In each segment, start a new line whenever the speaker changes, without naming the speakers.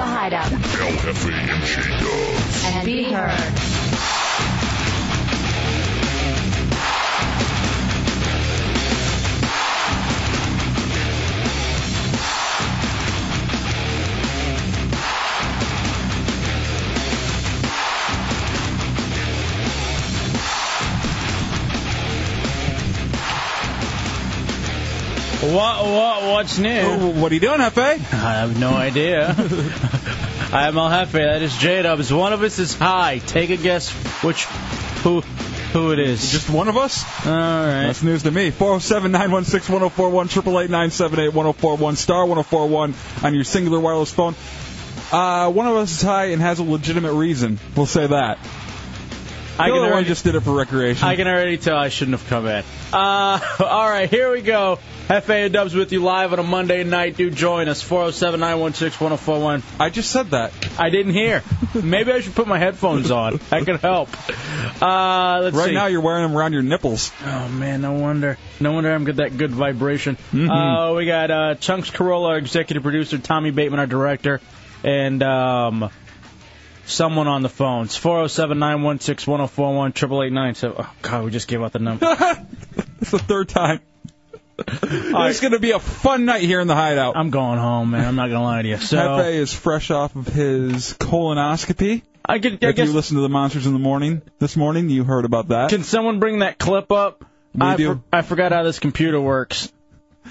side up
El Jefe and She Does.
and be heard.
What, what, what's new?
Oh, What are you doing, Hefe?
I have no idea. I am El Jefe. That is J Dubs. One of us is high. Take a guess which, who, who it is.
Just one of us?
All right.
That's news to me. 407 916 1041, 888 978 1041, star 1041 on your singular wireless phone. Uh, one of us is high and has a legitimate reason. We'll say that.
I
The
can
other one
already,
just did it for recreation.
I can already tell I shouldn't have come in. Uh, all right, here we go. Hefe and Dubs with you live on a Monday night. Do join us. 407 916 1041.
I just said that.
I didn't hear. Maybe I should put my headphones on. That could help. Uh, let's
Right
see.
now you're wearing them around your nipples.
Oh man, no wonder, no wonder I'm got that good vibration.
Mm-hmm.
Uh, we got uh, Chunks Corolla, our executive producer, Tommy Bateman, our director, and um, someone on the phones. Four zero seven nine one six one zero four one triple eight nine seven. Oh God, we just gave out the number.
It's the third time.
right.
It's going to be a fun night here in the hideout.
I'm going home, man. I'm not gonna lie to you.
Hefe
So
is fresh off of his colonoscopy.
I, could, I
if you
guess
listened to the Monsters in the Morning this morning, you heard about that.
can someone bring that clip up?
We
I,
do.
for- I forgot how this computer works.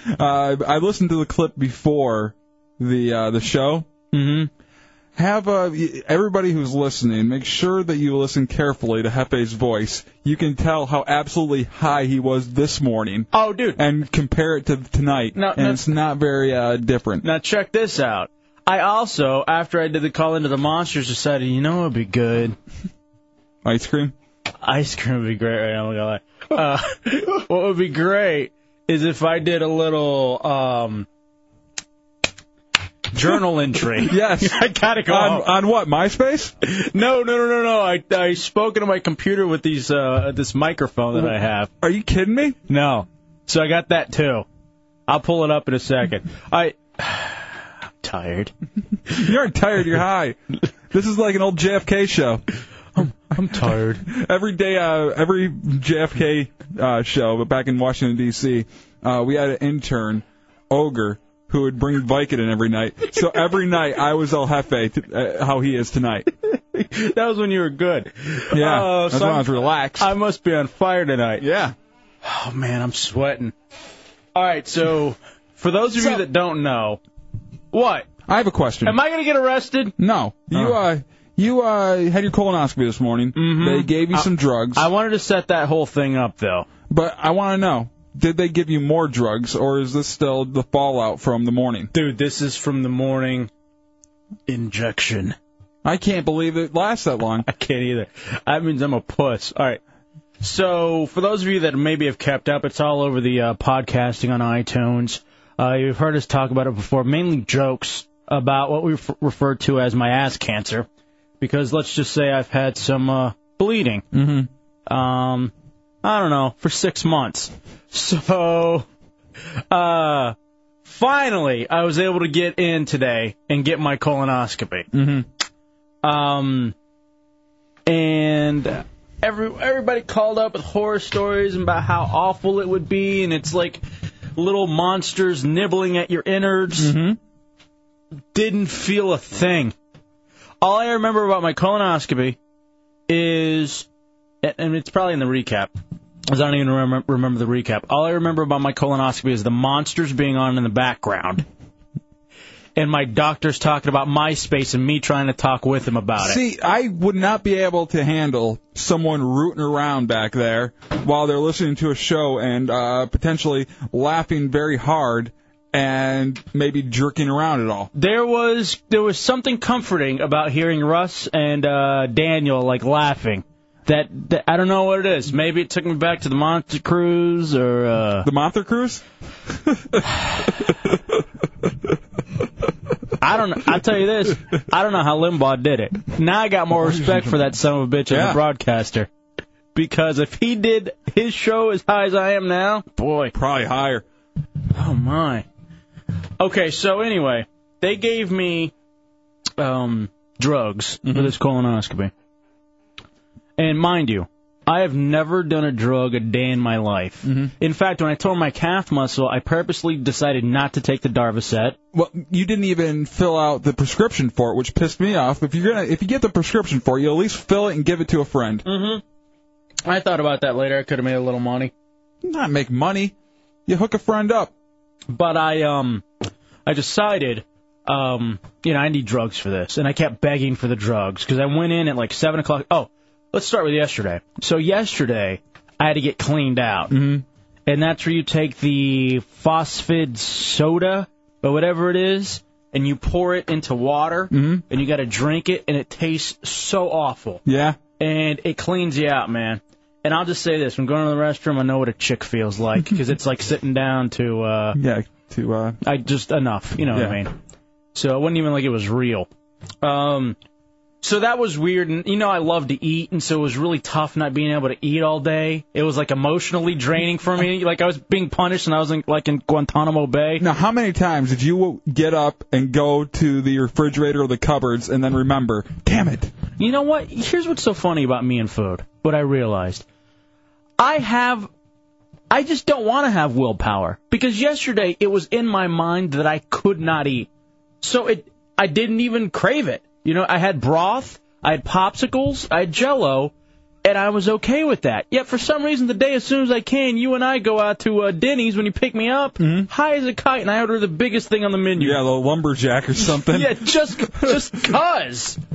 Uh, I listened to the clip before the uh, the show.
Mhm.
Have uh, everybody who's listening make sure that you listen carefully to Hefe's voice. You can tell how absolutely high he was this morning,
Oh, dude.
and compare it to tonight,
No,
and
no.
it's not very uh, different.
Now check this out. I also, after I did the call into the monsters, decided you know it'd be good.
Ice cream.
Ice cream would be great right now. I'm not gonna lie. Uh, what would be great is if I did a little um, journal entry.
Yes. Uh,
I gotta go.
On, on what? MySpace?
no, no, no, no, no. I I spoke into my computer with these uh this microphone that I have.
Are you kidding me?
No. So I got that too. I'll pull it up in a second. I. I'm tired.
You aren't tired. You're high. This is like an old JFK show.
I'm tired.
every day, uh, every JFK uh, show, but back in Washington D.C., uh, we had an intern, Ogre, who would bring Vicodin every night. So every night, I was El Jefe, t- uh, how he is tonight.
that was when you were good.
Yeah,
Oh,
that's
so
when
I'm-
I was relaxed.
I must be on fire tonight.
yeah,
Oh man, I'm sweating. All right, so for those of
So-
you that don't know, what
I have a question.
am I going to get arrested?
no, you
Oh.
uh, you uh, had your colonoscopy this morning. They gave you some drugs,
Mm-hmm. I wanted to set that whole thing up though.
but I want to know. Did they give you more drugs, or is this still the fallout from the morning?
Dude, this is from the morning injection.
I can't believe it lasts that long.
I can't either. That means I'm a puss. All right. So, for those of you that maybe have kept up, it's all over the uh, podcasting on iTunes. Uh, you've heard us talk about it before, mainly jokes about what we f- refer to as my ass cancer, because let's just say I've had some uh, bleeding. Mm-hmm. Um, I don't know, for six months. So, uh, finally, I was able to get in today and get my colonoscopy.
Mm-hmm.
Um, and every everybody called up with horror stories about how awful it would be, and it's like little monsters nibbling at your innards. Didn't feel a thing. All I remember about my colonoscopy is, and- and it's probably in the recap. 'cause I don't even remember, remember the recap. All I remember about my colonoscopy is the monsters being on in the background, and my doctor's talking about MySpace and me trying to talk with him about it.
See, I would not be able to handle someone rooting around back there while they're listening to a show and uh, potentially laughing very hard and maybe jerking around at all.
there was there was something comforting about hearing Russ and uh, Daniel like laughing. That, that I don't know what it is. Maybe it took me back to the Monster Cruise or uh,
The Monster Cruise?
I don't. know. I'll tell you this. I don't know how Limbaugh did it. Now I got more respect for that son of a bitch of
Oh, Yeah.
a broadcaster because if he did his show as high as I am now, boy,
Probably higher.
Oh my. Okay, so anyway, they gave me um, drugs for this colonoscopy. And mind you, I have never done a drug a day in my life. In fact, when I tore my calf muscle, I purposely decided not to take the Darvocet.
Well, you didn't even fill out the prescription for it, which pissed me off. If you're gonna, if you get the prescription for it, you at least fill it and give it to a friend.
Mm-hmm. I thought about that later. I could have made a little money.
Not make money. You hook a friend up.
But I um, I decided um, you know, I need drugs for this, and I kept begging for the drugs because I went in at like seven o'clock. Oh, let's start with yesterday. So yesterday, I had to get cleaned out, mm-hmm. and that's where you take the phosphid soda or whatever it is, and you pour it into water,
Mm-hmm.
and you got to drink it, and it tastes so awful
Yeah.
and it cleans you out, man. And I'll just say this: when going to the restroom, I know what a chick feels like because it's like sitting down to. uh
Yeah. To uh.
I just enough, you know what I
Yeah.
mean. So it wasn't even like it was real. Um, so that was weird, and you know I love to eat, and so it was really tough not being able to eat all day. It was like emotionally draining for me. Like I was being punished, and I was in, like in Guantanamo Bay.
Now, how many times did you get up and go to the refrigerator or the cupboards and then remember, damn it,
You know what? Here's what's so funny about me and food. What I realized, I have, I just don't want to have willpower because yesterday it was in my mind that I could not eat, so it, I didn't even crave it. You know, I had broth, I had popsicles, I had Jello, and I was okay with that. Yet for some reason today, as soon as I can, you and I go out to uh, Denny's when you pick me up, high as a kite, and I order the biggest thing on Mm-hmm. the menu.
yeah, the lumberjack or something?
Yeah, just just cause.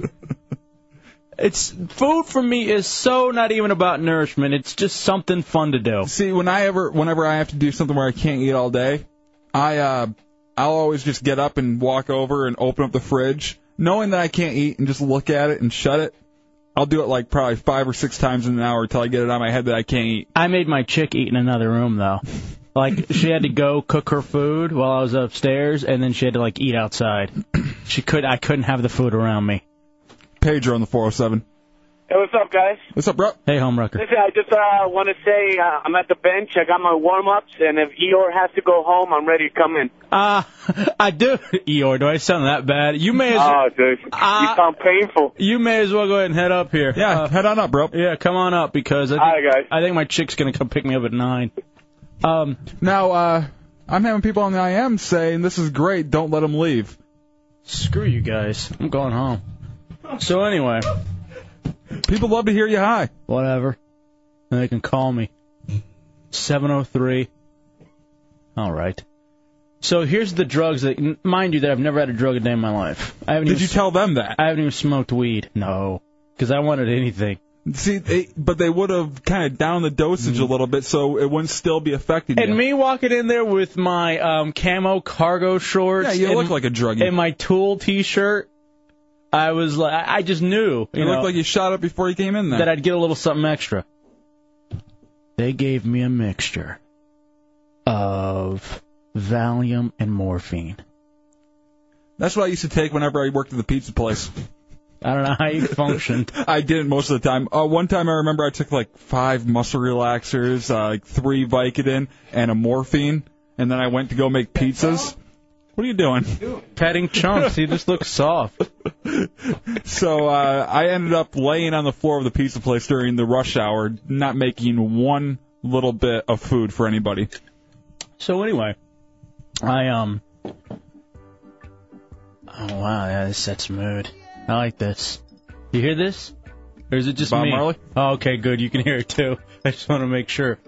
It's food for me is so not even about nourishment. It's just something fun to do.
See, when I ever, whenever I have to do something where I can't eat all day, I uh, I'll always just get up and walk over and open up the fridge, knowing that I can't eat, and just look at it and shut it. I'll do it like probably five or six times in an hour till I get it on my head that I can't eat.
I made my chick eat in another room though. Like she had to go cook her food while I was upstairs, and then she had to like eat outside. She could I couldn't have the food around me.
Pedro on the 407.
Hey, what's up, guys?
What's up, bro?
Hey, homewrecker.
Listen, I just uh, want to say uh, I'm at the bench. I got my warm ups, and if Eeyore has to go home, I'm ready to come in.
Ah, I do. Eeyore, do I sound that bad? You may as
Oh, dude,
Ah.
you sound painful.
you may as well go ahead and head up here.
Yeah,
Uh,
head on up, bro.
yeah. Come on up because I
All
think,
right, guys.
I think my chick's gonna come pick me up at nine. Um,
Now, uh, I'm having people on the IM saying this is great. Don't let them leave.
Screw you guys. I'm going home. So anyway,
People love to hear you high.
whatever. And they can call me. 703. All right. So here's the drugs that, n- mind you, that I've never had a drug a day in my life. I haven't
Did
even,
you tell them that?
I haven't even smoked weed. No, because I wanted anything.
See, they, but they would have kind of downed the
Mm.
dosage a little bit, so it wouldn't still be affecting
And
you.
me walking in there with my um, camo cargo shorts
yeah, you
and,
look like a druggie.
and my tool T-shirt, I was like, I I just knew. You
you
know,
look like you shot up before you came in there.
that I'd get a little something extra. They gave me a mixture of Valium and morphine.
That's what I used to take whenever I worked at the pizza place.
I don't know how you functioned.
I didn't most of the time. Uh, one time I remember I took like five muscle relaxers, uh, like three Vicodin, and a morphine, and then I went to go make pizzas. What are you doing?
Petting chunks, you just look soft.
So uh, I ended up laying on the floor of the pizza place during the rush hour, not making one little bit of food for anybody.
So anyway, I um. Oh wow, yeah, this sets a mood. I like this. You hear this? Or is it just
Bob
me?
Marley?
Oh, okay, good. You can hear it too. I just want to make sure.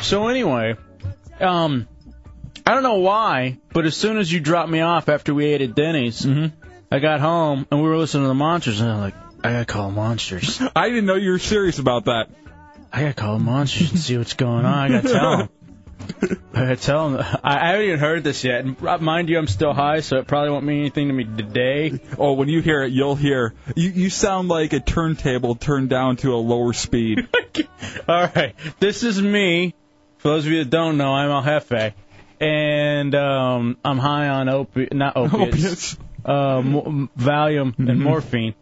So anyway, um, I don't know why, but as soon as you dropped me off after we ate at Denny's, I got home and we were listening to the monsters, and I'm like, I gotta call monsters.
I didn't know you were serious about that.
I gotta call monsters and see what's going on. Oh, I gotta tell them. I gotta tell them. I, I haven't even heard this yet. And uh, mind you, I'm still high, so it probably won't mean anything to me today.
Oh, when you hear it, you'll hear. You, you sound like a turntable turned down to a lower
Oh
speed.
All right, this is me. For those of you that don't know, I'm El Jefe, and um, I'm high on opi- not opiates,
Opiates. Mm-hmm.
uh, mo- Valium and morphine.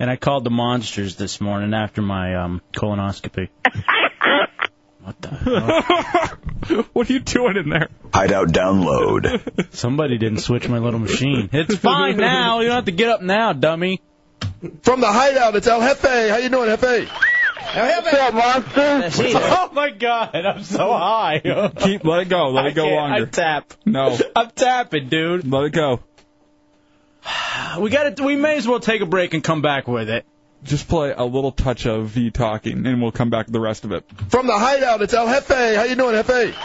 And I called the monsters this morning after my um, colonoscopy.
what are you doing in there?
Hideout download.
Somebody didn't switch my little machine. It's fine now. You don't have to get up now, dummy.
From the hideout, it's El Jefe. How you doing, Jefe? What's up, monster?
Oh my god, I'm so high.
Keep let it go. Let
I
it go
can't-
longer.
I tap.
no,
I'm tapping, dude.
let it go.
We got to We may as well take a break and come back with it.
Just play a little touch of V talking, and we'll come back to the rest of it.
From the hideout, it's El Jefe. How you doing, Jefe?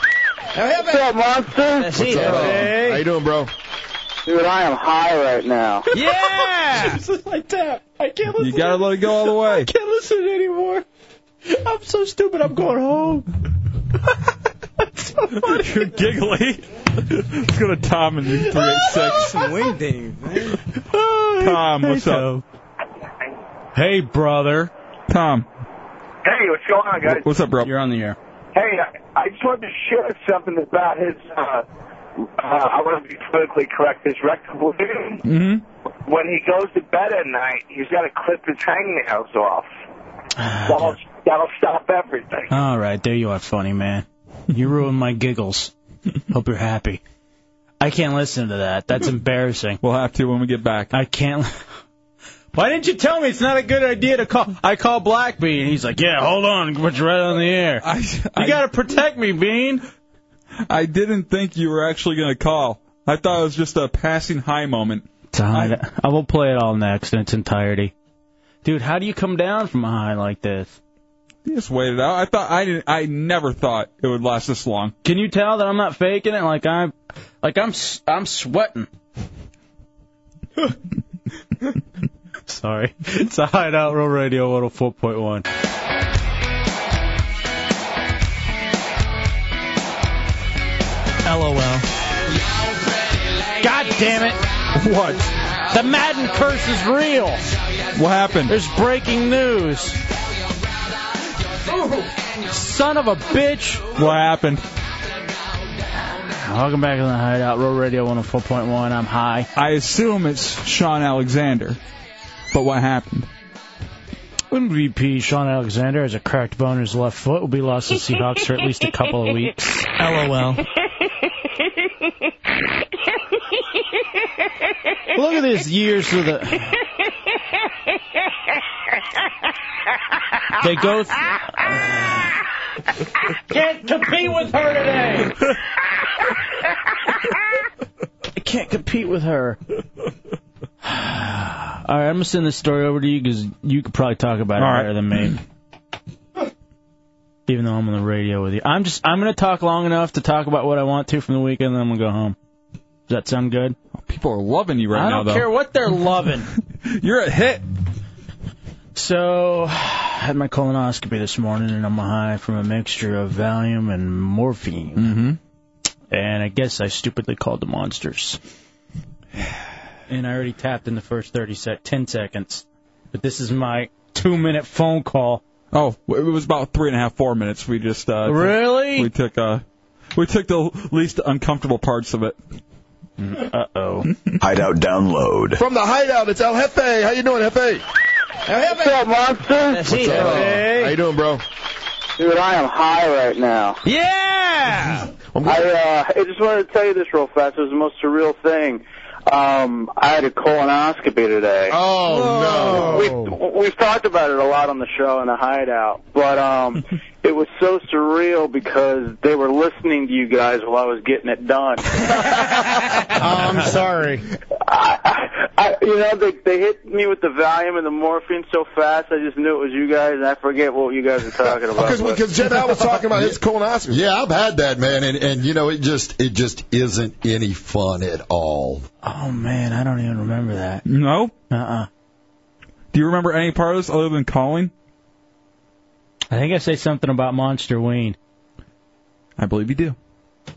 What's up, monster? What's
it,
up?
Jefe.
How you doing, bro?
Dude, I am high right now.
Yeah. I tap. I can't listen.
You gotta let it go all the way.
can't listen anymore. I'm so stupid. I'm going home.
You're giggly. Let's go to Tom in three eight six.
Oh,
Tom, what's up?
Hey, brother.
Tom,
Hey, what's going on, guys?
what's up, bro?
You're on the air.
Hey, I- I just wanted to share something about his. Uh, uh, I want to be politically correct. His rectal balloon.
Mm-hmm.
When he goes to bed at night, he's got to clip his hangnails off. That'll, that'll stop everything.
All right, there you are, funny man. You ruined my giggles. Hope you're happy. I can't listen to that. That's embarrassing.
We'll have to when we get back.
I can't. Why didn't you tell me it's not a good idea to call? I call Black Bean. and He's like, yeah, hold on, put you right on the air.
I,
You
I,
gotta protect me, Bean.
I didn't think you were actually gonna call. I thought it was just a passing high moment.
Tom, I, will play it all next in its entirety. Dude, how do you come down from a high like this?
You just waited out. I thought I didn't. I never thought it would last this long.
Can you tell that I'm not faking it? Like I'm, like I'm, s- I'm sweating. Sorry, it's a hideout. Real Radio 104.1. LOL. God damn it!
What?
The Madden curse is real.
What happened?
There's breaking news. Son of a bitch.
What happened?
Welcome back to the Hideout, Road Radio 104.1. I'm high.
I assume it's Sean Alexander. But what happened?
MVP Sean Alexander has a cracked bone in his left foot. Will be lost to the Seahawks for at least a couple of weeks. LOL. Look at this years to the. They go. Th- can't compete with her today. I can't compete with her. All right, I'm gonna send this story over to you because you could probably talk about it
All right.
better than me. Even though I'm on the radio with you, I'm just I'm gonna talk long enough to talk about what I want to from the weekend, and then I'm gonna go home. Does that sound good?
People are loving you right
I
now,
don't
though.
care what they're loving.
You're a hit.
So, had my colonoscopy this morning, and I'm high from a mixture of Valium and morphine.
Mm-hmm.
And I guess I stupidly called the monsters. And I already tapped in the first 30 sec, 10 seconds. But this is my two minute phone call.
Oh, it was about three and a half, four minutes. We just uh, took-
Really?
we took uh, we took the least uncomfortable parts of it.
Uh oh.
Hideout download. From the hideout, it's El Jefe. How you doing, Jefe?
What's up, monster?
What's up?
Hey.
How you doing, bro?
Dude, I am high right now.
Yeah!
I, uh, I just wanted to tell you this real fast. It was the most surreal thing. Um, I had a colonoscopy today.
Oh,
We've, we've talked about it a lot on the show in the hideout, but um, it was so surreal because they were listening to you guys while I was getting it done.
I'm sorry.
I, I, you know, they, they hit me with the Valium and the morphine so fast, I just knew it was you guys, and I forget what you guys were talking about. but-
Because Jedi was talking about his colonoscopy.
Yeah, I've had that, man, and and you know it just it just isn't any fun at all.
Oh man, I don't even remember that.
No.
Uh uh
Do you remember any part of this other than calling?
I think I say something about Monster Ween.
I believe you do.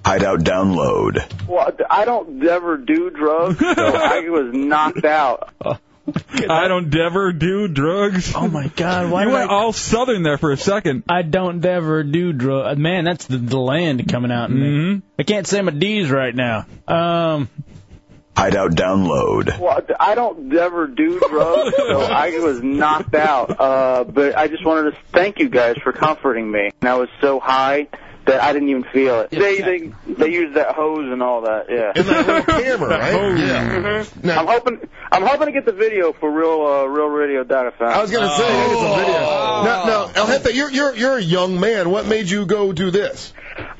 Hideout download.
well, I don't ever do drugs, so I was knocked out.
I don't ever do drugs.
Oh my god, why
you
do I
went all southern there for a second.
I don't ever do drugs. Man,
Mm-hmm.
that's the, the land coming out in me. I can't say my D's right now. Um,
Hideout download.
Well, I don't ever do drugs, so I was knocked out. Uh, but I just wanted to thank you guys for comforting me. And I was so high that I didn't even feel it. They they they use that hose and all that. Yeah.
And that little camera, right? Yeah.
Mhm. I'm hoping I'm hoping to get the video for real uh, real radio data Oh.
I was gonna say, I think it's a video. Now, now, El Jefe, you're you're you're a young man. What made you go do this?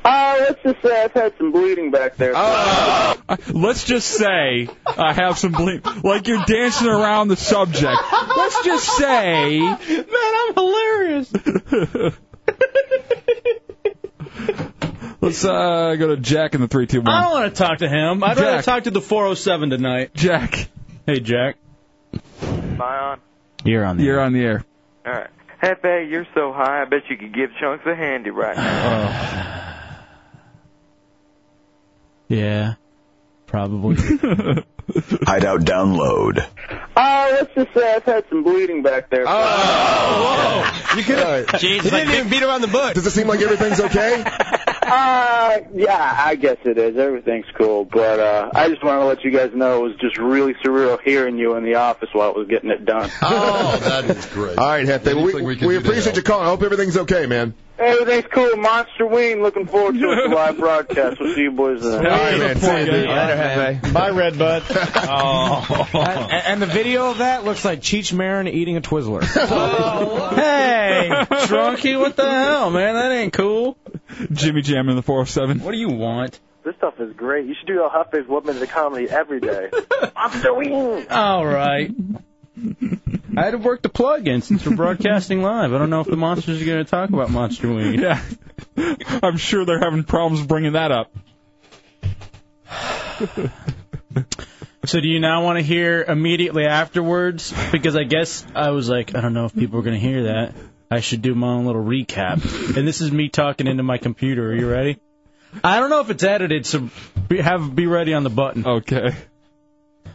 Uh, let's just say I've had some bleeding back there.
Oh.
Uh, Let's just say I have some ble- like you're dancing around the subject. Let's just say
Man, I'm hilarious.
let's uh, go to Jack in the three two
I don't
one.
want to talk to him. I'd rather
Jack.
talk to the 407 tonight.
Jack,
Hey, Jack.
Am I on?
You're on
you're on the air.
All right. Hefe, you're so high, I bet you could give Chunks a handy right now.
Yeah, probably.
Hideout download.
Uh, let's just say I've had some bleeding back there.
You could.
Jesus, I didn't even beat around the bush.
Does it seem like everything's okay?
Uh, yeah, I guess it is. Everything's cool, but uh, I just wanted to let you guys know it was just really surreal hearing you in the office while it was getting it done.
Oh, that is great.
All right, Hefe. We,
Anything we
we,
can do to
appreciate
help.
you calling. I hope everything's okay, man.
Everything's cool. Monster Ween, looking forward to it. The live broadcast. We'll see you boys then.
All right, man. See you, dude.
Bye, Red Bud.
Oh.
and, and the video of that looks like Cheech Marin eating a Twizzler.
hey, Drunky, what the hell, Oh, man? That ain't cool.
Jimmy Jam in the four oh seven.
What do you want?
This stuff is great. You should do El Hefe's Women's Comedy every day. Monster Ween!
All right. I had to work the plug in since we're broadcasting live. I don't know if the monsters are going to talk about Monster Wing.
Yeah. I'm sure they're having problems bringing that up.
So do you now want to hear immediately afterwards? Because I guess I was like, I don't know if people are going to hear that. I should do my own little recap. And this is me talking into my computer. Are you ready? I don't know if it's edited, so be, have be ready on the button.
Okay.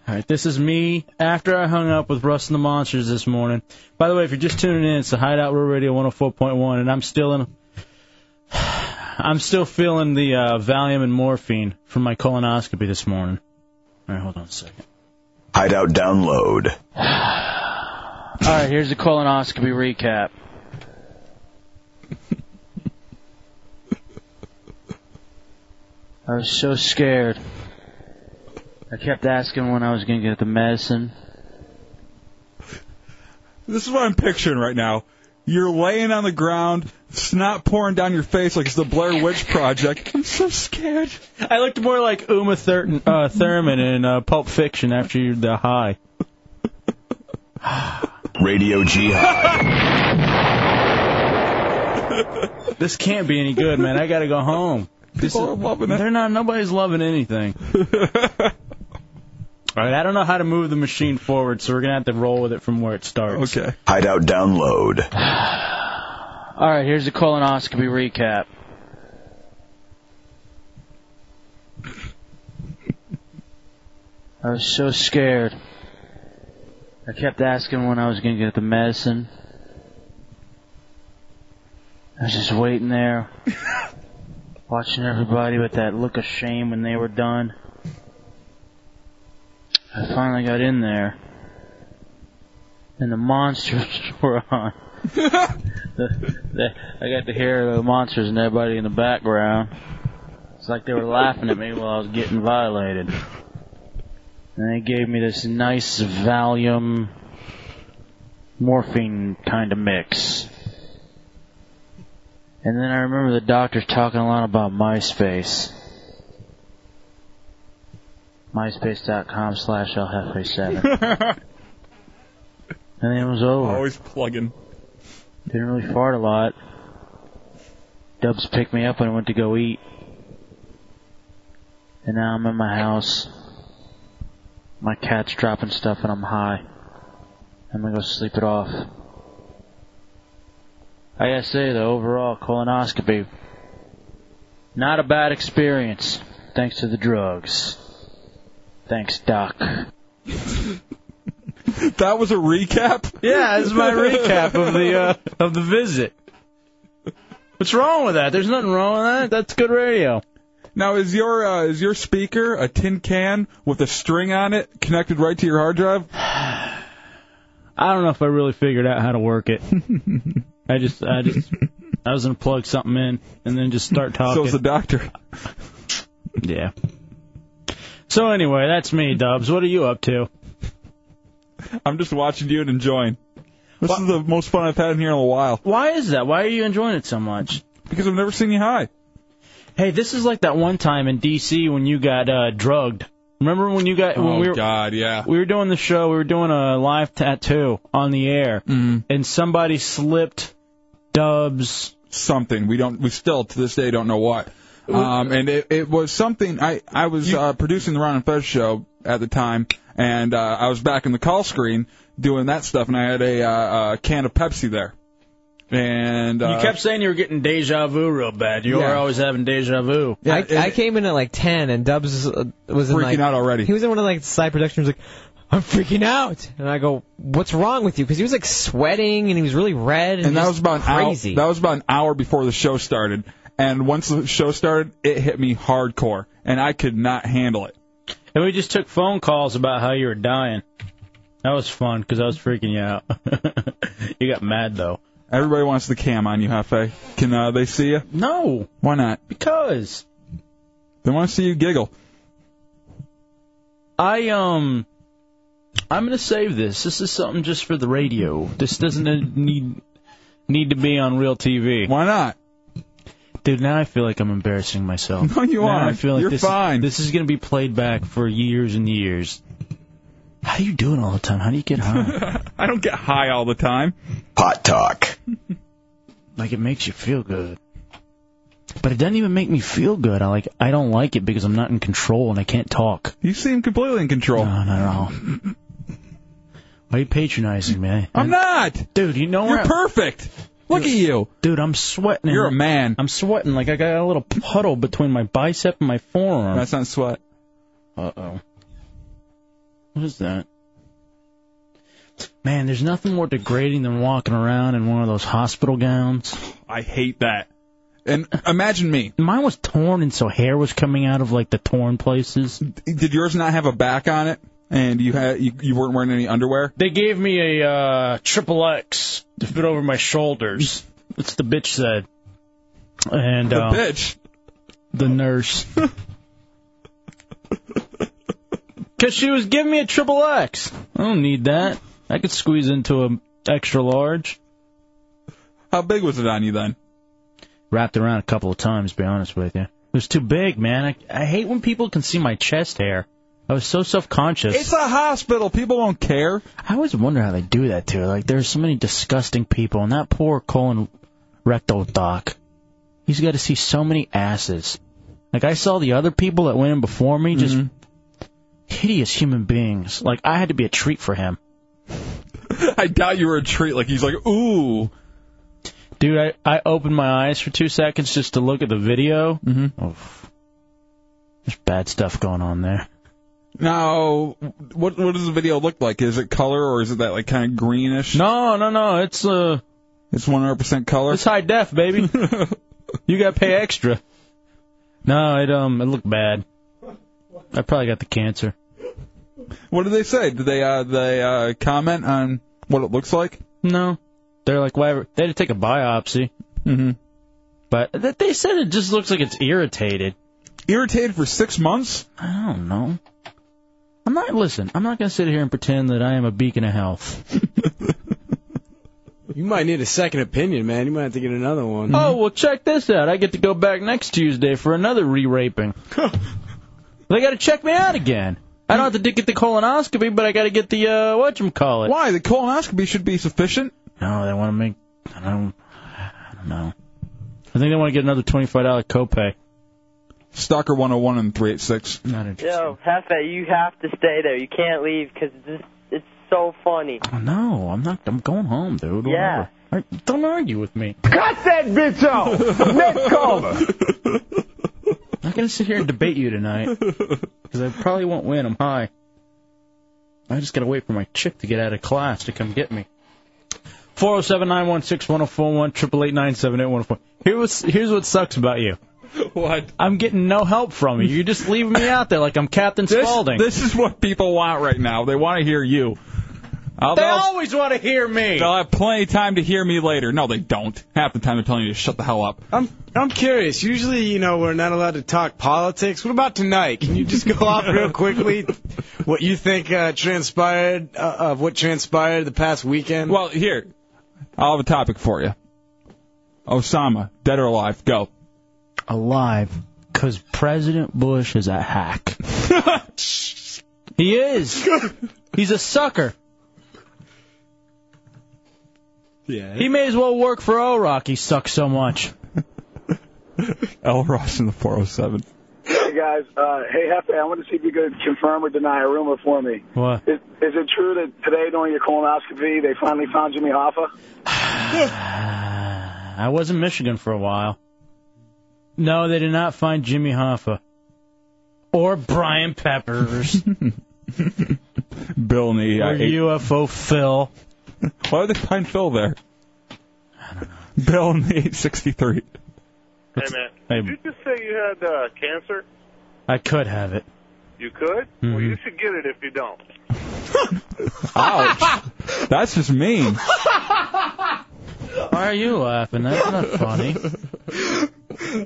All right, this is me after I hung up with Russ and the Monsters this morning. By the way, if you're just tuning in, it's the Hideout Real Radio 104.1, and I'm still in. I'm still feeling the uh, Valium and morphine from my colonoscopy this morning. All right, hold on a second.
Hideout download.
All right, here's the colonoscopy recap. I was so scared. I kept asking when I was going to get the medicine.
This is what I'm picturing right now. You're laying on the ground, snot pouring down your face like it's the Blair Witch Project. I'm so scared.
I looked more like Uma Thurman, uh, Thurman in uh, Pulp Fiction after you- the high.
Radio Jihad.
This can't be any good, man. I got to go home. This
People are loving it.
They're not. Nobody's loving anything. All right, I don't know how to move the machine forward, so we're gonna have to roll with it from where it starts.
Okay.
Hideout download.
All right, here's the colonoscopy recap. I was so scared. I kept asking when I was going to get the medicine. I was just waiting there, watching everybody with that look of shame when they were done. I finally got in there, and the monsters were on the, I got to hear the monsters and everybody in the background. It's like they were laughing at me while I was getting violated. And they gave me this nice Valium morphine kind of mix. And then I remember the doctors talking a lot about MySpace. MySpace.com slash LHefe7. and then it was over.
Always plugging.
Didn't really fart a lot. Dubs picked me up when I went to go eat. And now I'm in my house. My cat's dropping stuff and I'm high. I'm gonna go sleep it off. I gotta say though, overall colonoscopy, not a bad experience, thanks to the drugs. Thanks, Doc.
That was a recap.
Yeah, this is my recap of the uh, of the visit. What's wrong with that? There's nothing wrong with that. That's good radio.
Now, is your uh, is your speaker a tin can with a string on it connected right to your hard drive?
I don't know if I really figured out how to work it. I just, I just, I was gonna plug something in and then just start talking.
So is the doctor.
yeah. So anyway, that's me, Dubs. What are you up to?
I'm just watching you and enjoying. This is the most fun I've had in here in a while.
Why is that? Why are you enjoying it so much?
Because I've never seen you high.
Hey, this is like that one time in D.C. when you got uh, drugged. Remember when you got when we were
Oh, God, yeah.
we were doing the show, we were doing a live tattoo on the air,
Mm-hmm.
and somebody slipped Dubs.
Something we don't we still to this day don't know what. Um, and it, it was something I I was uh, producing the Ron and Fez show at the time, and uh, I was back in the call screen doing that stuff, and I had a uh, uh, can of Pepsi there, and uh,
you kept saying you were getting deja vu real bad. You
Yeah.
were always having deja vu.
I, I came in at like 10, and Dubs uh, was in
Freaking
like,
out already.
He was in one of like the side productions, like, I'm freaking out, and I go, "What's wrong with you?" Because he was like sweating, and he was really red, and,
and that
just
was about an hour,
crazy.
that was about an hour before the show started. And once the show started, it hit me hardcore, and I could not handle it.
And we just took phone calls about how you were dying. That was fun because I was freaking you out. you got mad though.
Everybody wants the cam on you, Hefe. Can uh, they see you?
No,
Why not?
because
They want to see you giggle.
I um I'm gonna save this. This is something just for the radio. This doesn't need need to be on real TV.
Why not?
Dude, now I feel like I'm embarrassing myself.
No, you
Now I
aren't.
feel like
You're
this,
fine.
This is gonna be played back for years and years. How do you do it all the time? How do you get high?
I don't get high all the time.
Hot talk.
like it makes you feel good. But it doesn't even make me feel good. I like I don't like it because I'm not in control and I can't talk.
You seem completely in control.
No, not at all. Why are you patronizing me?
I'm not.
Dude, you know
You're
where
perfect. Look at you.
Dude, I'm sweating.
You're a man.
I'm sweating like I got a little puddle between my bicep and my forearm.
That's not sweat.
Uh oh. What is that? Man, there's nothing more degrading than walking around in one of those hospital gowns.
I hate that. And imagine me.
Mine was torn, and so hair was coming out of like the torn places.
Did yours not have a back on it? And you had you, you weren't wearing any underwear?
They gave me a uh, triple X to fit over my shoulders. That's the bitch said. And
The
um,
bitch.
the nurse. Because she was giving me a triple X. I don't need that. I could squeeze into a extra large.
How big was it on you then?
Wrapped around a couple of times, to be honest with you. It was too big, man. I, I hate when people can see my chest hair. I was so self
It's
conscious.
a hospital. People don't care.
I always wonder how they do that too. Like there's so many disgusting people, and that poor colon rectal doc. He's got to see so many asses. Like I saw the other people that went in before me, just Mm-hmm. hideous human beings. Like I had to be a treat for him.
I doubt you were a treat. Like he's like, ooh.
Dude, I, I opened my eyes for two seconds just to look at the video. Mm-hmm. Oof. There's bad stuff going on there.
Now, what what does the video look like? Is it color or is it that like kind of greenish?
No, no, no. It's uh,
It's 100% color.
it's high def, baby. you got to pay extra. No, it um, it looked bad. I probably got the cancer.
What do they say? Do they uh they uh comment on what it looks like?
No, they're like, why? They had to take a biopsy,
Mm-hmm.
but th- they said it just looks like it's irritated.
Irritated for six months?
I don't know. I'm not listen. I'm not gonna sit here and pretend that I am a beacon of health.
You might need a second opinion, man. You might have to get another
Mm-hmm.
one.
Oh, well, check this out. I get to go back next Tuesday for another re raping. they got to check me out again. I don't have to get the colonoscopy, but I got to get the, uh, whatchamacallit.
Why? The colonoscopy should be sufficient.
No, they want to make. I don't, I don't know. I think they want to get another $25 copay.
Stalker 101 and 386.
Not interested.
Yo, Hefe, you have to stay there. You can't leave 'cause this it's so funny.
Oh, no, I'm not. I'm going home, dude.
Yeah.
Whatever. I, don't argue with me.
Cut that bitch off! Next caller!
I'm not going to sit here and debate you tonight. Because I probably won't win. I'm high. I just got to wait for my chick to get out of class to come get me. 407 916 1041 888 978 1041. Here was- Here's what sucks about you.
What?
I'm getting no help from you. You're just leaving me out there like I'm Captain
This,
Spaulding.
this is what people want right now. They want to hear you. I'll-
they
they'll-
always want to hear me.
They'll have plenty of time to hear me later. No, they don't. Half the time they're telling you to shut the hell up.
I'm I'm curious. Usually, you know, we're not allowed to talk politics. What about tonight? Can you just go off real quickly what you think uh, transpired uh, of what transpired the past weekend?
Well, here, I'll have a topic for you. Osama, dead or alive? Go.
Alive, because President Bush is a hack. he is. He's a sucker.
Yeah.
He may as well work for O Rock. He sucks so much.
L. Ross in the 407.
Hey guys, uh, hey Hefe, I want to see if you could confirm or deny a rumor for me.
What?
Is, is it true that today during your colonoscopy they finally found Jimmy Hoffa?
I was in Michigan for a while. No, they did not find Jimmy Hoffa or Brian Peppers
Bill and the.
or
Uh, eight-
UFO Phil.
Why would they find Phil there? Bill and the 863.
Hey man,
Hey.
did you just say you had uh, cancer?
I could have it.
You could. Well, you should get it if you don't.
Ouch. That's just mean.
Why are you laughing? That's not funny.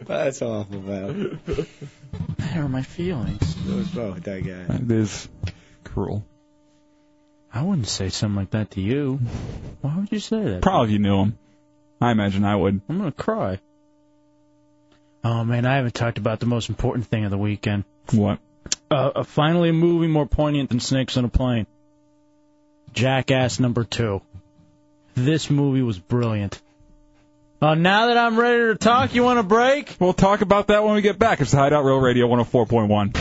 That's awful, man.
That hurt my feelings.
What's wrong with that guy?
Mm-hmm.
That is cruel.
I wouldn't say something like that to you. Why would you say that?
Probably if you knew him. I imagine I would.
I'm gonna cry. Oh man, I haven't talked about the most important thing of the weekend.
What?
Uh, uh, finally, a movie more poignant than Snakes on a Plane. Jackass number two. This movie was brilliant. Uh, now that I'm ready to talk, you want a break?
We'll talk about that when we get back. It's the Hideout Real Radio 104.1.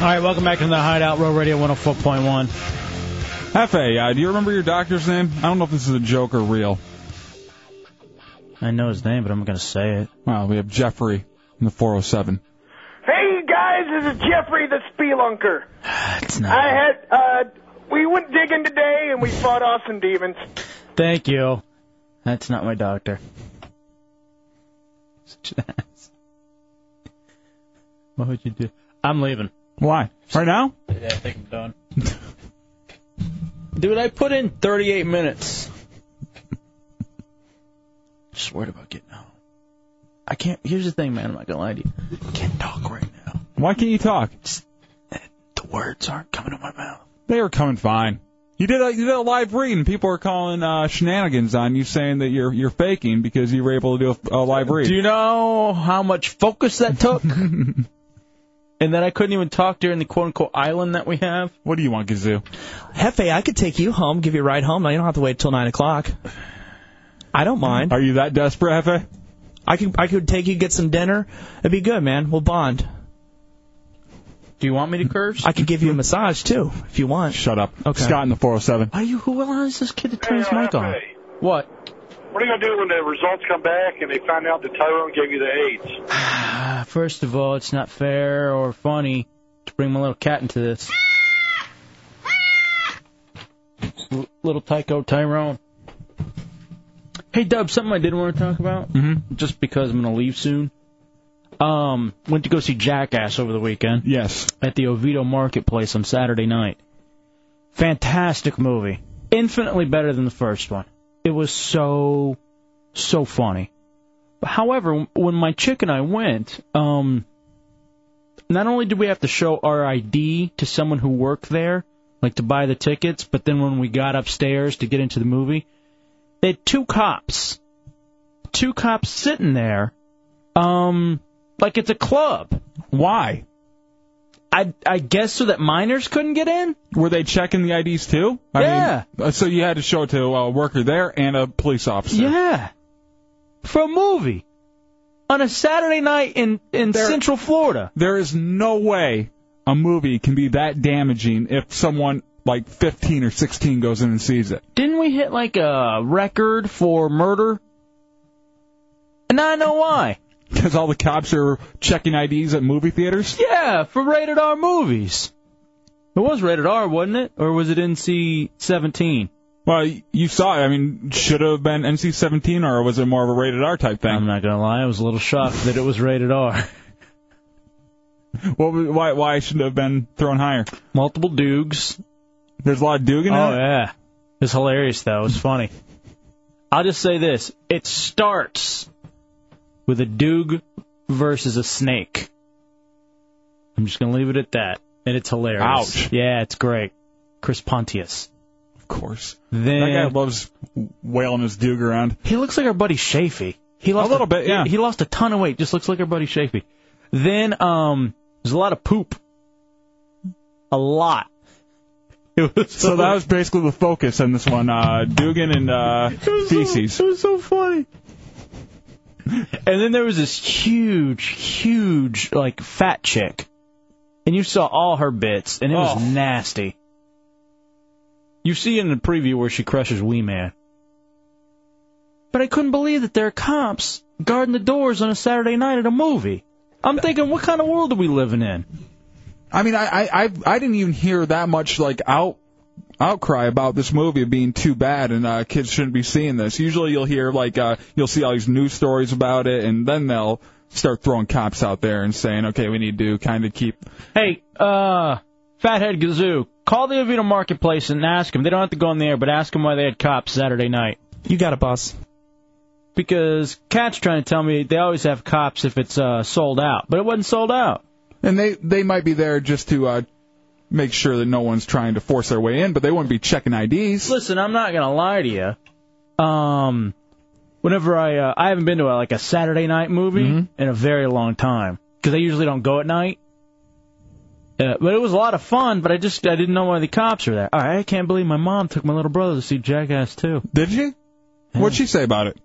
All right, welcome back to the Hideout Row Radio 104.1.
Hefe, uh, do you remember your doctor's name? I don't know if this is a joke or real.
I know his name, but I'm gonna say it.
Well, we have Jeffrey in the 407.
Hey guys, this is Jeffrey the Spelunker.
It's not.
I had uh, we went digging today and we fought off some demons.
Thank you. That's not my doctor. Such an ass. What would you do? I'm leaving.
Why? Right now?
Yeah, I think I'm done. Dude, I put in 38 minutes. Just worried about getting home. I can't. Here's the thing, man. I'm not gonna lie to you. I can't talk right now.
Why can't you talk?
The words aren't coming to my mouth.
They are coming fine. You did a you did a live read and people are calling uh, shenanigans on you, saying that you're you're faking because you were able to do a, a live read.
Do you know how much focus that took? and then I couldn't even talk during the quote unquote island that we have.
What do you want, Gazoo?
Hefe, I could take you home, give you a ride home. Now you don't have to wait till nine o'clock. I don't mind.
Are you that desperate, Hefe?
I could I could take you get some dinner. It'd be good, man. We'll bond.
Do you want me to curse?
I could give you a massage too, if you want.
Shut up.
Okay.
Scott in the 407.
Why are you? Who allows this kid to turn his mic on? What?
What are you gonna do when the results come back and they find out that Tyrone gave you the AIDS?
Ah, First of all, it's not fair or funny to bring my little cat into this. L- little Tycho Tyrone. Hey, Dub, something I did want to talk about, mm-hmm. just because I'm going to leave soon. Um, went to go see Jackass over the weekend.
Yes.
At the Oviedo Marketplace on Saturday night. Fantastic movie. Infinitely better than the first one. It was so, so funny. However, when my chick and I went, um, not only did we have to show our ID to someone who worked there, like to buy the tickets, but then when we got upstairs to get into the movie, they had two cops, two cops sitting there, um, like it's a club.
Why?
I I guess so that minors couldn't get in.
Were they checking the IDs too? I
Yeah.
Mean, uh, so you had to show it to a worker there and a police officer.
Yeah. For a movie. On a Saturday night in, in Central Florida.
There is no way a movie can be that damaging if someone like 15 or 16 goes in and sees it.
Didn't we hit like a record for murder? And now I know why.
because all the cops are checking IDs at movie theaters.
Yeah, for rated R movies. It was rated R, wasn't it? Or was it NC 17?
Well, you saw it. I mean, should have been NC-17, or was it more of a rated R type thing? I'm
not gonna lie, I was a little shocked that it was rated R.
What? was- Why? Why should it have been thrown higher?
Multiple Dukes.
There's a lot of Dugan in
oh
it?
yeah, it's hilarious though. It's funny. I'll just say this: it starts with a Doog versus a snake. I'm just gonna leave it at that, and it's hilarious.
Ouch.
Yeah, it's great. Chris Pontius.
Of course.
Then
That guy loves wailing his Dug around.
He looks like our buddy Shafee. He lost
A little bit, yeah.
He, he lost a ton of weight. Just looks like our buddy Shafee. Then um, there's a lot of poop. A lot. It was
So that was basically the focus on this one: uh, Dugan and uh, feces.
It was so funny. And then there was this huge, huge, like fat chick, and you saw all her bits, and it was nasty. Oh. You see in the preview where she crushes Wee Man. But I couldn't believe that there are cops guarding the doors on a Saturday night at a movie. I'm thinking, what kind of world are we living in?
I mean, I, I I I didn't even hear that much like out outcry about this movie being too bad and uh, kids shouldn't be seeing this. Usually, you'll hear like uh, you'll see all these news stories about it, and then they'll start throwing cops out there and saying, okay, we need to kind of keep.
Hey, uh, Fathead Gazoo, call the Avita Marketplace and ask them. They don't have to go on the air, but ask them why they had cops Saturday night.
You got a boss.
Because Cat's trying to tell me they always have cops if it's uh, sold out, but it wasn't sold out.
And they they might be there just to uh, make sure that no one's trying to force their way in, but they wouldn't be checking IDs.
Listen, I'm not gonna lie to you. Um, whenever I uh, I haven't been to a, like a Saturday night movie
Mm-hmm.
in a very long time because I usually don't go at night. Uh, but it was a lot of fun. But I just I didn't know why the cops were there. All right, I can't believe my mom took my little brother to see Jackass too.
Did she? What'd she say about it?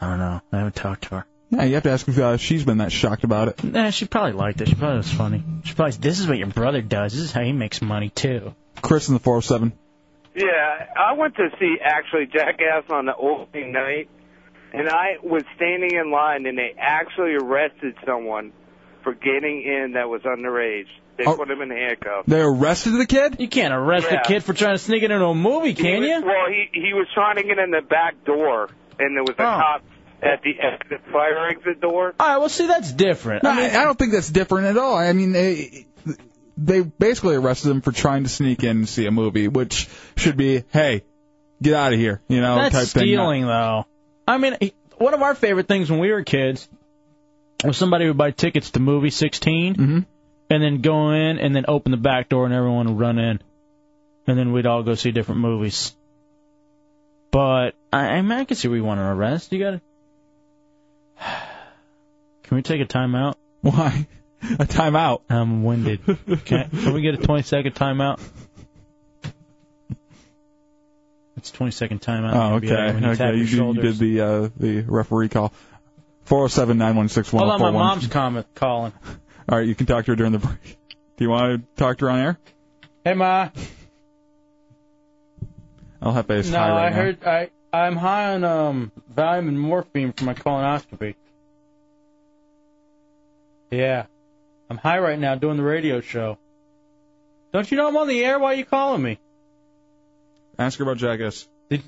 I don't know. I haven't talked to her.
Yeah, you have to ask if uh, she's been that shocked about it.
Nah, she probably liked it. She probably was funny. She probably this is what your brother does. This is how he makes money too.
Chris in the 407.
Yeah, I went to see actually Jackass on the opening night, and I was standing in line, and they actually arrested someone for getting in that was underage. They
Oh.
put him in handcuffs.
They arrested the kid?
You can't arrest
Yeah.
a kid for trying to sneak into a movie, can
He
you?
was- Well, he he was trying to get in the back door, and there was a cop at the exit, fire exit door.
Uh,
All right, well, see, that's different.
No, I, I don't think that's different at all. I mean, they they basically arrested him for trying to sneak in and see a movie, which should be, hey, get out of here, you know,
That's
Oh, type
stealing,
thing.
though. I mean, he- one of our favorite things when we were kids was somebody would buy tickets to movie 16
Mm-hmm.
and then go in and then open the back door and everyone would run in. And then we'd all go see different movies. But I, I mean, I can see we want to arrest. You got to. Can we take a timeout?
Why? A timeout?
I'm winded. Can, can we get a 20 second timeout? It's 20 second timeout.
Oh,
in the NBA
okay.
when you tap
okay,
your
you, did- you
shoulders.
did the uh, the referee call. 407 916
Hold on, my mom's comment calling.
All right, you can talk to her during the break. Do you want to talk to her on air?
Hey, Ma.
El Jefe is
no,
high right
I
now.
heard I I'm high on um Valium and morphine for my colonoscopy. Yeah, I'm high right now doing the radio show. Don't you know I'm on the air? Why are you calling me?
Ask her about Jackass.
Did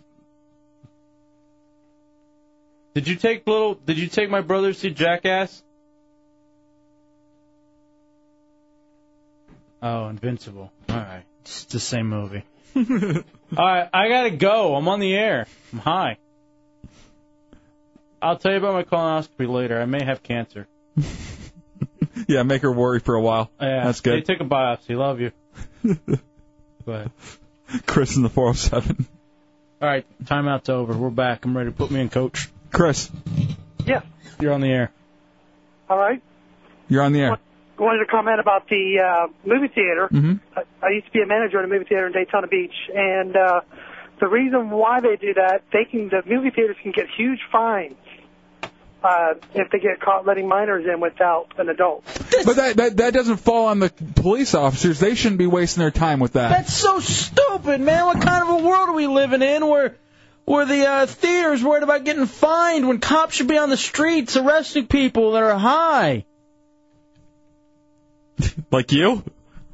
you take little? Did you take my brother to see Jackass? Oh, Invincible. All right, it's the same movie. All right, I gotta go. I'm on the air. I'm high. I'll tell you about my colonoscopy later. I may have cancer.
Yeah, make her worry for a while.
Yeah,
That's
They
good.
took a biopsy. Love you. but
Chris in the 407.
all right, timeout's over. We're back. I'm ready. Put me in, coach.
Chris,
Yeah.
You're on the air.
All right.
you're on the air.
I wanted to comment about the uh, movie theater.
Mhm.
I, I used to be a manager at a movie theater in Daytona Beach, and uh, the reason why they do that, they can the movie theaters can get huge fines uh, if they get caught letting minors in without an adult.
But that, that that doesn't fall on the police officers. They shouldn't be wasting their time with that.
That's so stupid, man. What kind of a world are we living in where where the uh, theater is worried about getting fined when cops should be on the streets arresting people that are high.
Like you?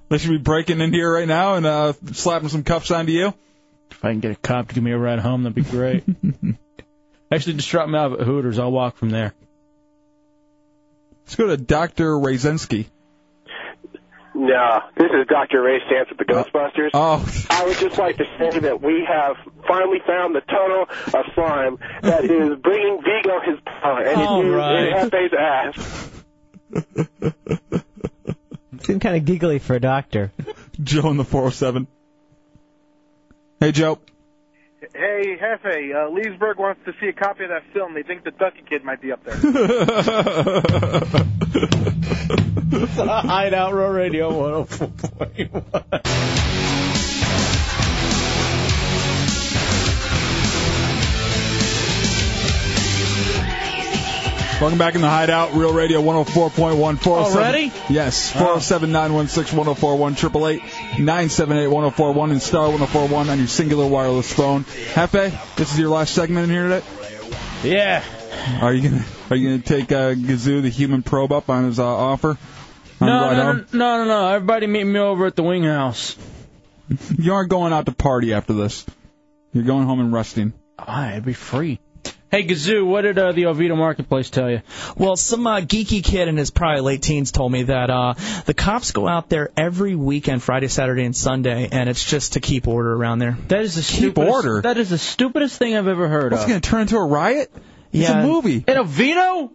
They should be breaking in here right now and uh, slapping some cuffs onto you.
If I can get a cop to give me a ride home, that'd be great. Actually, just drop me off at Hooters. I'll walk from there.
Let's go to Dr. Razensky.
No, this is Dr. Ray Stantz with the
Uh,
Ghostbusters.
Oh.
I would just like to say that we have finally found the tunnel of slime that is bringing Vigo his power, and
All
it is
right.
in Hefe's ass.
Seemed kind of giggly for a doctor.
Joe in the 407. Hey, Joe.
Hey, Hefe, uh, Leesburg wants to see a copy of that film. They think the Ducky Kid might be up there.
Hideout Row Radio
Oh,
oh. 104.1.
Welcome back in the Hideout, Real Radio 104.1. 407
Already?
Yes. 407 916 1041, 978 1041, and star 1041 on your singular wireless phone. Hefe, this is your last segment in here today?
Yeah.
Are you gonna Are you gonna take uh, Gazoo the human probe up on his uh, offer? On um, the
No,
ride
no,
home?
no, no, no, no. Everybody meet me over at the wing house.
You aren't going out to party after this. You're going home and resting.
Why? It'd be free. Hey, Gazoo, what did uh, the Oviedo Marketplace tell you?
Well, some uh, geeky kid in his probably late teens told me that uh, the cops go out there every weekend, Friday, Saturday, and Sunday, and it's just to keep order around there.
That is the
keep
stupidest- That is the stupidest thing I've ever heard
What's
of.
it gonna
turn into a riot?
It's a Yeah.
movie.
In Oviedo?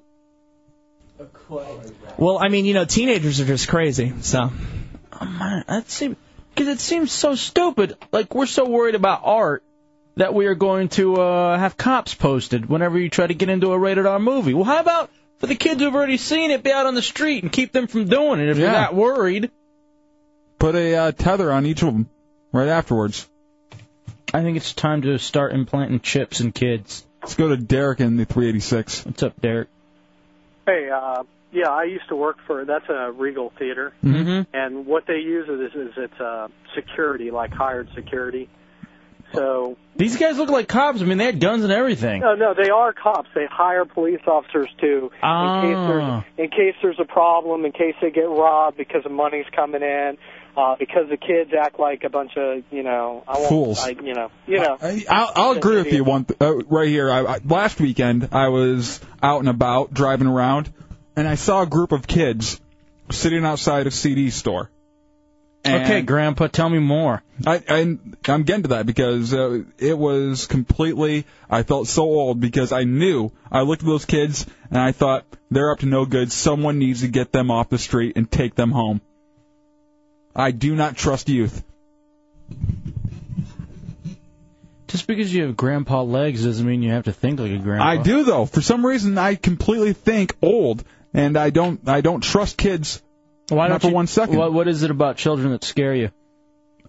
Well, I mean, you know, teenagers are just crazy. So
Man, that seems because it seems so stupid. Like we're so worried about art that we are going to uh, have cops posted whenever you try to get into a rated R movie. Well, how about for the kids who've already seen it, be out on the street and keep them from doing it if you're
Yeah.
not worried.
Put a uh, tether on each of them right afterwards.
I think it's time to start implanting chips in kids.
Let's go to Derek in the 386.
What's up, Derek?
Hey, uh, yeah, I used to work for that's a Regal Theater,
Mm-hmm.
and what they use is is it's uh, security, like hired security. So
These guys look like cops. I mean, they had guns and everything.
no, no, they are cops. They hire police officers too, in case
Ah.
there's in case there's a problem, in case they get robbed because the money's coming in, uh, because the kids act like a bunch of you know I won't,
Fools.
I, you know, you know.
I, I'll, I'll agree with you one th- uh, right here. I, I, last weekend, I was out and about driving around, and I saw a group of kids sitting outside a CD store. And
okay, Grandpa, tell me more.
I, I I'm getting to that because uh, it was completely. I felt so old because I knew I looked at those kids and I thought they're up to no good. Someone needs to get them off the street and take them home. I do not trust youth.
Just because you have grandpa legs doesn't mean you have to think like a grandpa.
I do though. For some reason, I completely think old, and I don't. I don't trust kids.
Why
not
don't
for
you-
one second?
What, what is it about children that scare you?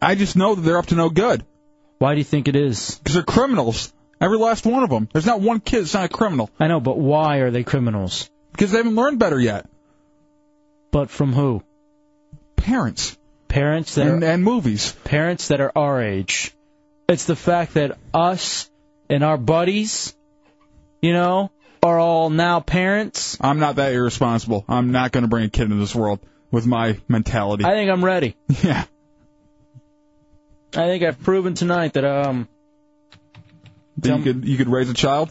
I just know that they're up to no good.
Why do you think it is?
Because they're criminals. Every last one of them. There's not one kid that's not a criminal.
I know, but why are they criminals?
Because they haven't learned better yet.
But from who?
Parents.
Parents that
And-
are,
and movies.
Parents that are our age. It's the fact that us and our buddies, you know, are all now parents.
I'm not that irresponsible. I'm not going to bring a kid into this world with my mentality.
I think I'm ready.
Yeah.
I think I've proven tonight that um.
That you could you could raise a child.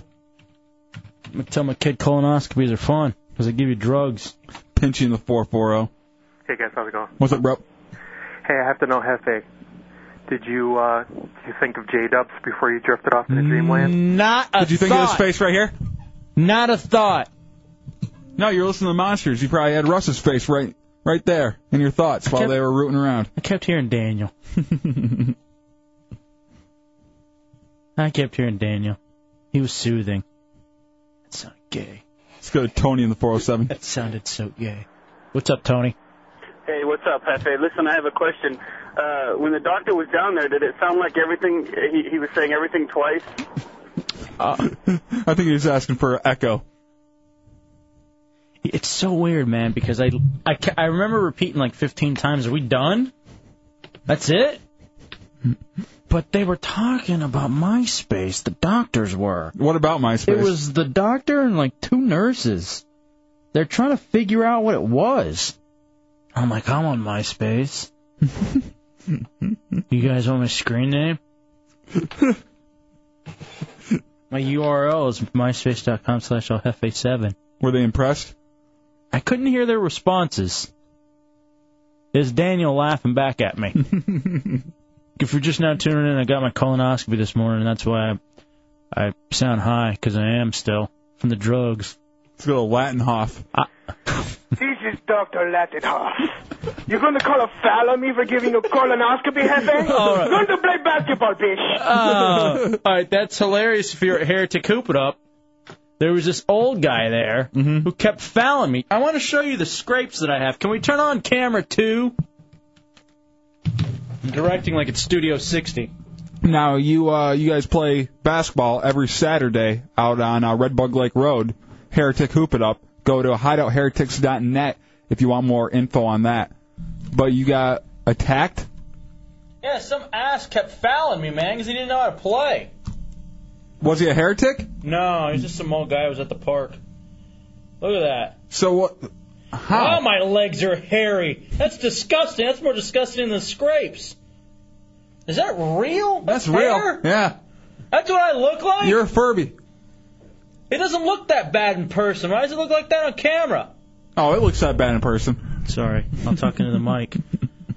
I'm gonna tell my kid colonoscopies are fun because they give you drugs.
Pinching the four four zero.
Hey guys, how's it going?
What's up, bro?
Hey, I have to know, Hefe, did you uh, did you think of J Dubs before you drifted off into dreamland?
Mm.
Not a
Did you think
thought.
of his face right here?
Not a thought.
No, you're listening to monsters. You probably had Russ's face right right there in your thoughts while
kept-
they were rooting around.
I kept hearing Daniel. I kept hearing Daniel. He was soothing. That sounded gay.
Let's go to Tony in the 407.
That sounded so gay. What's up, Tony?
Hey, what's up, Hefe? Listen, I have a question. Uh, when the doctor was down there, did it sound like everything he, he was saying everything twice?
Uh,
I think he was asking for an echo.
It's so weird, man, because I, I, ca- I remember repeating like 15 times, are we done? That's it? But they were talking about MySpace. The doctors were.
What about MySpace?
It was the doctor and like two nurses. They're trying to figure out what it was. I'm like, I'm on MySpace. you guys want my screen name? my URL is myspace.com slash lhefe7.
Were they impressed?
I couldn't hear their responses. There's Daniel laughing back at me. if you're just now tuning in, I got my colonoscopy this morning. That's why I, I sound high, because I am still from the drugs. Uh,
Let's go to Latinhoff.
This is Dr. Latinhoff. You're going to call a foul on me for giving a colonoscopy, Hefe?
All right.
You're going to play basketball, bitch.
Uh, all right, that's hilarious if you're here to coop it up. There was this old guy there who kept fouling me. I want to show you the scrapes that I have. Can we turn on camera 2 I'm directing like it's Studio 60.
Now you uh, you guys play basketball every Saturday out on uh, Red Bug Lake Road. Heretic Hoop It Up. Go to hideoutheretics.net if you want more info on that. But you got attacked.
Yeah, some ass kept fouling me, man, because he didn't know how to play.
Was he a heretic?
No, he's just some old guy who was at the park. Look at that.
So what?
How? Oh, my legs are hairy. That's disgusting. That's more disgusting than scrapes. Is that real?
That's real.
hair?
Yeah,
That's what I look like?
you're a Furby.
It doesn't look that bad in person. Why does it look like that on camera?
Oh, it looks that bad in person.
Sorry, I'm talking to the mic.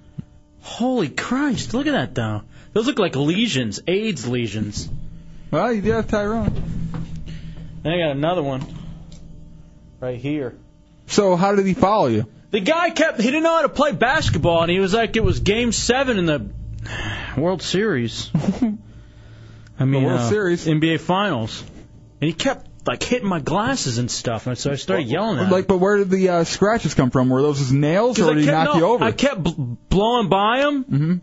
Holy Christ, look at that, though. Those look like lesions, AIDS lesions.
Well, you do have Tyrone.
Then I got another one right here.
So how did he follow you?
The guy kept, he didn't know how to play basketball, and he was like, it was game seven in the World Series. I mean,
World
uh,
Series.
NBA Finals. And he kept, like, hitting my glasses and stuff, and so I started yelling at him.
Like, but where did the uh, scratches come from? Were those his nails,
Because
or
I
did he
kept-
knock
no,
you over? Mm-hmm.
I kept bl- blowing by him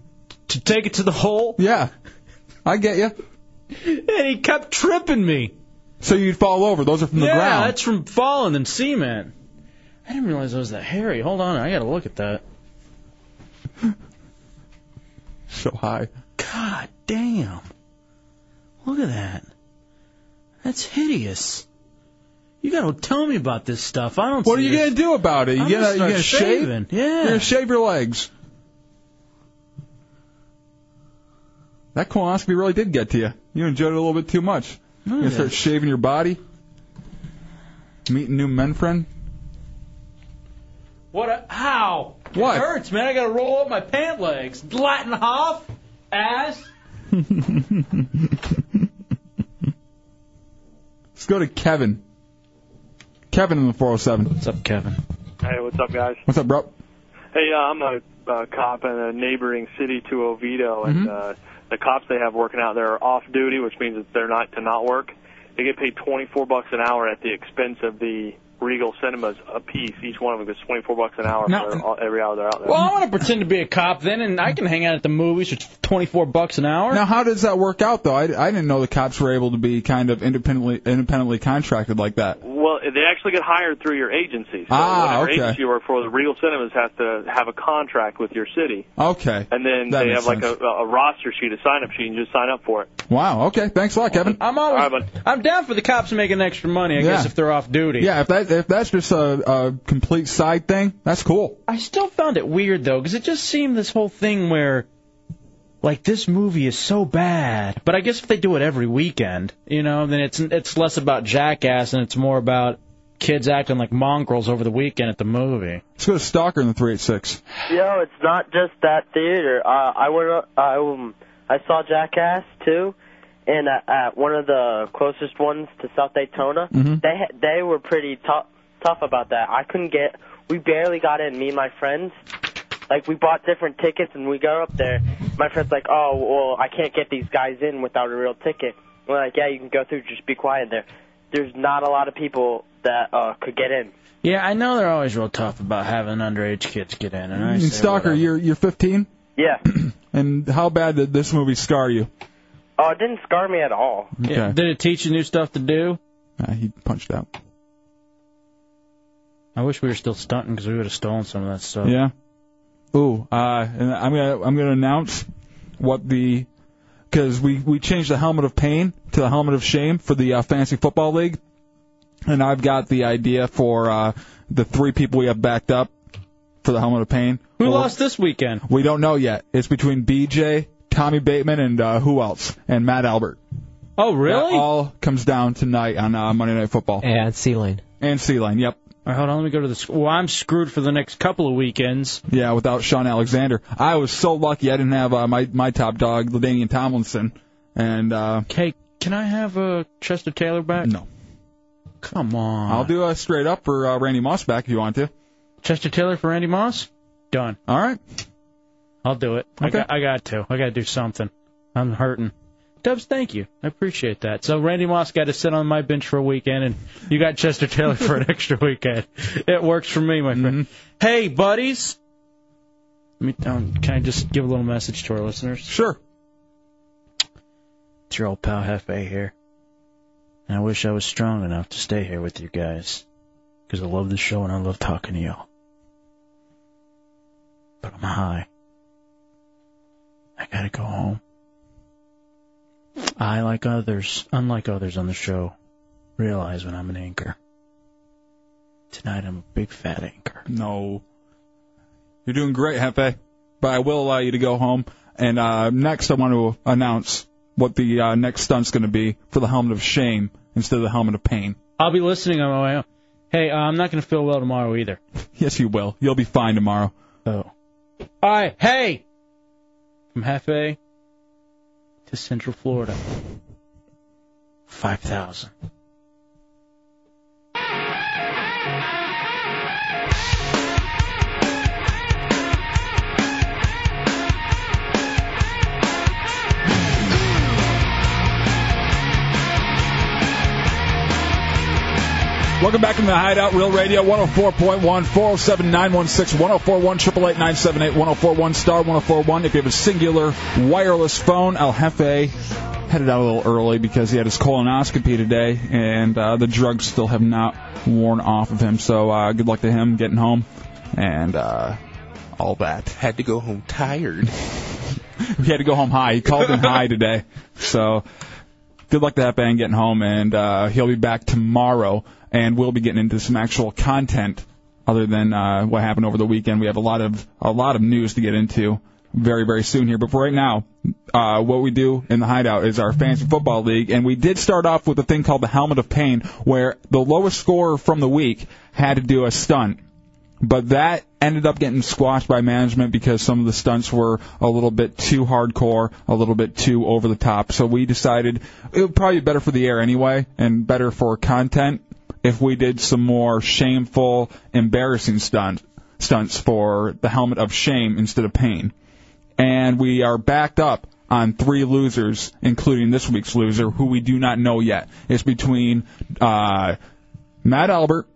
to take it to the hole.
Yeah, I get you.
And he kept tripping me.
So you'd fall over. Those are from the
yeah,
ground.
that's from falling and cement. I didn't realize it was that hairy. Hold on, I gotta look at that.
So high.
God damn. Look at that. That's hideous. You gotta tell me about this stuff. I don't
What are
see
you
this.
gonna do about it? You
I'm
gonna
gonna
you gonna
start
shave?
shaving. Yeah.
You're gonna shave your legs. That colonoscopy really did get to you. You enjoyed it a little bit too much. You're gonna
Oh, yeah.
start shaving your body. Meeting new men friend.
What a how?
What?
It hurts, man. I gotta roll up my pant legs. Latin Hoff ass.
Let's go to Kevin. Kevin in the 407. What's
up, Kevin?
Hey, what's up, guys?
What's up, bro?
Hey, uh, I'm a, uh cop in a neighboring city to Oviedo, and uh, the cops they have working out there are off duty, which means that they're not to not work. They get paid 24 bucks an hour at the expense of the Regal Cinemas a piece. Each one of them gets 24 bucks an hour
No.
for all, every hour they're out there.
Well, I want to pretend to be a cop then, and I can hang out at the movies for 24 bucks an hour.
Now, how does that work out though? I, I didn't know the cops were able to be kind of independently independently contracted like that.
Well, they actually get hired through your agency. So
Ah,
whatever
okay.
agency you work for, the Regal Cinemas has to have a contract with your city.
Okay.
And then
That
they have
makes
like a, a roster sheet, a sign up sheet, and you just sign up for it.
Wow. Okay. Thanks a lot, Kevin.
I'm always
All right,
I'm down for the cops making extra money. I
Yeah.
guess if they're off duty.
Yeah, if that if that's just a, a complete side thing, that's cool.
I still found it weird though, because it just seemed this whole thing where, like, this movie is so bad. But I guess if they do it every weekend, you know, then it's it's less about jackass and it's more about kids acting like mongrels over the weekend at the movie.
Let's go to Stalker in the 386.
Yo, it's not just that theater. Uh, I went, up- I um, I saw Jackass too, and uh, at one of the closest ones to South Daytona,
Mhm.
they ha- they were pretty tough tough about that. I couldn't get, we barely got in. Me and my friends, like we bought different tickets and we go up there. My friend's like, oh well, I can't get these guys in without a real ticket. We're like, yeah, you can go through. Just be quiet there. There's not a lot of people that uh, could get in.
Yeah, I know they're always real tough about having underage kids get in, and I
And
say,
Mm, Stalker,
whatever.
you're you're 15,
Yeah.
and how bad did this movie scar you?
Oh, it didn't scar me at all.
Okay.
Yeah, did it teach you new stuff to do?
Uh, he punched out.
I wish we were still stunting because we would have stolen some of that stuff.
Yeah. Ooh. Uh, and I'm gonna I'm gonna announce what the because we we changed the helmet of pain to the helmet of shame for the uh, fantasy football league, and I've got the idea for uh, the three people we have backed up for the helmet of pain.
Who lost this weekend?
We don't know yet. It's between BJ, Tommy Bateman, and uh, who else? And Matt Albert.
Oh, really?
That all comes down tonight on uh, Monday Night Football.
And C Lane.
And C Lane. Yep.
All right, hold on. Let me go to the. sc- Well, I'm screwed for the next couple of weekends.
Yeah, without Sean Alexander, I was so lucky. I didn't have uh, my my top dog, Ladainian Tomlinson, and uh,
Hey, can I have uh, Chester Taylor back?
No.
Come on.
I'll do a straight up for uh, Randy Moss back if you want to.
Chester Taylor for Randy Moss? Done.
All right.
I'll do it. I, got, I got to. I got to do something. I'm hurting. Dubs, thank you. I appreciate that. So Randy Moss got to sit on my bench for a weekend, and you got Chester Taylor for an extra weekend. It works for me, my friend. Hey, buddies. Let me. Um, can I just give a little message to our listeners?
Sure.
It's your old pal Hefe here, and I wish I was strong enough to stay here with you guys, because I love the show and I love talking to y'all. But I'm high. I gotta go home. I, like others, unlike others on the show, realize when I'm an anchor. Tonight I'm a big fat anchor.
No. You're doing great, Hefe. But I will allow you to go home. And uh, next, I want to announce what the uh, next stunt's going to be for the helmet of shame instead of the helmet of pain.
I'll be listening on my way home. Hey, uh, I'm not gonna feel well tomorrow either.
Yes, you will. You'll be fine tomorrow.
Oh. All right, hey! From Hefe to Central Florida. 5,000.
Welcome back to the Hideout Real Radio 104.1 407 916 1041 888 978 1041 star 1041. If you have a singular wireless phone, El Jefe headed out a little early because he had his colonoscopy today and uh, the drugs still have not worn off of him. So uh, good luck to him getting home and uh, all that. Had to go home tired. he had to go home high. He called in high today. So good luck to that band getting home, and uh, he'll be back tomorrow, and we'll be getting into some actual content other than uh, what happened over the weekend. We have a lot of a lot of news to get into very very soon here, but for right now, uh, what we do in the hideout is our fantasy football league, and we did start off with a thing called the Helmet of Pain, where the lowest scorer from the week had to do a stunt. But that ended up getting squashed by management because some of the stunts were a little bit too hardcore, a little bit too over the top. So we decided it would probably be better for the air anyway and better for content if we did some more shameful, embarrassing stunt, stunts for the helmet of shame instead of pain. And we are backed up on three losers, including this week's loser, who we do not know yet. It's between uh, Matt Albert,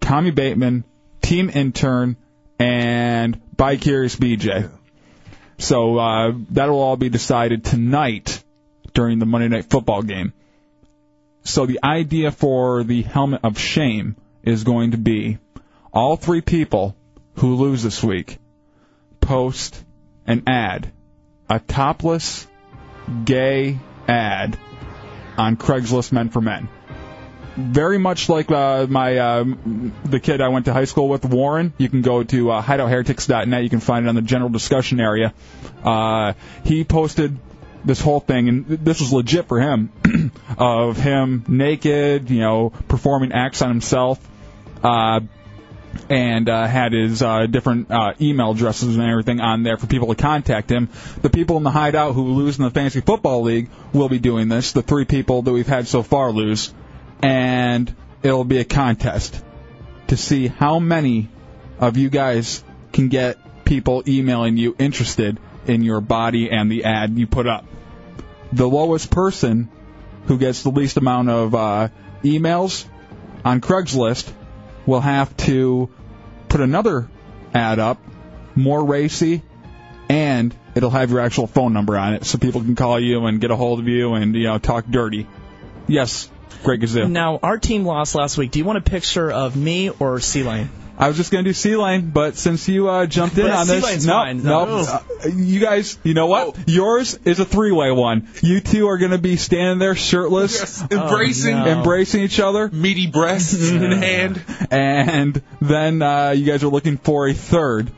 Tommy Bateman, Team Intern, and By Curious BJ. So uh, that'll all be decided tonight during the Monday Night Football game. So the idea for the Helmet of Shame is going to be all three people who lose this week post an ad, a topless gay ad on Craigslist Men for Men very much like uh, my uh, the kid I went to high school with, Warren. You can go to uh, hideoutheretics.net. You can find it on the general discussion area. Uh, he posted this whole thing, and th- this was legit for him, of him naked, you know, performing acts on himself, uh, and uh, had his uh, different uh, email addresses and everything on there for people to contact him. The people in the hideout who lose in the fantasy football league will be doing this. The three people that we've had so far lose and it'll be a contest to see how many of you guys can get people emailing you interested in your body and the ad you put up. The lowest person who gets the least amount of uh, emails on Craigslist will have to put another ad up, more racy, and it'll have your actual phone number on it, so people can call you and get a hold of you and you know talk dirty. Yes, Greg Gazoo.
Now, our team lost last week. Do you want a picture of me or C Lane?
I was just gonna do C lane, but since you uh, jumped in
But
on
Sea
this,
Lane's
no,
fine.
no,
No.
Uh, you guys, you know
Oh.
what? Yours is a three-way one. You two are gonna be standing there shirtless,
Embracing. Oh, no.
embracing each other,
meaty breasts in hand.
and then uh, you guys are looking for a third.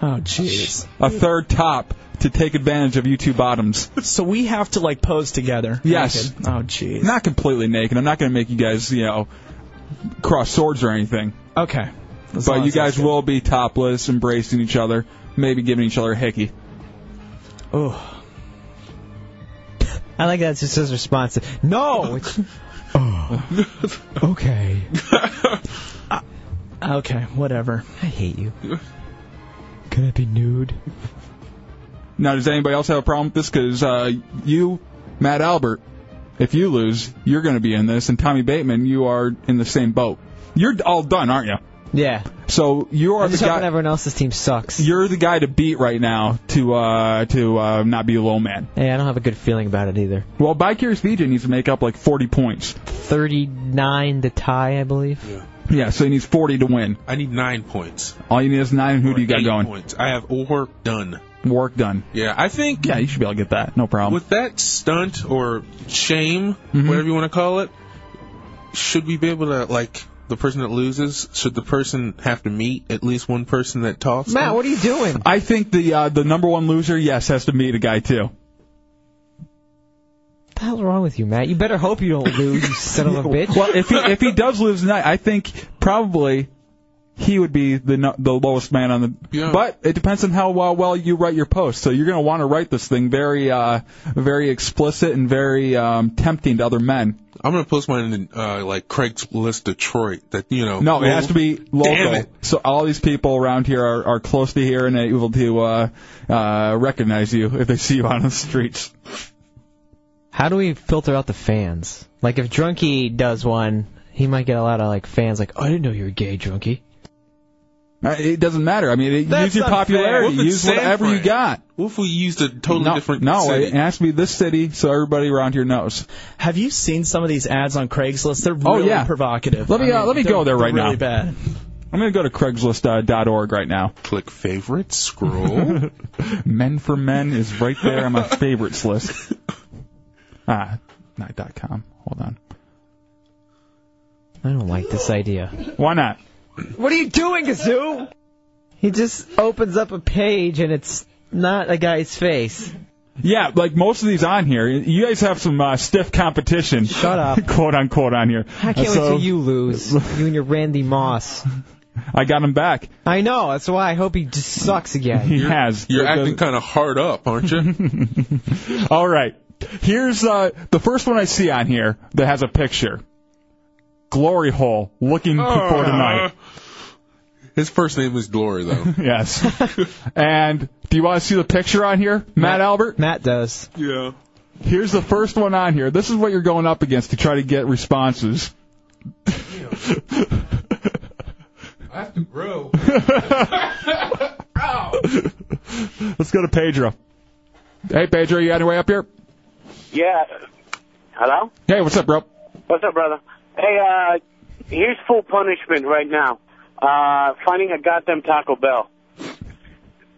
Oh, jeez.
A third top to take advantage of you two bottoms.
So we have to like pose together.
Yes.
naked. Oh, jeez.
Not completely naked. I'm not going to make you guys, you know, cross swords or anything.
Okay. As long
but you
as that's
guys will be topless, embracing each other, maybe giving each other a hickey.
Oh.
I like that. It's just his response. No. It's, oh. Okay.
Okay, whatever.
I hate you. Can I be nude?
Now, does anybody else have a problem with this? Because uh, you, Matt Albert, if you lose, you're going to be in this, and Tommy Bateman, you are in the same boat. You're all done, aren't you?
Yeah.
So you are
I'm just
the guy.
hoping everyone else's team sucks.
You're the guy to beat right now to uh, to uh, not be a low man.
Yeah, I don't have a good feeling about it either.
Well, by Curious VJ needs to make up like 40 points.
39 to tie, I believe.
Yeah, so he needs 40 to win.
I need nine points.
All you need is nine. Who do you got
Eight
going?
points. I have work done.
Work done.
Yeah, I think
Yeah, you should be able to get that. No problem.
um, with that stunt or shame,
Mm-hmm.
whatever you want to call it, should we be able to like the person that loses? Should the person have to meet at least one person that talks?
Matt, what are you doing?
I think the uh, the number one loser, yes, has to meet a guy too.
What the hell's wrong with you, Matt? You better hope you don't lose, you son of a bitch.
Well, if he if he does lose tonight, I think probably he would be the no, the lowest man on the. But it depends on how well, well you write your post. So you're going to want to write this thing very uh, very explicit and very um, tempting to other men.
I'm gonna post mine in uh, like Craigslist Detroit. That you know.
No, it has to be local.
Damn it.
So all these people around here are, are close to here and able to uh, uh, recognize you if they see you on the streets.
How do we filter out the fans? Like, if Drunky does one, he might get a lot of like fans like, oh, "I didn't know you were gay, Drunky."
Uh, It doesn't matter. I mean, it,
That's
use your
not fair.
popularity.
What if it's
Use whatever
San
you got.
What if we used a totally
no,
different
No,
city?
it has to be this city so everybody around here knows.
Have you seen some of these ads on Craigslist? They're
Oh,
really
yeah.
provocative.
Let me,
I mean,
uh, let me
they're
go there right
really
now.
Bad.
I'm going to go to Craigslist.org right now.
Click favorites, scroll.
men for Men is right there on my favorites list. Ah, not dot .com. Hold on.
I don't like this idea.
Why not?
What are you doing, Kazoo? He just opens up a page and it's not a guy's face.
Yeah, like most of these on here, you guys have some uh, stiff competition. Shut
up.
quote unquote on here.
I can't
So,
wait till you lose. You and your Randy Moss.
I got him back.
I know. That's why I hope he just sucks again.
He has.
You're acting kind of hard up, aren't you?
All right. Here's uh, the first one I see on here that has a picture. Glory hole looking for tonight.
His first name is Glory, though.
Yes. and do you want to see the picture on here, Matt, Albert?
Matt does.
Yeah.
Here's the first one on here. This is what you're going up against to try to get responses.
I have to grow.
Let's go to Pedro. Hey, Pedro, you on your way up here?
Yeah. Hello?
Hey, what's up, bro?
What's up, brother? Hey, uh, here's full punishment right now. Uh, finding a goddamn Taco Bell.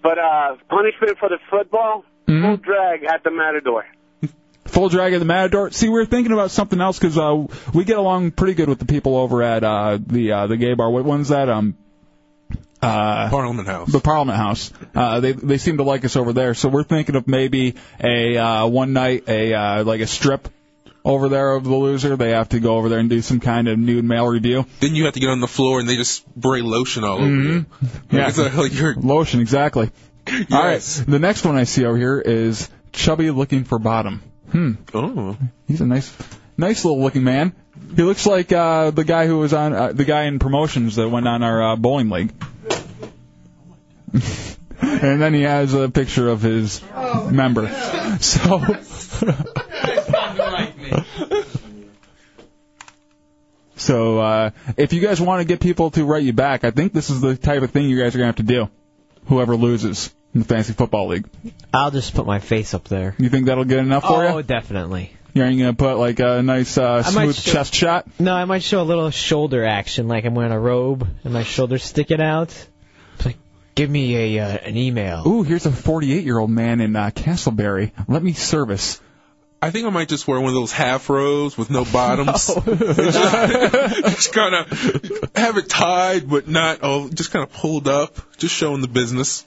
But, uh, punishment for the football, full drag at the Matador.
Full Drag of the Matador. See, we were thinking about something else because uh, we get along pretty good with the people over at uh, the uh, the gay bar. What one's that? Um, uh,
Parliament House.
The Parliament House. Uh, they they seem to like us over there, so we're thinking of maybe a uh, one night a uh, like a strip over there of the loser. They have to go over there and do some kind of nude male review.
Then you have to get on the floor and they just spray lotion all over you.
Yeah.
Oh, It's like, like you're
Mm-hmm. Lotion, exactly. All right. The next one I see over here is chubby looking for bottom. Hmm.
Oh.
He's a nice, nice little looking man. He looks like uh, the guy who was on uh, the guy in promotions that went on our uh, bowling league. and then he has a picture of his member. So. So uh, if you guys want to get people to write you back, I think this is the type of thing you guys are gonna have to do. Whoever loses in the fantasy football league,
I'll just put my face up there.
you think that'll get enough for
oh,
you?
definitely.
You ain't gonna put like a nice uh, smooth chest shot.
No, I might show a little shoulder action, like I'm wearing a robe and my shoulders sticking out. It's like, give me a uh, an email.
Ooh, here's a 48 year old man in uh, Castleberry. Let me service.
I think I might just wear one of those half rows with no bottoms. just, kind of have it tied, but not oh, just kind of pulled up, just showing the business.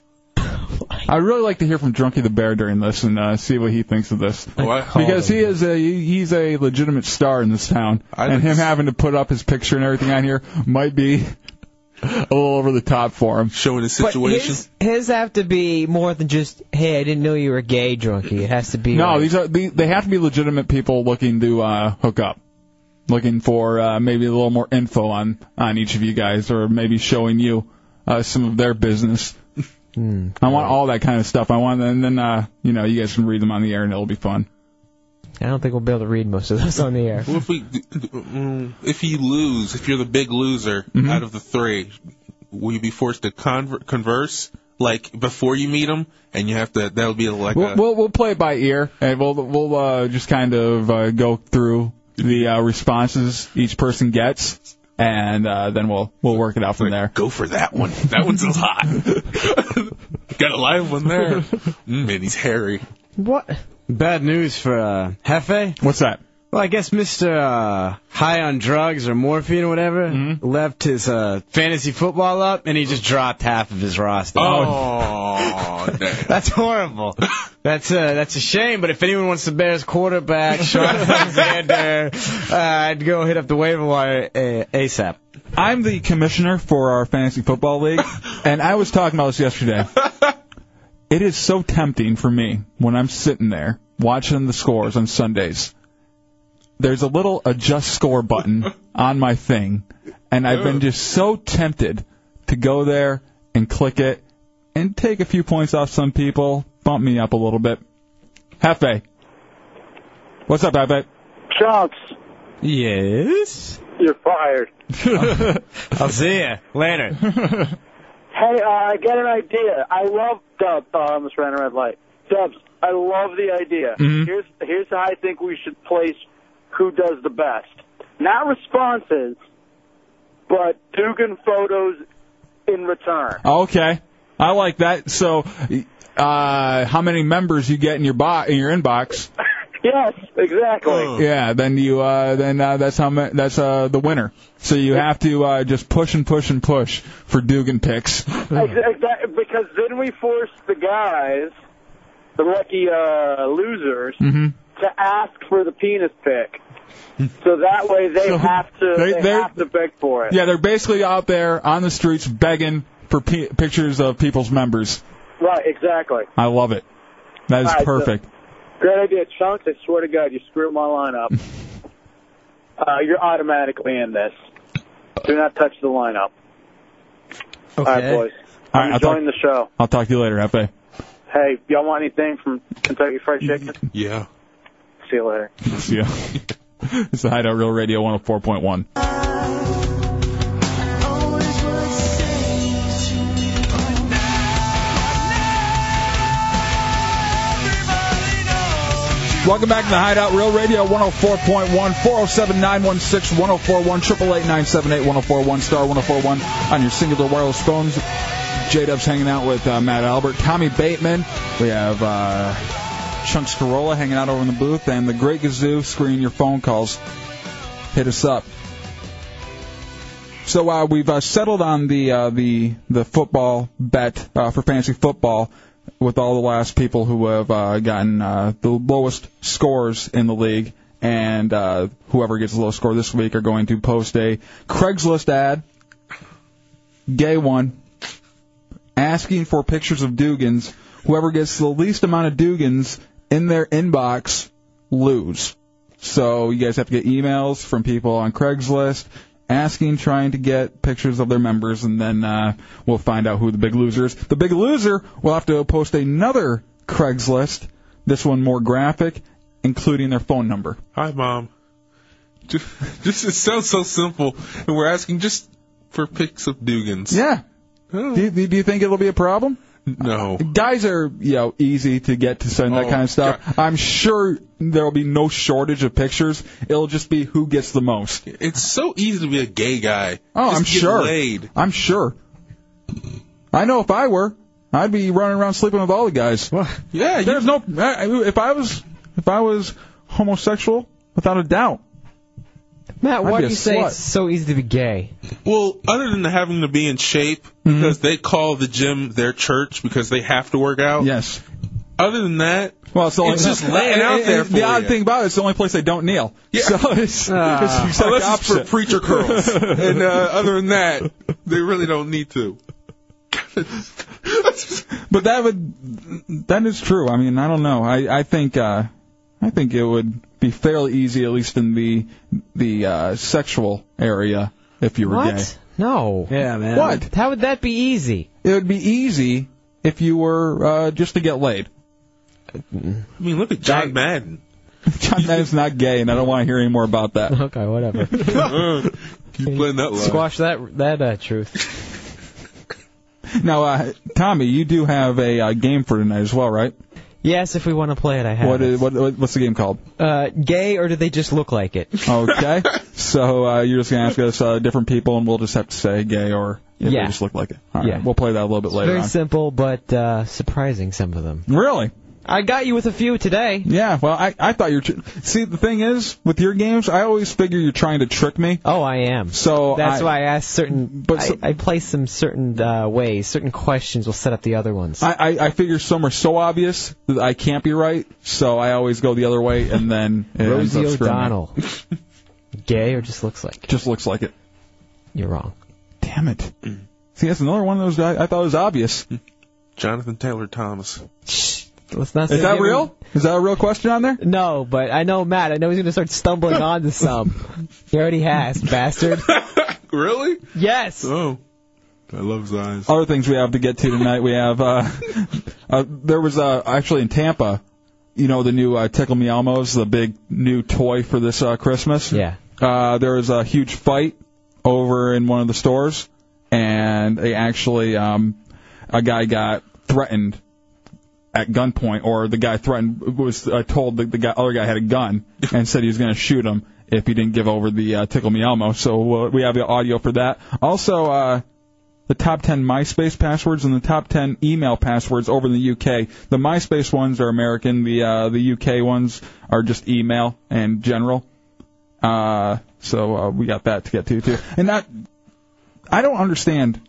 I'd really like to hear from Drunky the Bear during this and uh, see what he thinks of this.
What?
Because he is a he's a legitimate star in this town, and him having to put up his picture and everything on here might be a little over the top for him.
Showing his
But his, his have to be more than just, hey, I didn't know you were gay, drunkie. It has to be.
no,
like-
these are the- they have to be legitimate people looking to uh, hook up, looking for uh, maybe a little more info on on each of you guys, or maybe showing you uh, some of their business.
hmm.
I want all that kind of stuff. I want, and then uh, you know, you guys can read them on the air, and it'll be fun.
I don't think we'll be able to read most of those on the air.
What if we, mm, if you lose, if you're the big loser
Mm-hmm.
out of the three, will you be forced to conver- converse like before you meet him, and you have to? That'll be like
We'll,
a
we'll we'll play it by ear, and we'll we'll uh, just kind of uh, go through the uh, responses each person gets, and uh, then we'll we'll work it out from there.
Go for that one. That one's hot. Got a live one there. Mm, and he's hairy.
What?
Bad news for uh, Hefe.
What's that?
Well, I guess Mr. Uh, high on drugs or morphine or whatever
Mm-hmm.
left his uh, fantasy football up, and he just dropped half of his roster.
Oh,
that's horrible. That's uh, that's a shame. But if anyone wants the Bears quarterback, Sean Alexander, uh, I'd go hit up the waiver wire uh, ASAP.
I'm the commissioner for our fantasy football league, and I was talking about this yesterday. It is so tempting for me when I'm sitting there watching the scores on Sundays. There's a little adjust score button on my thing, and I've been just so tempted to go there and click it and take a few points off some people, bump me up a little bit. Hefe. What's up, Hefe?
Chunks,
Yes?
you're fired.
I'll see you later.
Hey, uh, I got an idea. I love Dubs. Oh, I almost ran a red light. Dubs, I love the idea.
Mhm.
Here's here's how I think we should place who does the best. Not responses, but Dugan photos in return.
Okay, I like that. So, uh, how many members you get in your bo- in your inbox?
Yes, exactly.
Yeah, then you uh, then uh, that's how ma- that's uh, the winner. So you have to uh, just push and push and push for Dugan picks.
Ex- exa- because then we force the guys, the lucky uh, losers,
hmm
to ask for the penis pick. So that way they
So
have to
they-
they,
they're-
have to beg for it.
Yeah, they're basically out there on the streets begging for p- pictures of people's members.
Right, exactly.
I love it. That is
All right, so-
perfect.
Great idea, Chunks. I swear to God, you screwed my lineup. uh, you're automatically in this. Do not touch the lineup. All right, boys.
All right, I'll talk,
Join the show.
I'll talk to you later, Hefe.
Hey, y'all want anything from Kentucky Fried Chicken?
Yeah.
See you later.
See ya. it's the Hideout Real Radio 104.1. Welcome back to the Hideout Real Radio 104.1, 407 916 1041, 888 1041, star 1041 on your singular wireless phones. J Dub's hanging out with uh, Matt Albert, Tommy Bateman. We have uh, Chunks Corolla hanging out over in the booth, and the Great Gazoo screening your phone calls. Hit us up. So uh, we've uh, settled on the uh, the the football bet uh, for fantasy football with all the last people who have uh, gotten uh, the lowest scores in the league, and uh, whoever gets the lowest score this week are going to post a Craigslist ad, gay one, asking for pictures of Dugans. Whoever gets the least amount of Dugans in their inbox lose. So you guys have to get emails from people on Craigslist asking, trying to get pictures of their members, and then uh, we'll find out who the big loser is. The big loser will have to post another Craigslist, this one more graphic, including their phone number.
Hi, mom. Just, just it sounds so simple, and we're asking just for pics of Dugans.
Yeah. Do you, do you think it'll be a problem?
No.
Guys are, you know, easy to get to send that
Oh,
kind of stuff. I'm sure there'll be no shortage of pictures. It'll just be who gets the most.
It's so easy to be a gay guy.
Oh,
Just
I'm
get
sure.
laid.
I'm sure. I know if I were, I'd be running around sleeping with all the guys. Yeah, there's no. I- I- If I was, if I was homosexual, without a doubt.
Matt,
I'd be
why do
a
you say
slut.
it's so easy to be gay?
Well, other than having to be in shape,
Mm-hmm.
because they call the gym their church because they have to work out.
Yes.
Other than that,
well, it's,
it's just laying out there for
The odd
you.
thing about it, it's the only place they don't kneel.
Yeah. Ah.
So it's,
Ah.
it's the exact
Unless it's for
opposite.
preacher curls. and uh, other than that, they really don't need to.
But that would that is true. I mean, I don't know. I I think uh I think it would be fairly easy at least in the the uh sexual area if you were
What?
gay.
No.
Yeah, man. What?
How would that be easy?
It would be easy if you were uh just to get laid.
I mean, look at John Madden.
John Madden's not gay and I don't want to hear any more about that.
Okay, whatever.
Keep playing that line.
Squash that that uh, truth.
Now, uh Tommy, you do have a uh, game for tonight as well, right?
Yes, if we want to play it, I have.
What is what what's the game called?
Uh, gay or do they just look like it?
Okay. so uh, you're just gonna ask us uh, different people, and we'll just have to say gay or if
Yeah.
they just look like it. All right.
Yeah.
We'll play that a little bit later
Very
on.
simple, but uh, surprising. Some of them.
Really?
I got you with a few today.
Yeah. Well, I I thought you were. Tr- See, the thing is, with your games, I always figure you're trying to trick me.
Oh, I am.
So
That's
I-
why I asked certain. But I, I place them certain uh, ways. Certain questions will set up the other ones.
I, I I figure some are so obvious that I can't be right, so I always go the other way, and then it ends
Rosie
up screwing me.
O'Donnell. Gay or just looks like?
Just looks like it.
You're wrong.
Damn it. See, that's another one of those I, I thought was obvious.
Jonathan Taylor Thomas.
Let's not.
Is
say
that
gay.
real? Is that a real question on there?
No, but I know Matt. I know he's going to start stumbling onto some. He already has, bastard.
Really?
Yes.
Oh. I love his eyes.
other things we have to get to tonight. We have uh, uh there was uh actually in Tampa, you know the new uh, Tickle Me Elmo's, the big new toy for this uh, Christmas.
Yeah.
Uh, there was a huge fight over in one of the stores, and they actually um a guy got threatened at gunpoint, or the guy threatened was uh, told that the guy, other guy had a gun and said he was going to shoot him if he didn't give over the uh, tickle me Elmo. So uh, we have the audio for that. Also, uh, the top 10 MySpace passwords and the top 10 email passwords over in the UK. The MySpace ones are American. The uh, the UK ones are just email and general. Uh, so uh, we got that to get to too. And that I don't understand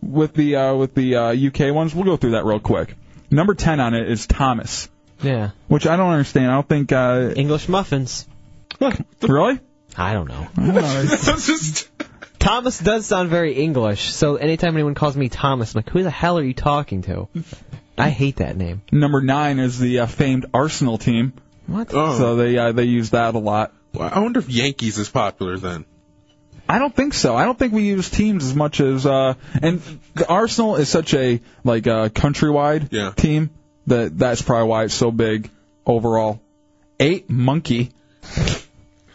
with the uh, with the uh, UK ones. We'll go through that real quick. Number 10 on it is Thomas,
Yeah.
which I don't understand. I don't think uh,
English muffins.
Really?
I don't know.
just...
Thomas does sound very English, so anytime anyone calls me Thomas, I'm like, who the hell are you talking to? I hate that name.
Number nine is the uh, famed Arsenal team.
What?
Oh.
So they uh, they use that a lot.
Well, I wonder if Yankees is popular then.
I don't think so. I don't think we use teams as much as uh and the Arsenal is such a like a countrywide
Yeah.
team that that's probably why it's so big overall. Eight monkey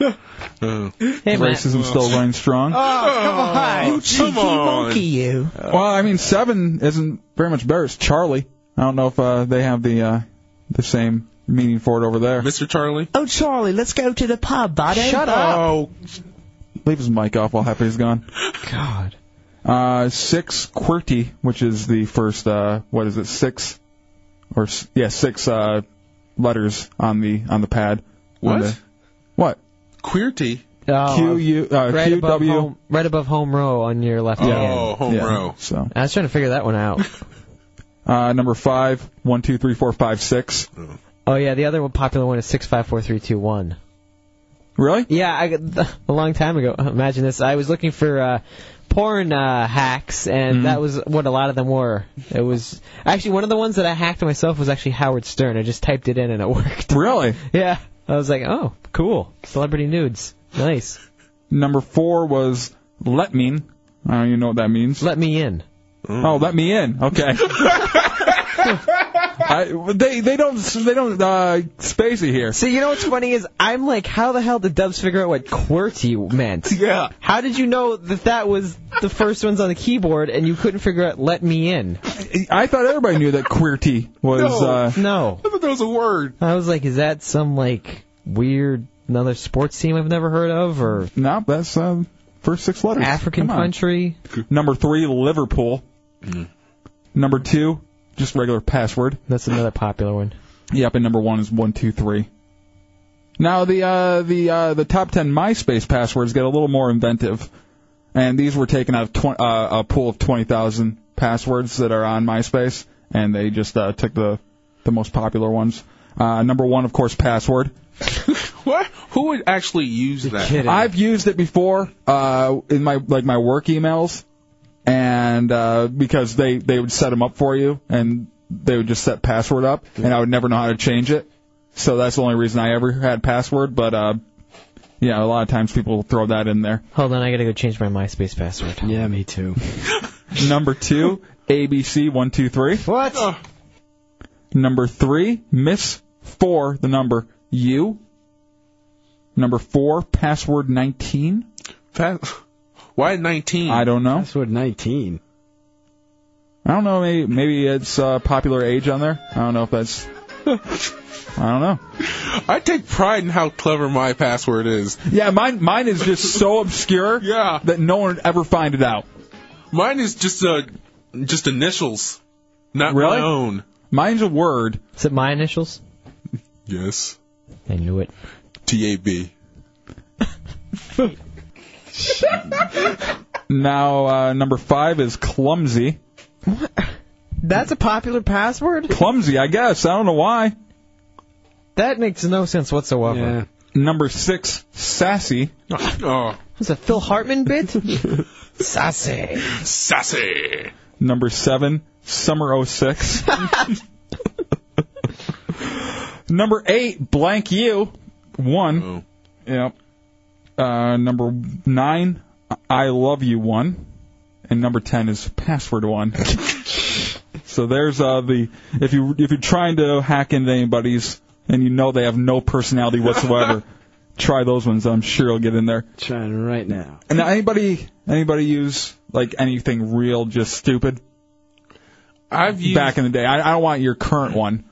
Hey, Matt.
racism still running strong.
Oh.
Oh,
come on. You cheeky
on.
monkey, you.
Oh. well, I mean seven isn't very much better. It's Charlie. I don't know if uh, they have the uh the same meaning for it over there.
Mr. Charlie?
Oh, Charlie, let's go to the pub, buddy.
Shut up.
Oh,
Leave his mic off while Happy's gone.
God.
Uh, six QWERTY, which is the first, uh, what is it, six, or, s yeah, six, uh, letters on the, on the pad. On
What?
the- what?
QWERTY?
Oh,
Q, U, uh,
right
Q,
above
W.
home, right above home row on your left hand.
Oh, home
Yeah,
row.
So,
I was trying to figure that one out.
uh, number five, one, two, three, four, five, six.
oh yeah, the other one popular one is six five four three two one.
Really?
Yeah, I, a long time ago. Imagine this. I was looking for uh, porn uh, hacks,
Mm-hmm.
and that was what a lot of them were. It was actually one of the ones that I hacked myself was actually Howard Stern. I just typed it in and it worked.
Really?
Yeah, I was like, oh, cool, celebrity nudes, nice.
Number four was let me. I don't Mm. even know what that means.
Let me in.
Oh, let me in. Okay. I, they they don't they don't uh, spacey here.
See, you know what's funny is I'm like, how the hell did Dubs figure out what QWERTY meant?
Yeah.
How did you know that that was the first ones on the keyboard and you couldn't figure out "Let me in"?
I thought everybody knew that QWERTY was.
no,
uh,
no.
I thought that was a word.
I was like, is that some like weird another sports team I've never heard of or?
No, that's um, first six letters.
African
Come on.
country.
Number three, Liverpool.
Mm.
Number two, just regular password.
That's another popular one.
Yep, and number one is one two three. Now the uh, the uh, the top ten MySpace passwords get a little more inventive, and these were taken out of tw- uh, a pool of twenty thousand passwords that are on MySpace, and they just uh, took the the most popular ones. Uh, number one, of course, password.
What? Who would actually use that?
I've used it before uh, in my like my work emails, and uh, because they they would set them up for you, and they would just set password up, and I would never know how to change it. So that's the only reason I ever had password. But uh, yeah, a lot of times people throw that in there.
Hold on, I gotta go change my MySpace password.
Yeah, me too. Number two, ABC one two three.
What?
Number three, Miss Four, the number U. Number four, password nineteen.
Why nineteen?
I don't know.
Password nineteen.
I don't know. Maybe maybe it's uh, popular age on there. I don't know if that's. I don't know.
I take pride in how clever my password is.
Yeah, mine mine is just so obscure.
Yeah.
That no one would ever find it out.
Mine is just uh, just initials, not
Really?
my own.
Mine's a word.
Is it my initials?
Yes.
I knew it.
T A B.
Now uh, number five is clumsy.
That's a popular password?
Clumsy, I guess. I don't know why.
That makes no sense whatsoever.
Number six, sassy.
Oh.
Was a Phil Hartman bit? Sassy.
Sassy.
Number seven, Summer 06. number eight, Blank You. One. Yep. Uh, number nine, I Love You. One. And number ten is Password One. so there's uh, the if you if you're trying to hack into anybody's and you know they have no personality whatsoever, try those ones. I'm sure you'll get in there.
Trying right now.
And now anybody anybody use like anything real just stupid?
I've used
back in the day. I, I don't want your current one,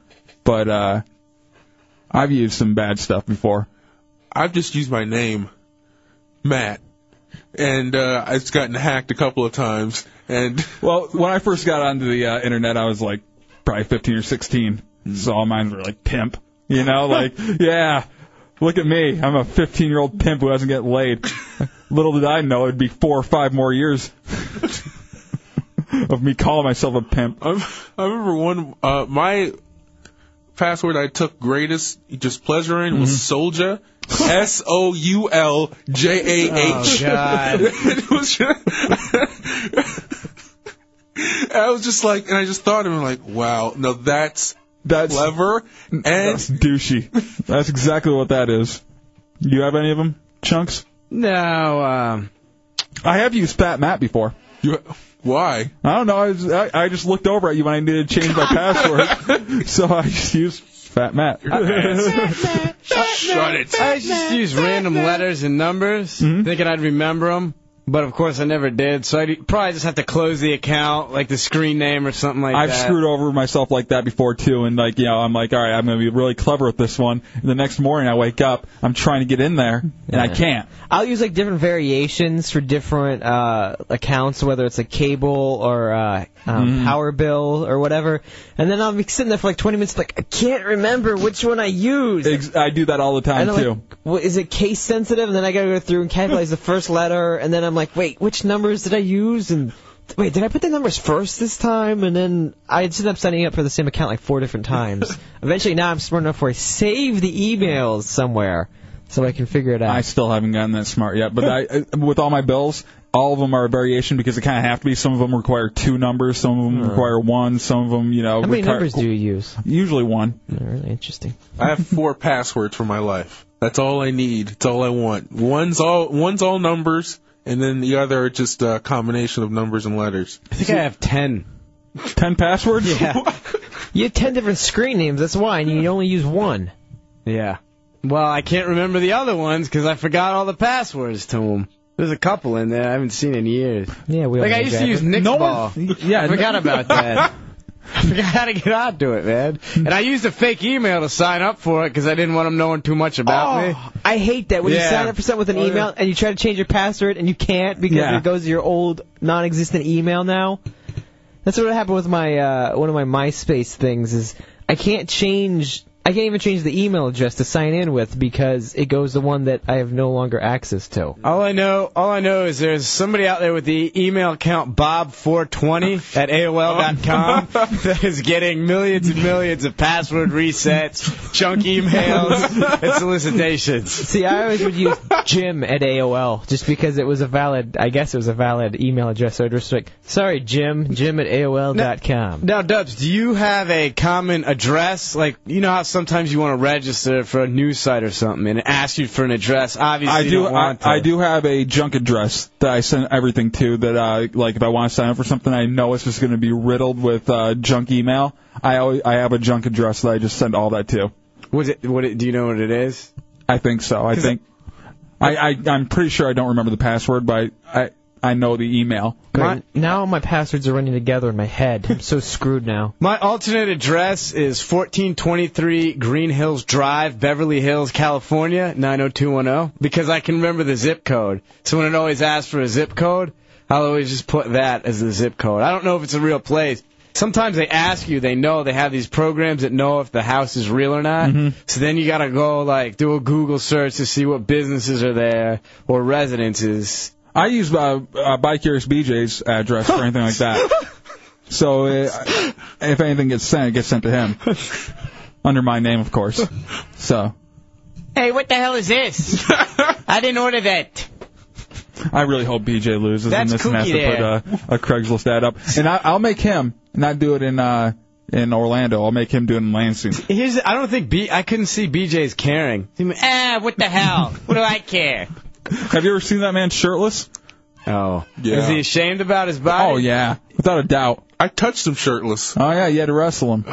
but uh I've used some bad stuff before.
I've just used my name, Matt, and uh, it's gotten hacked a couple of times. And
Well, when I first got onto the uh, internet, I was like probably 15 or 16.
Hmm.
So all mine were like pimp, you know, like yeah, look at me, I'm a 15 year old pimp who hasn't get laid. Little did I know it'd be four or five more years of me calling myself a pimp.
I'm, I remember one. Uh, my password I took greatest just pleasure in
Mm-hmm.
was Soldier. S O U L J A
Oh,
H.
God.
It was just- I was just like, and I just thought, and I'm like, wow, no, that's
that's
clever and
That's douchey. That's exactly what that is. Do you have any of them, chunks?
No. Um,
I have used Fat Matt before.
You, why?
I don't know. I, was, I, I just looked over at you when I needed to change my password, so I just used Fat Matt.
Shut it.
I just use random letters and numbers,
Mm-hmm.
thinking I'd remember them. But of course, I never did. So I'd probably just have to close the account, like the screen name or something like
I've
that.
screwed over myself like that before too, and like you know, I'm like, all right, I'm gonna be really clever with this one. And the next morning, I wake up, I'm trying to get in there, and I can't.
I'll use like different variations for different uh, accounts, whether it's a cable or uh, um,
Mm.
power bill or whatever. And then I'll be sitting there for like 20 minutes, like I can't remember which one I used.
Ex- I do that all the time
And I'm
too.
like, well, is it case sensitive? And then I gotta go through and calculate the first letter, and then I'm like, wait, which numbers did I use? And wait, did I put the numbers first this time? And then I just end up signing up for the same account like four different times. Eventually, now I'm smart enough where I save the emails somewhere so I can figure it out.
I still haven't gotten that smart yet, but I, I- with all my bills, all of them are a variation because they kind of have to be. Some of them require two numbers, some of them require one, some of them, you know.
How many
require-
numbers do you use?
Usually one.
Really interesting.
I have four passwords for my life. That's all I need. It's all I want. One's all one's all numbers, and then the other are just a combination of numbers and letters.
I think I have ten.
Ten passwords?
Yeah.
You have ten different screen names. That's why, and you only use one.
Yeah. Well, I can't remember the other ones because I forgot all the passwords to them. There's a couple in there I haven't seen in years.
Yeah, we all
Like
know
I used to
Jack.
use Nick's
No
ball.
one-
Yeah, I forgot
no-
about that. I forgot how to get onto it, man. And I used a fake email to sign up for it because I didn't want them knowing too much about
Oh,
me.
I hate that when you
Yeah.
sign up for something with an
Oh, yeah.
email and you try to change your password and you can't because
Yeah.
it goes to your old non-existent email now. That's what happened with my uh, one of my MySpace things is I can't change I can't even change the email address to sign in with because it goes to one that I have no longer access to.
All I know, all I know is there's somebody out there with the email account bob420 at AOL.com that is getting millions and millions of password resets, junk emails, and solicitations.
See, I always would use Jim at AOL just because it was a valid I guess it was a valid email address. So I just like sorry Jim Jim at AOL dot com.
Now, Dubs, do you have a common address? Like, you know how sometimes you want to register for a news site or something and it asks you for an address. Obviously,
I
you
do.
don't
I,
want to.
I do have a junk address that I send everything to. That uh, like if I want to sign up for something, I know it's just going to be riddled with uh, junk email. I always, I have a junk address that I just send all that to.
Was it? What? It, do you know what it is?
I think so. I think. I, I I'm pretty sure I don't remember the password, but I I, I know the email.
Great. now my passwords are running together in my head. I'm so screwed now.
My alternate address is 1423 Green Hills Drive, Beverly Hills, California, 90210, because I can remember the zip code. So when it always asks for a zip code, I'll always just put that as the zip code. I don't know if it's a real place. Sometimes they ask you, they know they have these programs that know if the house is real or not.
Mm-hmm.
So then you gotta go like do a Google search to see what businesses are there or residences.
I use uh, uh, by Curious BJ's address or anything like that. So uh, if anything gets sent, it gets sent to him under my name, of course. So
Hey, what the hell is this? I didn't order that.
I really hope BJ loses
That's
and this and has
kooky
to put uh, a, a Craigslist ad up. And I, I'll make him not do it in uh, in Orlando. I'll make him do it in Lansing.
Here's, I don't think B. I couldn't see BJ's caring. Ah, what the hell? what do I care?
Have you ever seen that man shirtless?
Oh,
yeah.
Is he ashamed about his body?
Oh yeah, without a doubt.
I touched him shirtless.
Oh yeah, you had to wrestle him.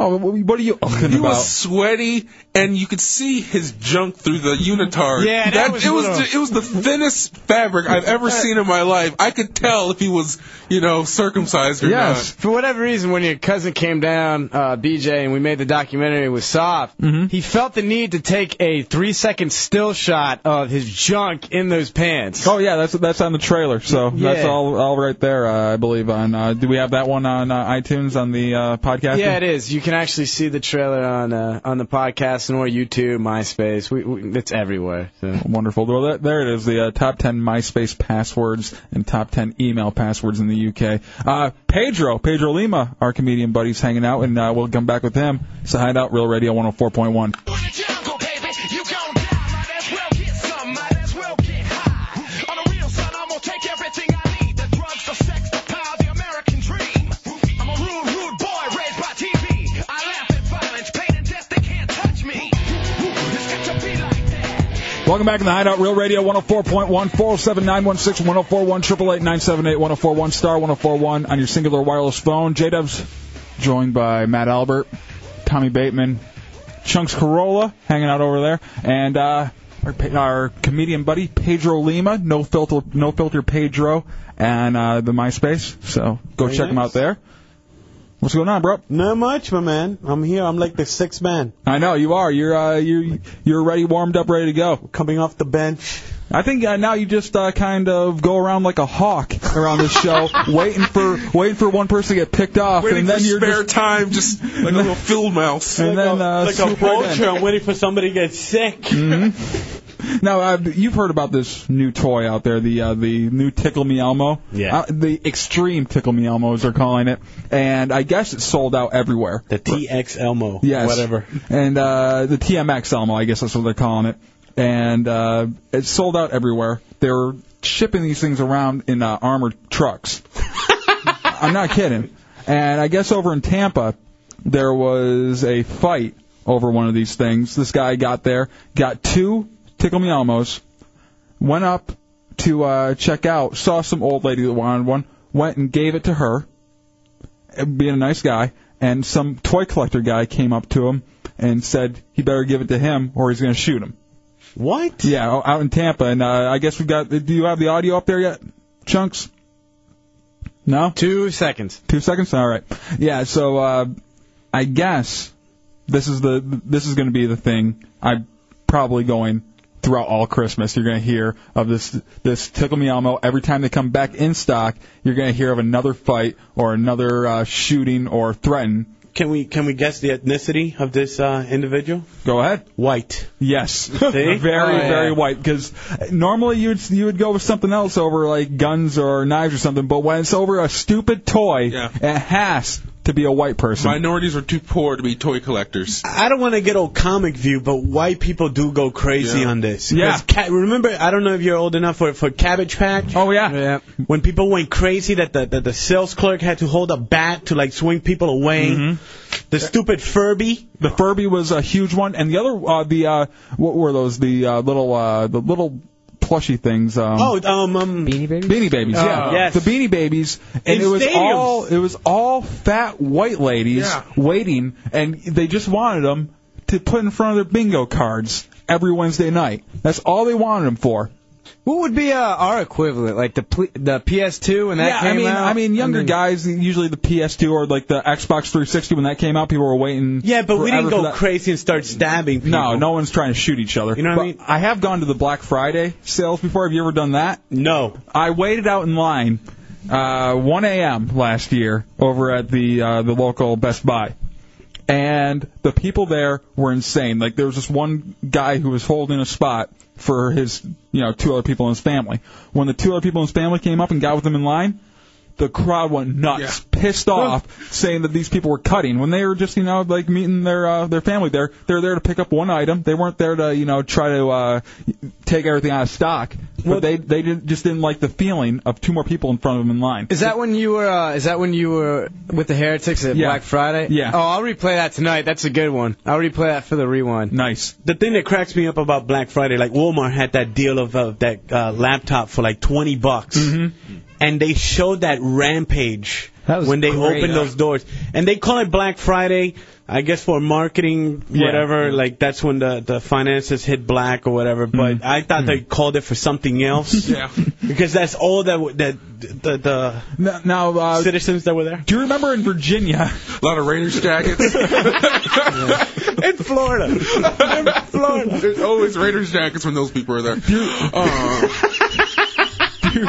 Oh, what what are you?
He
about?
was sweaty, and you could see his junk through the unitard.
Yeah, that was
it was
little-
the, it was the thinnest fabric I've ever seen in my life. I could tell if he was, you know, circumcised or
Yes. For whatever reason, when your cousin came down, uh, BJ, and we made the documentary with Soft,
Mm-hmm.
he felt the need to take a three second still shot of his junk in those pants.
Oh yeah, that's that's on the trailer. So Oh, that's
Yeah.
all all right there, uh, I believe. On uh, do we have that one on uh, iTunes on the uh, podcast?
Yeah, it is. You can actually see the trailer on uh, on the podcast and or YouTube, MySpace. We, we, it's everywhere. So.
Wonderful. Well, that, there it is. The uh, top 10 MySpace passwords and top 10 email passwords in the UK. Uh, Pedro, Pedro Lima, our comedian buddy's hanging out, and uh, we'll come back with him. It's the Hideout Real Radio 104.1. Welcome back to the Hideout Real Radio 104.1, 407 916 1041, 888 978 1041, star 1041 on your singular wireless phone. J Dubs joined by Matt Albert, Tommy Bateman, Chunks Corolla hanging out over there, and uh, our, pa- our comedian buddy Pedro Lima, no filter, no filter Pedro, and uh, the MySpace. So go
Very
check him
nice.
out there. What's going on, bro?
Not much, my man. I'm here. I'm like the sixth man.
I know you are. You're uh, you you're ready, warmed up, ready to go.
Coming off the bench.
I think uh, now you just uh, kind of go around like a hawk around the show, waiting for waiting for one person to get picked off,
Waiting
and then
for
you're
spare
just,
time, just like a little field mouse.
and then uh,
like a
swoop right in.
vulture. I'm waiting for somebody to get sick.
Mhm. Now uh, you've heard about this new toy out there, the uh, the new Tickle Me Elmo.
Yeah.
Uh, the extreme Tickle Me Elmos are calling it, and I guess it's sold out everywhere. The
TX Elmo.
Yes.
Whatever.
And uh, the TMX Elmo, I guess that's what they're calling it. And uh, it's sold out everywhere. They're shipping these things around in uh, armored trucks. I'm not kidding. And I guess over in Tampa, there was a fight over one of these things. This guy got there, got two Tickle Me Elmos, went up to uh, check out, saw some old lady that wanted one, went and gave it to her, being a nice guy, and some toy collector guy came up to him and said he better give it to him or he's going to shoot him.
What?
Yeah, o- out in Tampa, and uh, I guess we got. Do you have the audio up there yet, chunks? No.
Two seconds.
Two seconds. All right. Yeah. So uh, I guess this is the this is going to be the thing. I'm probably going throughout all Christmas. You're going to hear of this this Tickle Me Elmo every time they come back in stock. You're going to hear of another fight or another uh, shooting or threaten.
Can we can we guess the ethnicity of this uh, individual?
Go ahead.
White.
Yes.
See? Oh,
very very white because normally you'd you would go with something else over like guns or knives or something, but when it's over a stupid toy, it has to be a white person.
Minorities are too poor to be toy collectors.
I don't want to get old comic view, but white people do go crazy
Yeah.
on this.
Yeah.
'Cause Ca- remember, I don't know if you're old enough for for Cabbage Patch.
Oh yeah. yeah.
When people went crazy, that the that the sales clerk had to hold a bat to like swing people away. The stupid Furby.
The Furby was a huge one, and the other uh, the uh, what were those? The uh, little uh, the little plushy things. Um,
Oh, um, um,
Beanie Babies.
Beanie Babies, yeah,
Oh. Yes.
the Beanie Babies, and
In
it was
stadiums.
all it was all fat white ladies waiting, and they just wanted them to put in front of their bingo cards every Wednesday night. That's all they wanted them for.
What would be uh, our equivalent? Like the pl- the PS2 when that
yeah,
came
I mean,
out? Mm-hmm.
I mean, younger guys usually the PS2 or like the Xbox 360 when that came out, people were waiting.
Yeah, but we
forever
didn't
for
go
that.
crazy and start stabbing people.
No, no one's trying to shoot each other. You know what I mean? I have gone to the Black Friday sales before. Have you ever done that?
No.
I waited out in line uh, 1 a.m. last year over at the uh, the local Best Buy, and the people there were insane. Like there was this one guy who was holding a spot for his you know two other people in his family. When the two other people in his family came up and got with him in line. The crowd went nuts, pissed off, saying that these people were cutting when they were just, you know, like meeting their uh, their family there. They're there to pick up one item. They weren't there to, you know, try to uh, take everything out of stock. But they they didn't, just didn't like the feeling of two more people in front of them in line.
Is that when you were? Uh, is that when you were with the Heretics at
Yeah.
Black Friday?
Yeah.
Oh, I'll replay that tonight. That's a good one. I'll replay that for the rewind.
Nice.
The thing that cracks me up about Black Friday, like Walmart had that deal of uh, that uh, laptop for like twenty bucks,
Mm-hmm.
and they showed that rampage when they
great.
opened those doors, and they call it Black Friday, I guess for marketing,
Yeah.
whatever. Like that's when the the finances hit black or whatever.
Mm.
But I thought they called it for something else,
Yeah.
because that's all that w- that the the
now, uh,
citizens that were there.
Do you remember in Virginia?
A lot of Raiders jackets.
in Florida. In Florida.
There's always Raiders jackets when those people are there. Uh,
Do you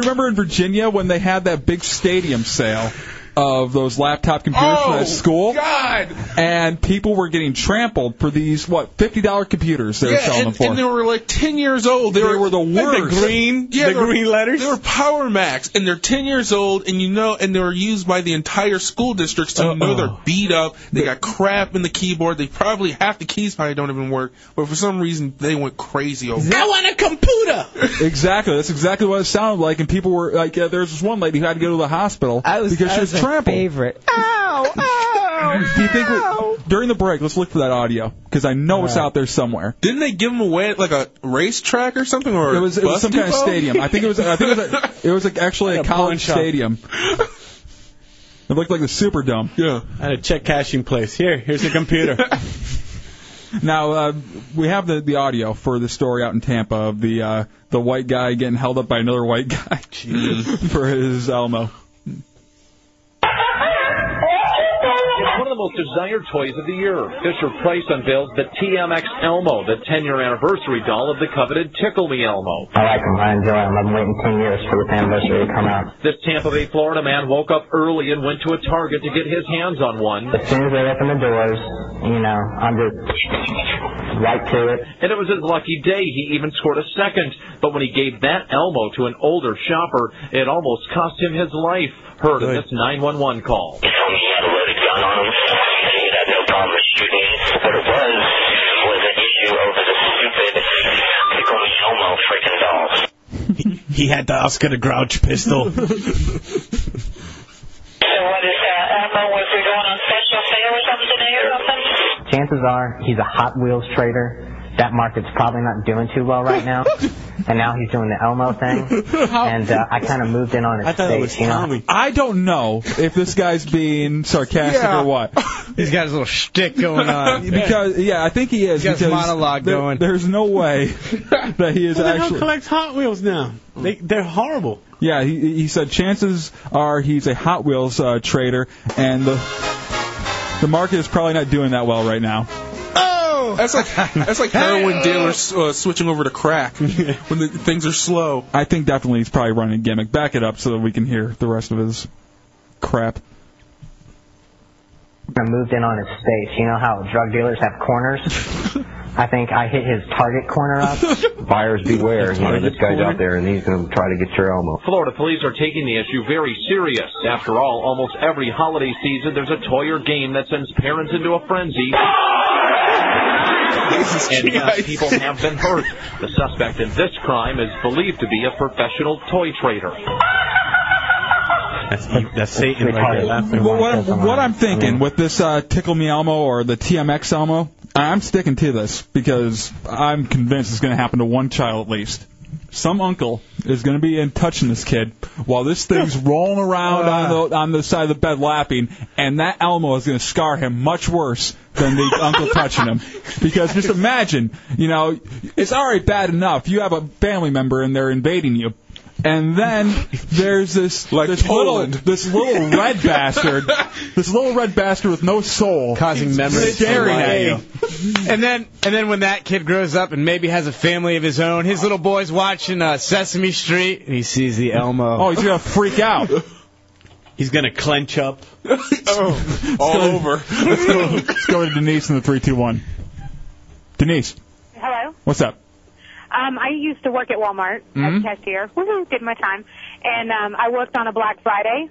remember in Virginia when they had that big stadium sale of those laptop computers for
Oh,
that school?
God!
And people were getting trampled for these what fifty dollar computers they were
yeah,
selling
and,
them for.
and they were like 10 years old. They,
They
were,
were the Like the worst. green-
yeah,
the
they were-
green letters?
They were Power Max, and they're 10 years old, and you know, and they were used by the entire school district, so you know they're beat up. They got crap in the keyboard. They probably half the keys probably don't even work, but for some reason they went crazy over. it.
I want a computer.
exactly. That's exactly what it sounded like. And people were like, uh, there was this one lady who had to go to the hospital because she
that
was,
was my
trampled.
favorite.
Ow!
Oh,
Ow! Do you think we, during the break? Let's look for that audio because I know it's out there somewhere.
Didn't they give them away at like a racetrack or something, or
It was, it was some kind of stadium. I think it was. I think it was. A, it was like actually a
pawn
college
shop.
stadium. It looked like the Superdome.
Yeah.
At a check cashing place. Here, here's a computer.
Now uh, we have the, the audio for the story out in Tampa of the uh, the white guy getting held up by another white guy for his Elmo.
It's one of the most desired toys of the year. Fisher Price unveils the TMX Elmo, the 10 year anniversary doll of the coveted Tickle Me Elmo.
I like them. I enjoy them. I've been waiting 10 years for this anniversary to come out.
This Tampa Bay, Florida man woke up early and went to a Target to get his hands on one.
As soon as they open the doors, you know, I'm just right to it.
And it was his lucky day. He even scored a second. But when he gave that Elmo to an older shopper, it almost cost him his life. Heard in this 911 call.
He had a loaded gun on him. He had no problem shooting. What it was was an issue over the stupid Pickle Me Elmo freaking doll.
he had the Oscar the Grouch pistol.
Chances are he's a Hot Wheels trader.
that market's probably not doing too well right now. and now he's doing the Elmo thing. And uh, I kind of moved in on his space, you know?
I don't know if this guy's being sarcastic
Yeah.
or what. He's got his little shtick
going on.
because yeah, I think he is.
He's got his
because
monologue
there-
going.
There's no way that he is
Who the hell
actually.
collects Hot Wheels now? They, they're horrible.
Yeah, he, he said chances are he's a Hot Wheels uh, trader, and the the market is probably not doing that well right now.
Oh, that's like that's like heroin dealers uh, switching over to crack when the, things are slow.
I think definitely he's probably running a gimmick. Back it up so that we can hear the rest of his crap.
I moved in on his space. You know how drug dealers have corners? I think I hit his target corner up.
Buyers beware. You know, this guy's out there and he's going to try to get your Elmo.
Florida police are taking the issue very serious. After all, almost every holiday season there's a toy or game that sends parents into a frenzy. And yes, people have been hurt. The suspect in this crime is believed to be a professional toy trader.
That's, that's Satan right there laughing.
Well, what, what I'm thinking with this uh, Tickle Me Elmo or the TMX Elmo, I'm sticking to this because I'm convinced it's going to happen to one child at least. Some uncle is going to be in touching this kid while this thing's rolling around on the on the side of the bed lapping, and that Elmo is going to scar him much worse than the uncle touching him. Because just imagine, you know, it's already bad enough. You have a family member and they're invading you. And then there's this this
Poland.
little this little red bastard, this little red bastard with no soul, causing
memories to
staring at
life.
you.
and then and then when that kid grows up and maybe has a family of his own, his little boy's watching uh, Sesame Street and he sees the Elmo.
Oh, he's gonna freak out.
He's gonna clench up.
oh, all over.
Let's go, let's go to Denise in the three, two, one. Denise,
Hello.
what's up?
Um, I used to work at Walmart
Mhm.
as cashier. Woohoo, did my time. And um, I worked on a Black Friday.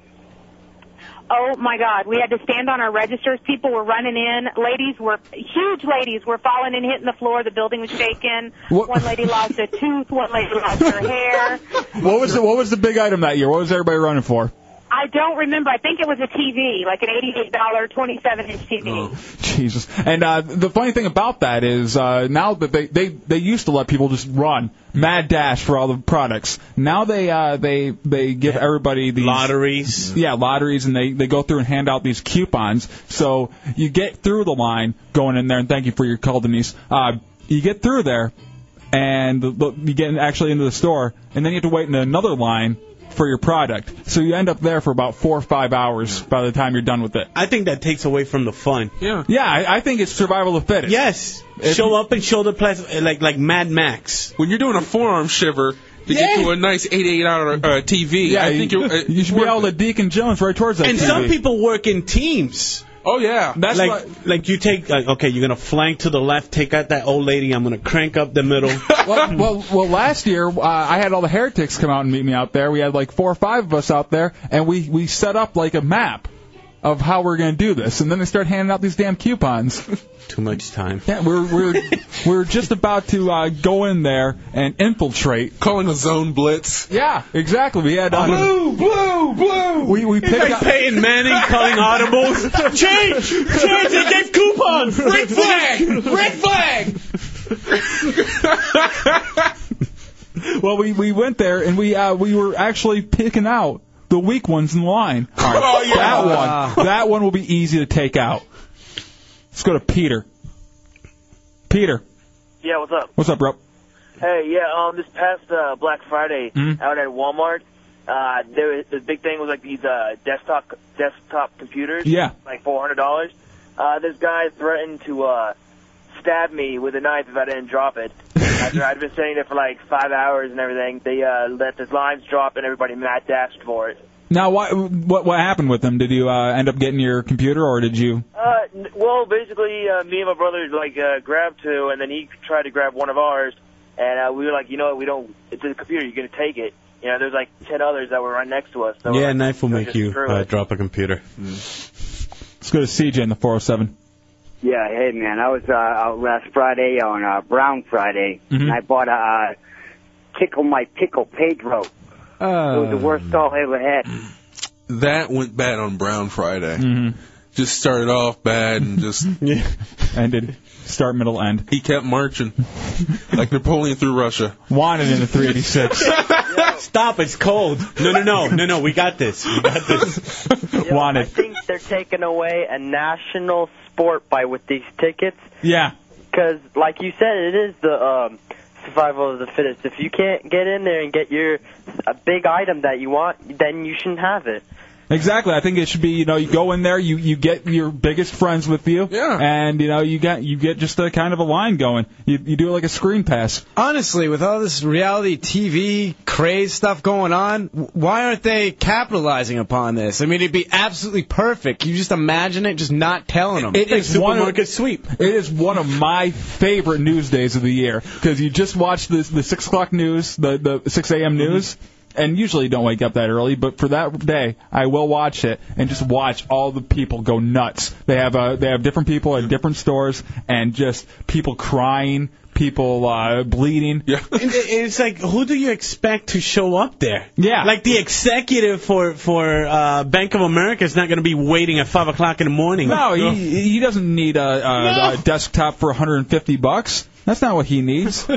Oh my God, we had to stand on our registers. People were running in. Ladies were huge. Ladies were falling and hitting the floor. The building was shaking.
What-
One lady lost a tooth. One lady lost her hair.
What was the, what was the big item that year? What was everybody running for?
I don't remember. I think it was a TV, like an eighty-eight dollar, twenty-seven inch
Oh.
TV.
Jesus. And uh, the funny thing about that is uh, now that they, they they used to let people just run mad dash for all the products. Now they uh, they they give everybody these
lotteries.
Yeah, lotteries, and they they go through and hand out these coupons. So you get through the line going in there, and thank you for your call, Denise. Uh, you get through there, and the, the, you get actually into the store, and then you have to wait in another line. For your product, so you end up there for about four or five hours by the time you're done with it.
I think that takes away from the fun.
Yeah.
Yeah, I, I think it's survival of the fittest.
Yes. Show up and show the place uh, like like Mad Max.
When you're doing a forearm shiver to get to a nice 88 hour uh, TV,
Yeah,
I think
you-
you're, uh,
You should be able to Deacon Jones right towards that.
And
TV.
some people work in teams.
Oh yeah,
That's
like
what-
like you take like, okay, you're gonna flank to the left, take out that old lady. I'm gonna crank up the middle.
well, well, well, last year uh, I had all the heretics come out and meet me out there. We had like four or five of us out there, and we we set up like a map of how we're going to do this, and then they start handing out these damn coupons.
Too much time.
Yeah, we're we're we're just about to uh, go in there and infiltrate.
Calling a zone blitz.
Yeah, exactly. We had uh,
Blue, blue, blue.
We we
He's
picked
like
up
Peyton Manning calling audibles. Change, change. They gave coupons. Red flag, red flag.
well, we we went there and we uh, we were actually picking out the weak ones in the line. All right,
Oh, yeah.
That one, that one will be easy to take out. Let's go to Peter. Peter,
Yeah, what's up?
what's up, bro?
Hey, yeah, um, this past uh, Black Friday
Mhm.
out at Walmart, uh, there was, the big thing was like these uh, desktop desktop computers.
Mm-hmm.
Yeah.
Like four hundred dollars. Uh, this guy threatened to uh, stab me with a knife if I didn't drop it. After I'd been sitting there for like five hours and everything, they uh, let the lines drop and everybody mad dashed for it.
Now, what what what happened with them? Did you uh, end up getting your computer, or did you?
Uh, n- well, basically, uh, me and my brother like uh, grabbed two, and then he tried to grab one of ours, and uh, we were like, you know what, we don't. It's a computer. You're gonna take it. You know, there's like ten others that were right next to us. So
Yeah, knife will make
just
you
screw
uh,
it.
drop a computer.
Let's go to CJ in the 407.
Yeah, hey man, I was uh, out last Friday on uh, Brown Friday,
Mhm.
and I bought a uh, tickle my pickle Pedro. it was the worst doll I ever had.
Mm-hmm.
That went bad on Brown Friday. just started off bad and just
ended start middle end.
He kept marching like Napoleon through Russia.
Wanted in the 386.
Stop! It's cold. No, no, no, no, no. We got this. We got this.
Wanted.
think they're taking away a national sport by with these tickets
Yeah.
because, like you said, it is the um, survival of the fittest. If you can't get in there and get your a big item that you want, then you shouldn't have it.
Exactly. I think it should be you know you go in there you you get your biggest friends with you. Yeah. And you know you get you get just a kind of a line going. You you do like a screen pass.
Honestly, with all this reality TV craze stuff going on, w- why aren't they capitalizing upon this? I mean, it'd be absolutely perfect. You just imagine it, just not telling them.
It is one of, sweep. It is one of my favorite news days of the year because you just watch this the six o'clock news, the the six a.m. news, and usually don't wake up that early. But for that day, I will watch it and just watch all the people go nuts. They have uh, they have different people at different stores and just people crying, people uh, bleeding. Yeah.
And it- it's like, who do you expect to show up there?
Yeah.
Like the executive for for uh, Bank of America is not going to be waiting at five o'clock in the morning.
No, he he doesn't need a, a, a desktop for 150 bucks. That's not what he needs.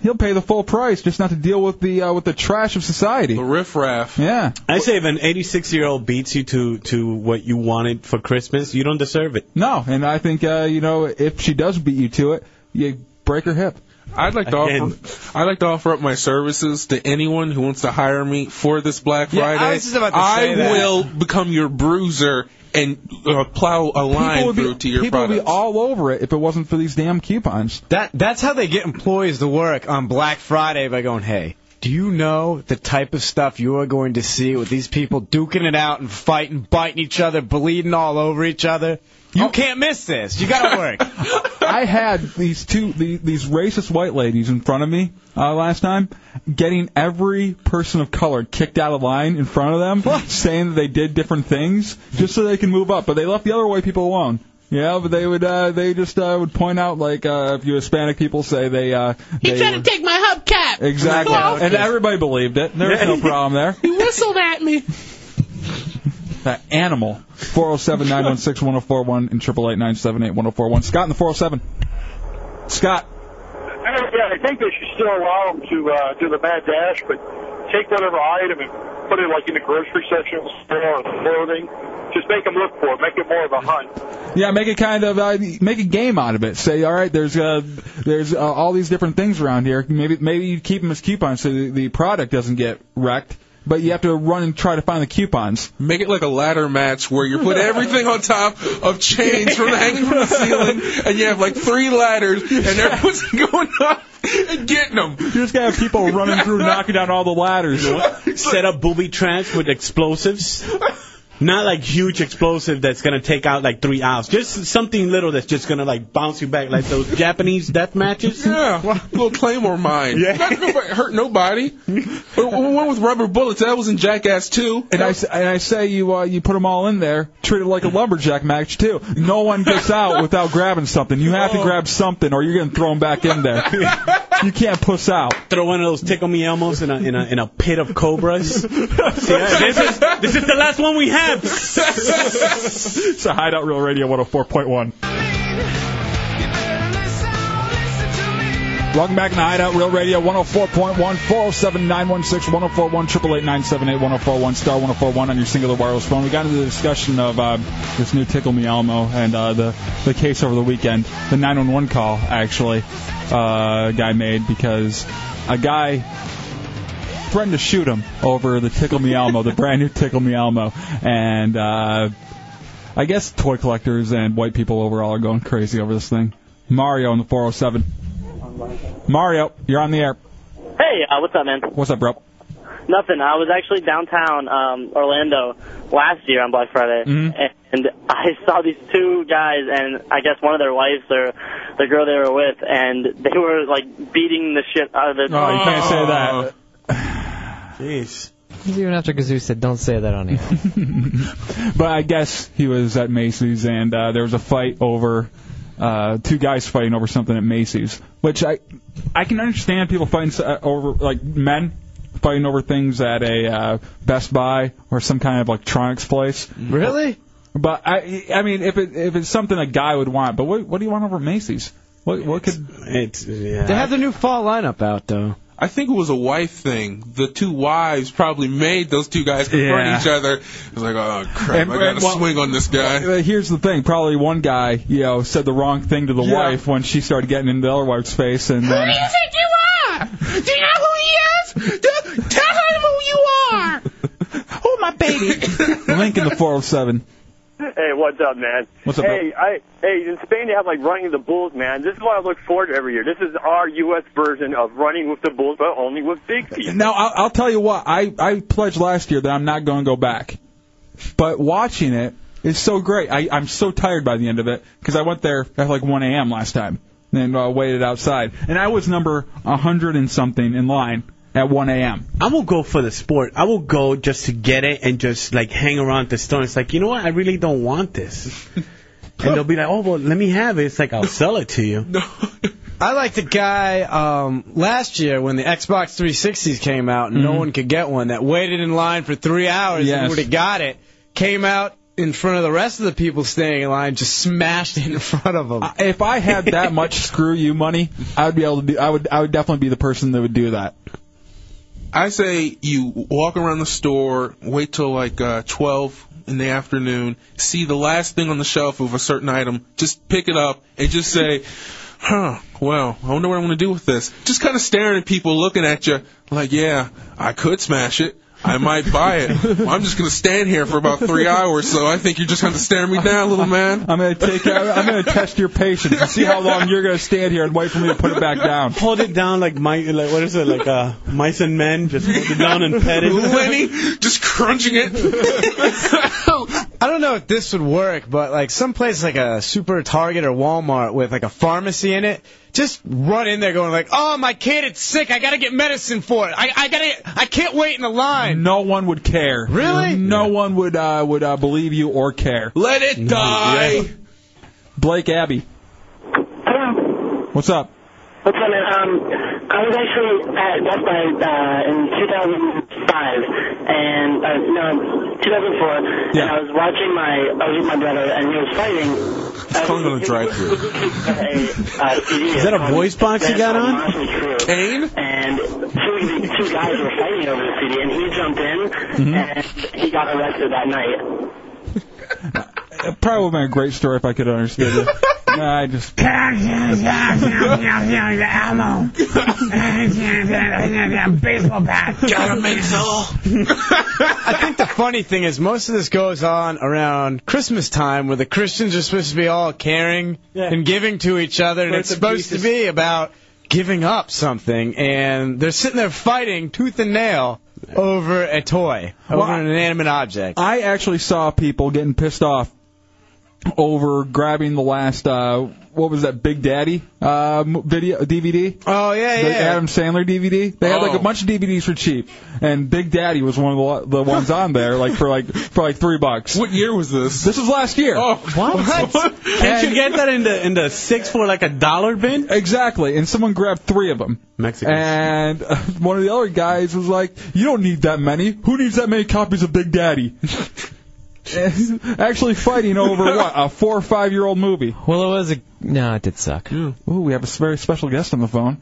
He'll pay the full price just not to deal with the uh, with the trash of society. The
riffraff.
Yeah.
I say if an 86 year old beats you to to what you wanted for Christmas, you don't deserve it.
No, and I think uh, you know if she does beat you to it, you break her hip.
I'd like to
Again.
offer I'd like to offer up my services to anyone who wants to hire me for this Black
Yeah, I
Friday.
was just about to
I
say that.
will become your bruiser and uh, plow a
People
line
would be-
through to your
people would
product.
be all over it if it wasn't for these damn coupons.
That that's how they get employees to work on Black Friday by going, "Hey, do you know the type of stuff you are going to see with these people duking it out and fighting, biting each other, bleeding all over each other?
Oh.
You can't miss this. You got to work."
I had these two the, these racist white ladies in front of me uh, last time, getting every person of color kicked out of line in front of them, saying that they did different things just so they can move up. But they left the other white people alone. Yeah, but they would uh, they just uh, would point out like uh, if you Hispanic people say they uh, they were-
take my hubcap.
exactly,
Well,
and everybody believed it. There was no problem there.
He whistled at me.
That animal. 407 916 1041 and 888 978 1041. Scott in the 407. Scott.
Yeah, I think they should still allow them to uh, do the mad dash, but take whatever item and put it like in the grocery section of the store or clothing. Just make them look for it. Make it more of a hunt.
Yeah, make it kind of uh, make a game out of it. Say, all right, there's uh, there's uh, all these different things around here. Maybe maybe you keep them as coupons so the, the product doesn't get wrecked. But you have to run and try to find the coupons.
Make it like a ladder match where you put everything on top of chains from hanging from the ceiling, and you have like three ladders, and everyone's going up and getting them. You
just gotta have people running through, knocking down all the ladders.
Set up booby traps with explosives. Not like huge explosive that's gonna take out like three hours. Just something little that's just gonna like bounce you back like those Japanese death matches.
Yeah, little claymore mine.
Yeah.
Not gonna hurt nobody. Or One with rubber bullets. That was in Jackass too.
And I, s- and I say you uh, you put them all in there, treat it like a lumberjack match too. No one gets out without grabbing something. You have
Oh.
to grab something, or you're gonna throw them back in there. you can't puss out.
Throw one of those tickle me elmos in a in a in a pit of cobras. Yeah, this is this is the last one we have.
it's a Hideout Real Radio 104.1. Welcome back to the Hideout Real Radio 104.1, 407 916 1041, 888 978 1041, star 1041 on your singular wireless phone. We got into the discussion of uh, this new Tickle Me Elmo and uh, the, the case over the weekend, the 911 call, actually, uh, a guy made because a guy threatened to shoot him over the Tickle Me Elmo, the brand new Tickle Me Elmo, and uh, I guess toy collectors and white people overall are going crazy over this thing. Mario in the 407. Mario, you're on the air.
Hey, uh, what's up, man?
What's up, bro?
Nothing. I was actually downtown um, Orlando last year on Black Friday,
Mhm.
and I saw these two guys, and I guess one of their wives or the girl they were with, and they were like beating the shit out of the.
Oh, you can't say that.
Jeez.
Even after Kazoo said, "Don't say that on air."
But I guess he was at Macy's and uh, there was a fight over uh, two guys fighting over something at Macy's, which I I can understand people fighting s- uh, over like men fighting over things at a uh, Best Buy or some kind of electronics place.
Really?
But I, I mean, if it if it's something a guy would want, but what what do you want over Macy's? What what could
it's yeah.
They have the new fall lineup out though.
I think it was a wife thing. The two wives probably made those two guys confront
Yeah.
each other. It was like, oh crap,
And-
I got to
and, well-
swing on this guy.
Uh, Here's the thing. Probably one guy, you know, said the wrong thing to the
Yeah.
wife when she started getting into the other wife's face, and
Who
uh,
do
then
you think you are? Do you know who he is? Do- tell him who you are.
oh my baby, Link in the 407.
Hey, what's up, man?
What's up,
Hey, I hey in Spain they have like running the bulls, man. This is what I look forward to every year. This is our U.S. version of running with the bulls, but only with Bigby.
Now I'll, I'll tell you what. I I pledged last year that I'm not going to go back, but watching it is so great. I I'm so tired by the end of it because I went there at like 1 a.m. last time and uh, waited outside, and I was number 100 and something in line at 1 a.m.
I will go for the sport. I will go just to get it and just like hang around the store. It's like, you know what? I really don't want this. and they'll be like, oh, well, let me have it. It's like, I'll sell it to you.
I like the guy um, last year when the Xbox 360s came out and no one could get one that waited in line for three hours
Mm-hmm. Yes.
and would have got it. Came out in front of the rest of the people staying in line, just smashed it in front of them.
If I had that much screw you money, I would be able to do. I would I would definitely be the person that would do that.
I say you walk around the store, wait till like uh, 12 in the afternoon, see the last thing on the shelf of a certain item, just pick it up and just say, huh, well, I wonder what I'm going to do with this. Just kind of staring at people looking at you like, yeah, I could smash it. I might buy it. Well, I'm just going to stand here for about three hours, so I think you're just going to stare me down, little man.
I'm gonna take. I'm gonna test your patience and see how long you're gonna stand here and wait for me to put it back down.
Hold it down like my, like what is it, like uh, mice and men? Just hold it down and pet it.
Lenny, just crunching it.
I don't know if this would work, but like someplace like a Super Target or Walmart with like a pharmacy in it, just run in there going like, "Oh, my kid, it's sick. I gotta get medicine for it. I, I gotta. I can't wait in the line."
No one would care.
Really?
No one would uh, would uh, believe you or care.
Let it die.
Yeah. Blake Abbey. What's up?
What's up, man? Um, I was actually at Best Buy uh, in 2005, and uh, no, 2004. And I was watching my, I was with my brother, and he was fighting. I was
on the drive-through.
uh, CD
Is that a voice box you got on?
Kane?
And two, of the two guys were fighting over the CD, and he jumped in, and he got arrested that night.
It probably would have been a great story if I could have understood it. Nah, I just.
Elmo. Baseball bat.
Got him, Hazel.
I think the funny thing is most of this goes on around Christmas time where the Christians are supposed to be all caring and giving to each other and
Birth
it's
of
supposed
Jesus.
to be about giving up something and they're sitting there fighting tooth and nail over a toy, over
Well, I-
an inanimate object.
I actually saw people getting pissed off over grabbing the last uh what was that Big Daddy uh mo- video DVD?
Oh yeah,
the
yeah.
Adam Sandler DVD. They had like a
Oh.
bunch of DVDs for cheap, and Big Daddy was one of the, the ones on there, like for like for like three bucks.
What year was this?
This was last year. Oh,
what? Can't you get that in the in the six for like a dollar bin?
Exactly. And someone grabbed three of them.
Mexican.
And uh, one of the other guys was like, "You don't need that many. Who needs that many copies of Big Daddy?" Actually, fighting over what a four or five year old movie.
Well, it was a no. It did suck.
Ooh, we have a very special guest on the phone.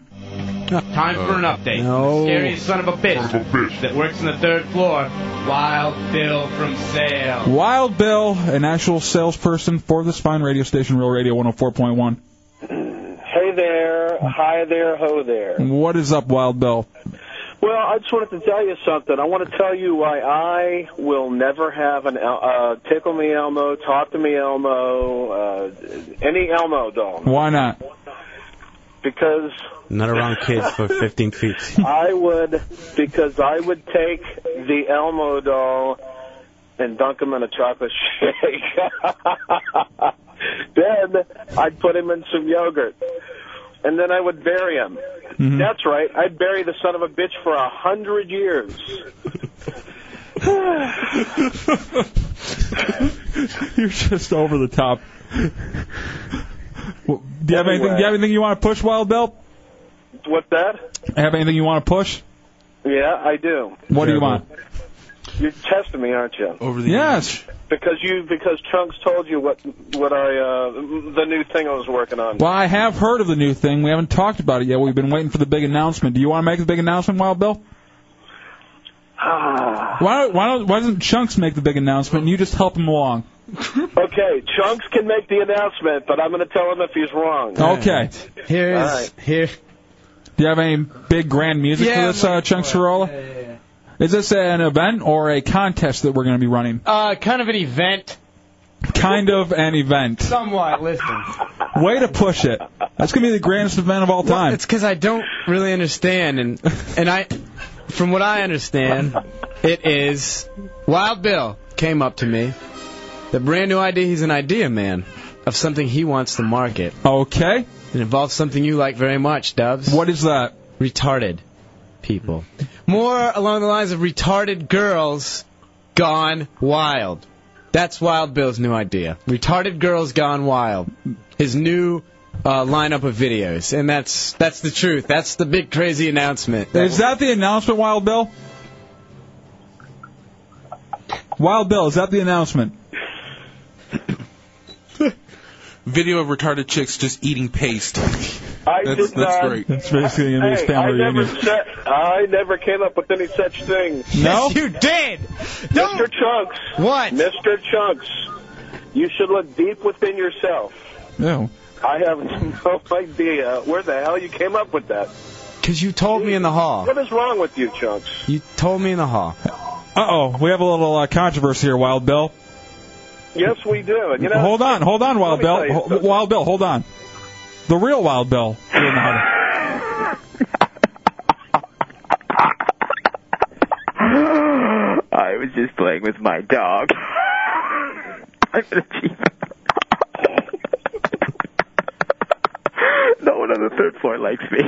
Time for an update.
No.
The scariest son of a bitch, that works on the third floor. Wild Bill from Sale.
Wild Bill, an actual salesperson for this fine radio station, Real Radio 104.1.
Hey there, hi there, ho there.
What is up, Wild Bill?
Well, I just wanted to tell you something. I want to tell you why I will never have an El- uh, tickle me Elmo, talk to me Elmo, uh, any Elmo doll
Why not?
because
Not around kids for 15 feet.
I would because I would take the Elmo doll and dunk him in a chocolate shake. then I'd put him in some yogurt, and then I would bury him.
Mm-hmm.
That's right. I'd bury the son of a bitch for a hundred years.
You're just over the top. Well, do you have anything? Do you have anything you want to push, Wild Bill?
What's that?
Have anything you want to push?
Yeah, I do.
What do you want?
You're testing me, aren't you?
Over the
yes.
Because you because Chunks told you what what I uh, the new thing I was working on.
Well, I have heard of the new thing. We haven't talked about it yet. We've been waiting for the big announcement. Do you want to make the big announcement, Wild Bill?
Ah.
Why don't, why don't why doesn't Chunks make the big announcement and you just help him along?
Okay, Chunks can make the announcement, but I'm going to tell him if he's wrong.
Okay.
Here is
All right.
here.
Do you have any big grand music
Yeah,
for this, uh, Chunks Corolla? Is this an event or a contest that we're going to be running?
Uh, kind of an event.
Kind of an event.
Somewhat. Listen.
Way to push it. That's going to be the grandest event of all
Well,
time.
it's because I don't really understand, and and I, from what I understand, it is Wild Bill came up to me, the brand new idea. He's an idea man of something he wants to market.
Okay.
It involves something you like very much, Dubs.
What is that?
Retarded people. More along the lines of retarded girls gone wild. That's Wild Bill's new idea. Retarded girls gone wild. His new uh, lineup of videos, and that's that's the truth. That's the big crazy announcement.
Is that the announcement, Wild Bill? Wild Bill, is that the announcement?
Video of retarded chicks just eating paste.
I
That's,
did
that's
not-
great.
That's basically
Hey, I never said I never came up with any such thing.
No?
you did.
Mr. Chunks.
What?
Mr. Chunks. You should look deep within yourself.
No.
I have no idea where the hell you came up with that.
Because you told me in the hall.
What is wrong with you, Chunks?
You told me in the hall.
Uh oh, we have a little uh, controversy here, Wild Bill.
Yes, we do. And, you know,
hold on, hold on, Wild
Let me tell
Bill.
you
Ho- Wild Bill, hold on. The real Wild Bill. will not-
I was just playing with my dog. I'm an achievement. no one on the third floor likes me.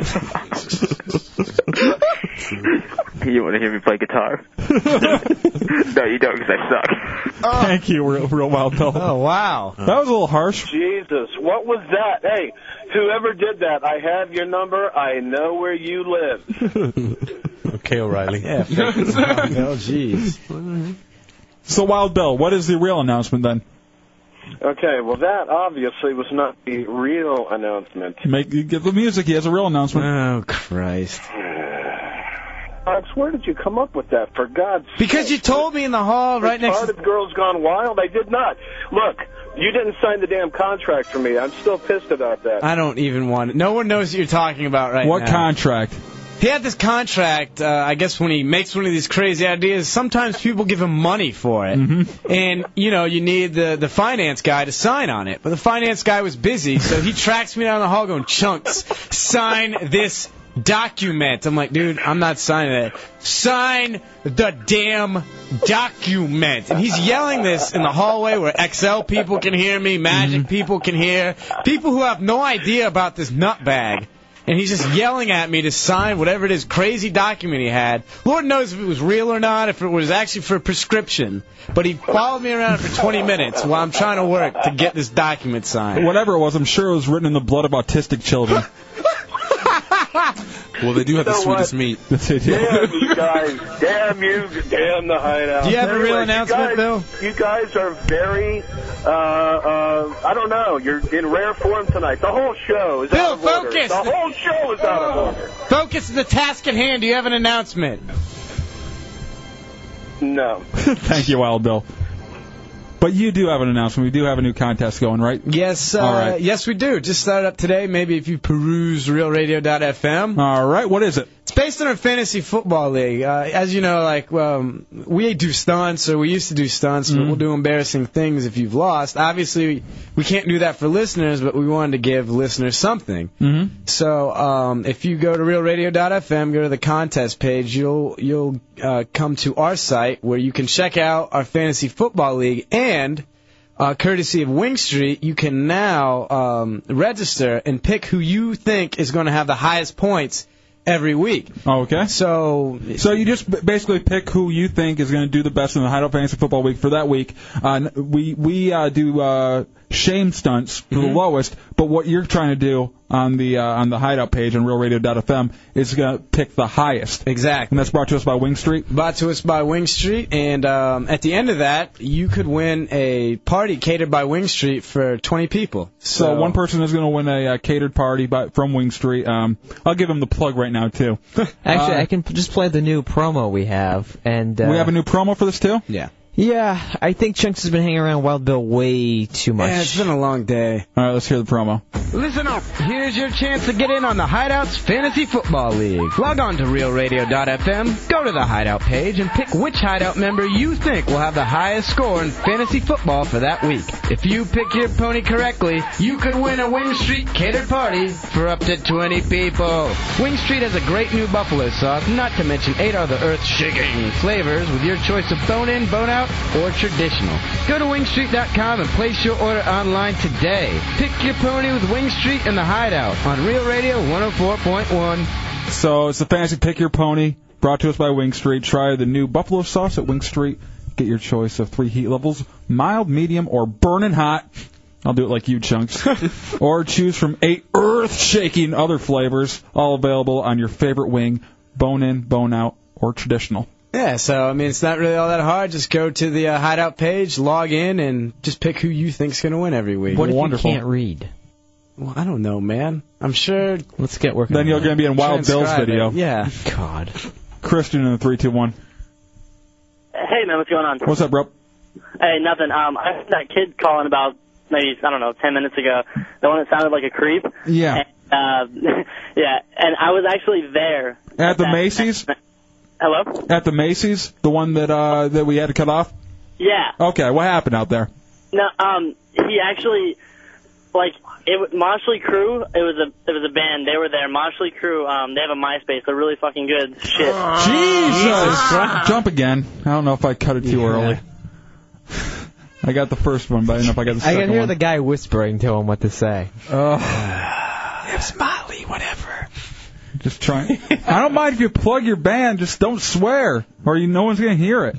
you want to hear me play guitar? no, you don't, 'cause I suck.
Oh,
Thank you, real, real Wild Bill. Oh,
wow.
That was a little harsh.
Jesus, what was that? Hey, whoever did that, I have your number. I know where you live.
Okay, O'Reilly.
Yeah.
oh,
jeez.
So, Wild Bill, what is the real announcement then?
Okay, well, that obviously was not the real announcement.
Make you get the music. He has a real announcement.
Oh Christ!
Alex, where did you come up with that? For God's
Because you told me in the hall right next.
Retarded Girls Gone Wild? I did not. Look, you didn't sign the damn contract for me. I'm still pissed about that.
I don't even want it. No one knows what you're talking about right
What
now.
contract?
He had this contract. Uh, I guess when he makes one of these crazy ideas, sometimes people give him money for it,
Mm-hmm.
and you know you need the the finance guy to sign on it. But the finance guy was busy, so he tracks me down the hall going, "Chunks, sign this document." I'm like, "Dude, I'm not signing it. Sign the damn document." And he's yelling this in the hallway where XL people can hear me,
Mm-hmm.
Magic people can hear, people who have no idea about this nutbag. And he's just yelling at me to sign whatever it is, crazy document he had. Lord knows if it was real or not, if it was actually for a prescription. But he followed me around for 20 minutes while I'm trying to work to get this document signed.
Whatever it was, I'm sure it was written in the blood of autistic children.
Well, they do have the
So what?
sweetest meat.
Damn you guys! Damn you! Damn the hideout!
Do you have a real
Anyway,
announcement,
you guys, You guys are very, uh, uh, I don't know. You're in rare form tonight. The whole show is
Bill,
out of order.
focus!
The whole show is out of order.
Focus on the task at hand. Do you have an announcement?
No.
Thank you, Wild Bill. But you do have an announcement. We do have a new contest going, right?
Yes, uh,
All right.
yes, we do. Just started up today. Maybe if you peruse realradio.fm.
All right, what is it?
It's based on a fantasy football league. Uh, as you know, like um, we do stunts, or we used to do stunts, but
Mm-hmm.
we'll do embarrassing things if you've lost. Obviously, we can't do that for listeners, but we wanted to give listeners something.
Mm-hmm.
So um, if you go to realradio.fm, go to the contest page, you'll you'll uh, come to our site where you can check out our fantasy football league and. Uh, courtesy of Wing Street, you can now um, register and pick who you think is going to have the highest points every week.
Okay.
So
So you just b- basically pick who you think is going to do the best in the Hideout Fantasy Football Week for that week. Uh, n-
Mm-hmm.
we we uh, do uh, shame stunts for the lowest, but what you're trying to do on the uh, on the hideout page on RealRadio.fm is going to pick the highest.
Exactly.
And that's brought to us by Wing Street.
Brought to us by Wing Street, and um, at the end of that, you could win a party catered by Wing Street for 20 people.
So, one person is going to win a, uh catered party by, from Wing Street. Um, I'll give him the plug right now too.
Actually,
Uh,
I can p- just play the new promo we have, and uh,
we have a new promo for this too.
Yeah.
Yeah, I think Chunks has been hanging around Wild Bill way too much.
Yeah, it's been a long day.
All right, let's hear the promo.
Listen up. Here's your chance to get in on the Hideout's Fantasy Football League. Log on to realradio.fm, go to the Hideout page, and pick which Hideout member you think will have the highest score in fantasy football for that week. If you pick your pony correctly, you could win a Wing Street catered party for up to 20 people. Wing Street has a great new buffalo sauce, not to mention eight other earth-shaking flavors with your choice of bone-in, bone-out, or traditional. Go to wingstreet.com and place your order online today. Pick your pony with Wing Street and the Hideout on Real Radio 104.1.
So it's the fantasy pick your pony brought to us by Wing Street. Try the new buffalo sauce at Wing Street. Get your choice of three heat levels: mild, medium, or burning hot. I'll do it like you, chunks. or choose from eight earth-shaking other flavors, all available on your favorite wing: bone-in, bone-out, or traditional.
Yeah, so I mean, it's not really all that hard. Just go to the uh, Hideout page, log in, and just pick who you think's going to win every week.
What if you Wonderful. can't read?
Well, I don't know, man. I'm sure.
Let's get working.
Then you're going to be in Wild Bill's
Transcribe it.
video.
Yeah.
God.
Christian in the three, two, one.
Hey man, what's going on?
What's up, bro?
Hey, nothing. Um, I heard that kid calling about maybe I don't know, ten minutes ago. The one that sounded like a creep.
Yeah.
Uh, yeah, and I was actually there.
At the Macy's.
Hello.
At the Macy's, the one that uh that we had to cut off.
Yeah.
Okay, what happened out there?
No. Um. He actually, like, it was Motley Crew. It was a it was a band. They were there. Motley Crew. Um. They have a MySpace. They're really fucking good. Shit.
Jesus! Jump again. I don't know if I cut it too early. I got the first one, but I don't know if I got the
I
second
can hear
one.
the guy whispering to him what to say.
Smiley, whatever.
Just trying. I don't mind if you plug your band, just don't swear, or you no one's gonna hear it.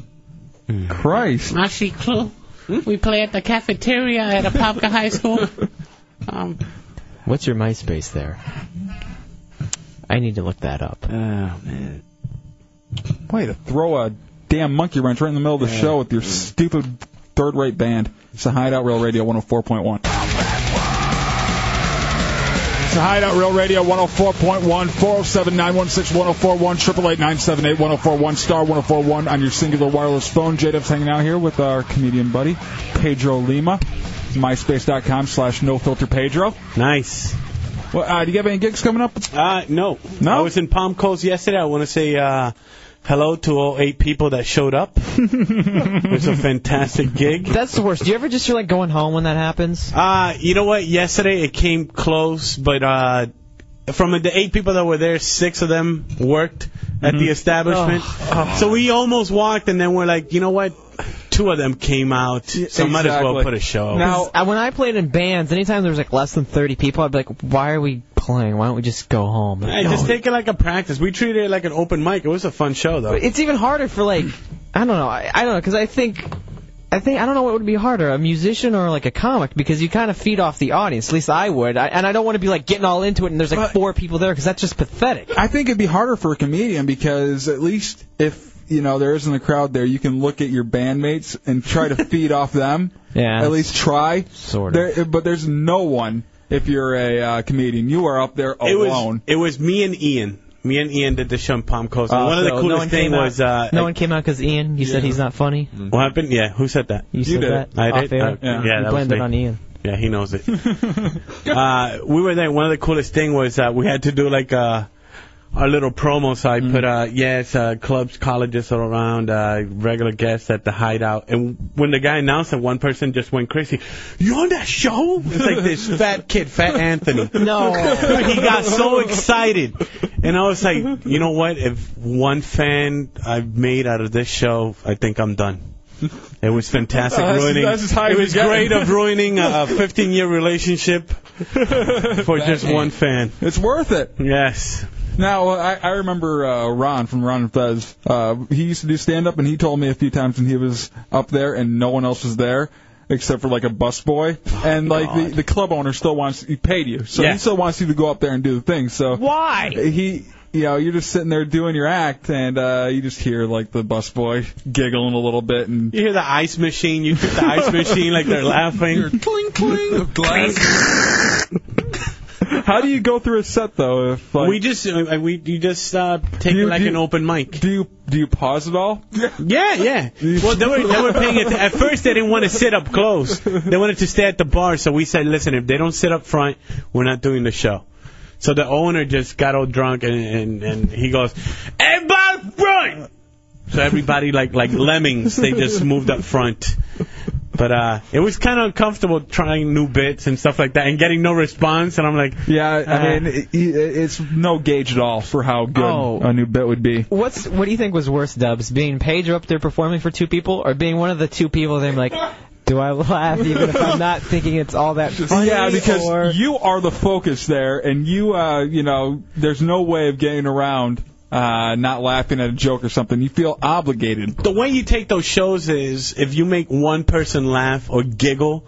Hmm.
Christ.
Moxie Clue. We play at the cafeteria at Apopka High School. Um,
What's your MySpace there? I need to look that up. Oh
Uh.
man.
Way to throw a damn monkey wrench right in the middle of the show with your stupid third-rate band. It's a Hideout Rail Radio 104.1. It's a Hideout Rail Radio 104.1, 407 916 1041, 888 978 1041, star 1041 on your singular wireless phone. J Dub's hanging out here with our comedian buddy, Pedro Lima, myspace.com slash no filter Pedro.
Nice.
Well, uh, do you have any gigs coming up?
Uh, no. No? I was in Palm Coast yesterday. I want to say uh, hello to all eight people that showed up. it was a fantastic gig.
That's the worst. Do you ever just feel like going home when that happens?
Uh, you know what? Yesterday it came close, but uh, from the eight people that were there, six of them worked at
Mm-hmm.
the establishment.
Oh.
So we almost walked, and then we're like, you know what? Two of them came out, so might as well
Exactly.
put a show.
Now, when I played in bands, anytime there was like less than 30 people, I'd be like, why are we playing? Why don't we just go home?
Hey,
No.
just take it like a practice. We treated it like an open mic. It was a fun show, though.
But it's even harder for like, I don't know, I, I don't know, because I think, I think I don't know what would be harder, a musician or like a comic, because you kind of feed off the audience. At least I would, I, and I don't want to be like getting all into it and there's like four people there because that's just pathetic.
I think it'd be harder for a comedian because at least if you know there isn't a crowd there, you can look at your bandmates and try to feed off them.
Yeah.
At least try.
Sort
of. There, but there's no one if you're a uh, comedian. You are up there
it
alone.
was it was me and Ian. Me and Ian did the show in Palm Coast. And
Uh,
one of the
so no
coolest
one
thing
came out-
was uh,
no one came out because Ian. You said
Yeah.
he's not funny.
What happened? Yeah, who said that?
You said that
I
off
did.
air.
Uh, yeah,
You
that
blamed it
was me.
on Ian.
Yeah, he knows it. uh, we were there. One of the coolest thing was uh, we had to do like uh, our little promo. So I put, uh, yes, uh, clubs, colleges all around, uh, regular guests at the hideout. And when the guy announced it, one person just went crazy. You on that show? It's like this fat kid, Fat Anthony.
No.
Dude, he got so excited. And I was like, you know what? If one fan I've made out of this show, I think I'm done. It was fantastic
Oh, that's-
ruining.
that's as high
it
as
was
you get.
great of ruining a 15 year relationship for just one fan.
It's worth it.
Yes.
Now I, I remember uh, Ron from Ron and Fez. Uh, he used to do stand up, and he told me a few times when he was up there and no one else was there. except for like a busboy,
Oh,
and like the, the club owner still wants he paid you, so
Yeah.
he still wants you to go up there and do the thing. So
Why?
he? You know, you're just sitting there doing your act, and uh, you just hear like the busboy giggling a little bit, and
you hear the ice machine. You hit the ice machine like they're laughing.
Clink clink of glass.
How do you go through a set though? If like,
we just uh, we you just uh, take it like an open mic.
Do you do you pause at all?
Yeah, yeah. Well, they were they were paying it. At first, they didn't want to sit up close. They wanted to stay at the bar. So we said, listen, if they don't sit up front, we're not doing the show. So the owner just got all drunk and and, and he goes, everybody front. So everybody like like lemmings, they just moved up front. But uh, it was kind of uncomfortable trying new bits and stuff like that and getting no response. And I'm like,
yeah, I mean, it, it- it's no gauge at all for how good
Oh.
a new bit would be.
What's what do you think was worse, Dubs? Being Pedro up there performing for two people, or being one of the two people there like, do I laugh even if I'm not thinking it's all that funny?
yeah, because
or-
you are the focus there, and you, uh, you know, there's no way of getting around uh, not laughing at a joke or something. You feel obligated.
the way you take those shows is if you make one person laugh or giggle,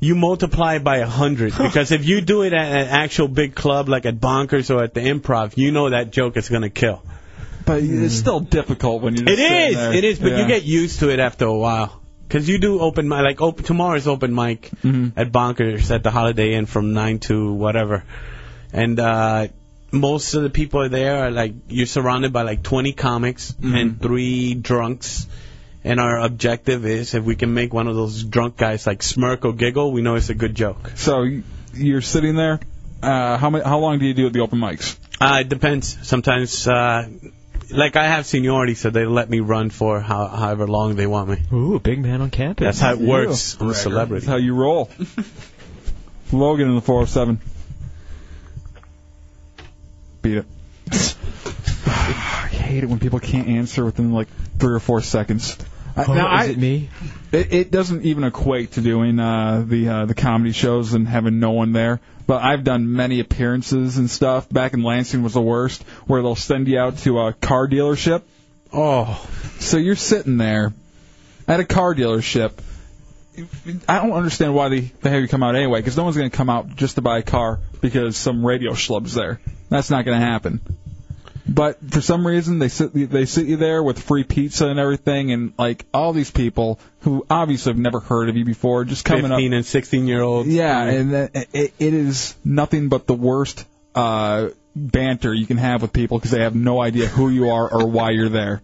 you multiply it by a hundred. because if you do it at an actual big club like at Bonkers or at the Improv, you know that joke is gonna kill.
But it's
Hmm.
still difficult when you're.
It
Just sitting
is,
there.
it is. But
Yeah.
you get used to it after a while. Cause you do open mic like open, tomorrow's open mic
Mm-hmm.
Mm-hmm.
at Bonkers at the Holiday Inn from nine to whatever, and uh, most of the people are there are like you're surrounded by like 20 comics
Mm-hmm.
and three drunks, and our objective is if we can make one of those drunk guys like smirk or giggle, we know it's a good joke.
So y- you're sitting there. Uh, how many, How long do you do at the open mics?
Uh, it depends. Sometimes, uh, like I have seniority, so they let me run for how, however long they want me.
Ooh, big man on campus.
That's how it works. I'm a celebrity.
That's how you roll. Logan in the 407. Beat it. I hate it when people can't answer within like three or four seconds. I-
Oh,
now,
is
I-
it me?
It, it doesn't even equate to doing uh, the uh, the comedy shows and having no one there. But I've done many appearances and stuff. Back in Lansing was the worst, where they'll send you out to a car dealership.
Oh,
so you're sitting there at a car dealership. I don't understand why they, they have you come out anyway, because no one's going to come out just to buy a car because some radio schlub's there. That's not going to happen. But for some reason, they sit they sit you there with free pizza and everything, and like all these people who obviously have never heard of you before, just coming up.
15 and 16 year olds.
Yeah, and that- it, it is nothing but the worst uh, banter you can have with people because they have no idea who you are or why you're there.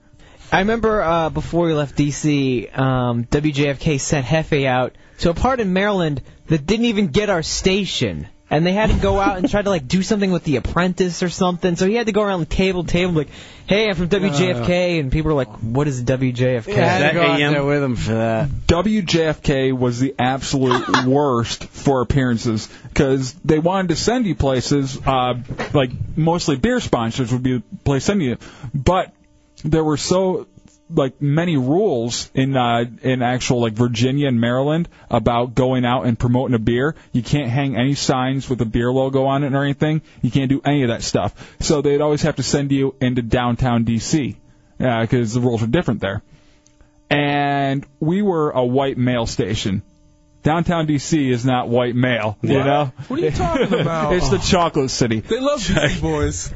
I remember uh, before we left DC, um, WJFK sent Hefe out to a part in Maryland that didn't even get our station. And they had to go out and try to like do something with The Apprentice or something. So he had to go around table to table like, "Hey, I'm from WJFK," and people were like, "What is WJFK?"
with him for that. WJFK was the absolute worst for appearances because they wanted to send you places, uh, like mostly beer sponsors would be the place sending you, but there were so like many rules in uh, in actual like Virginia and Maryland about going out and promoting a beer. You can't hang any signs with a beer logo on it or anything. You can't do any of that stuff. So they'd always have to send you into downtown D.C. because the rules are different there and we were a white male station. Downtown DC is not white male, you
What?
know.
What are you talking about?
it's the chocolate city.
They love these boys.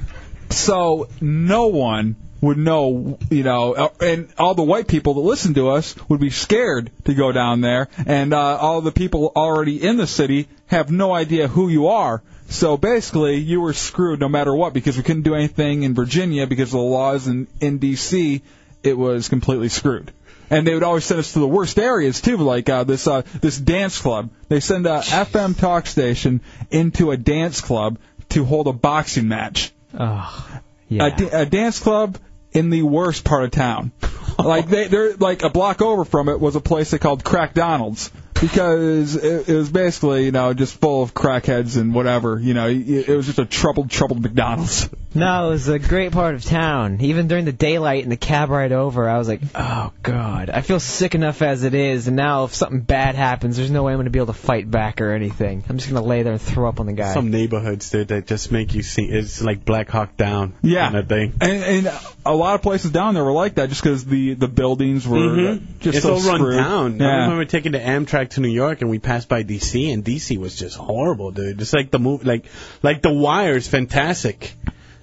So no one would know, you know, uh, and all the white people that listen to us would be scared to go down there, and uh, all the people already in the city have no idea who you are. So basically, you were screwed no matter what because we couldn't do anything in Virginia because of the laws in in D.C. It was completely screwed. And they would always send us to the worst areas too, like uh, this uh, this dance club. They send a FM talk station into a dance club to hold a boxing match. A, da- a dance club in the worst part of town. Like they, they're like a block over from it was a place they called Crack Donald's because it, it was basically you know just full of crackheads and whatever. You know, it, it was just a troubled, troubled McDonald's.
No, it was a great part of town. Even during the daylight in the cab ride over, I was like, oh, God. I feel sick enough as it is, and now if something bad happens, there's no way I'm going to be able to fight back or anything. I'm just going to lay there and throw up on the guy.
Some neighborhoods, dude, that just make you see it's like Black Hawk Down.
Yeah.
Kind of thing.
And, and a lot of places down there were like that just because the the buildings were
Mhm.
Mm-hmm. just
it's
so
all run
screwed.
down. I
Yeah.
remember taking the Amtrak back to New York and we passed by DC and DC was just horrible, dude. Just like the movie, like like The Wire is fantastic.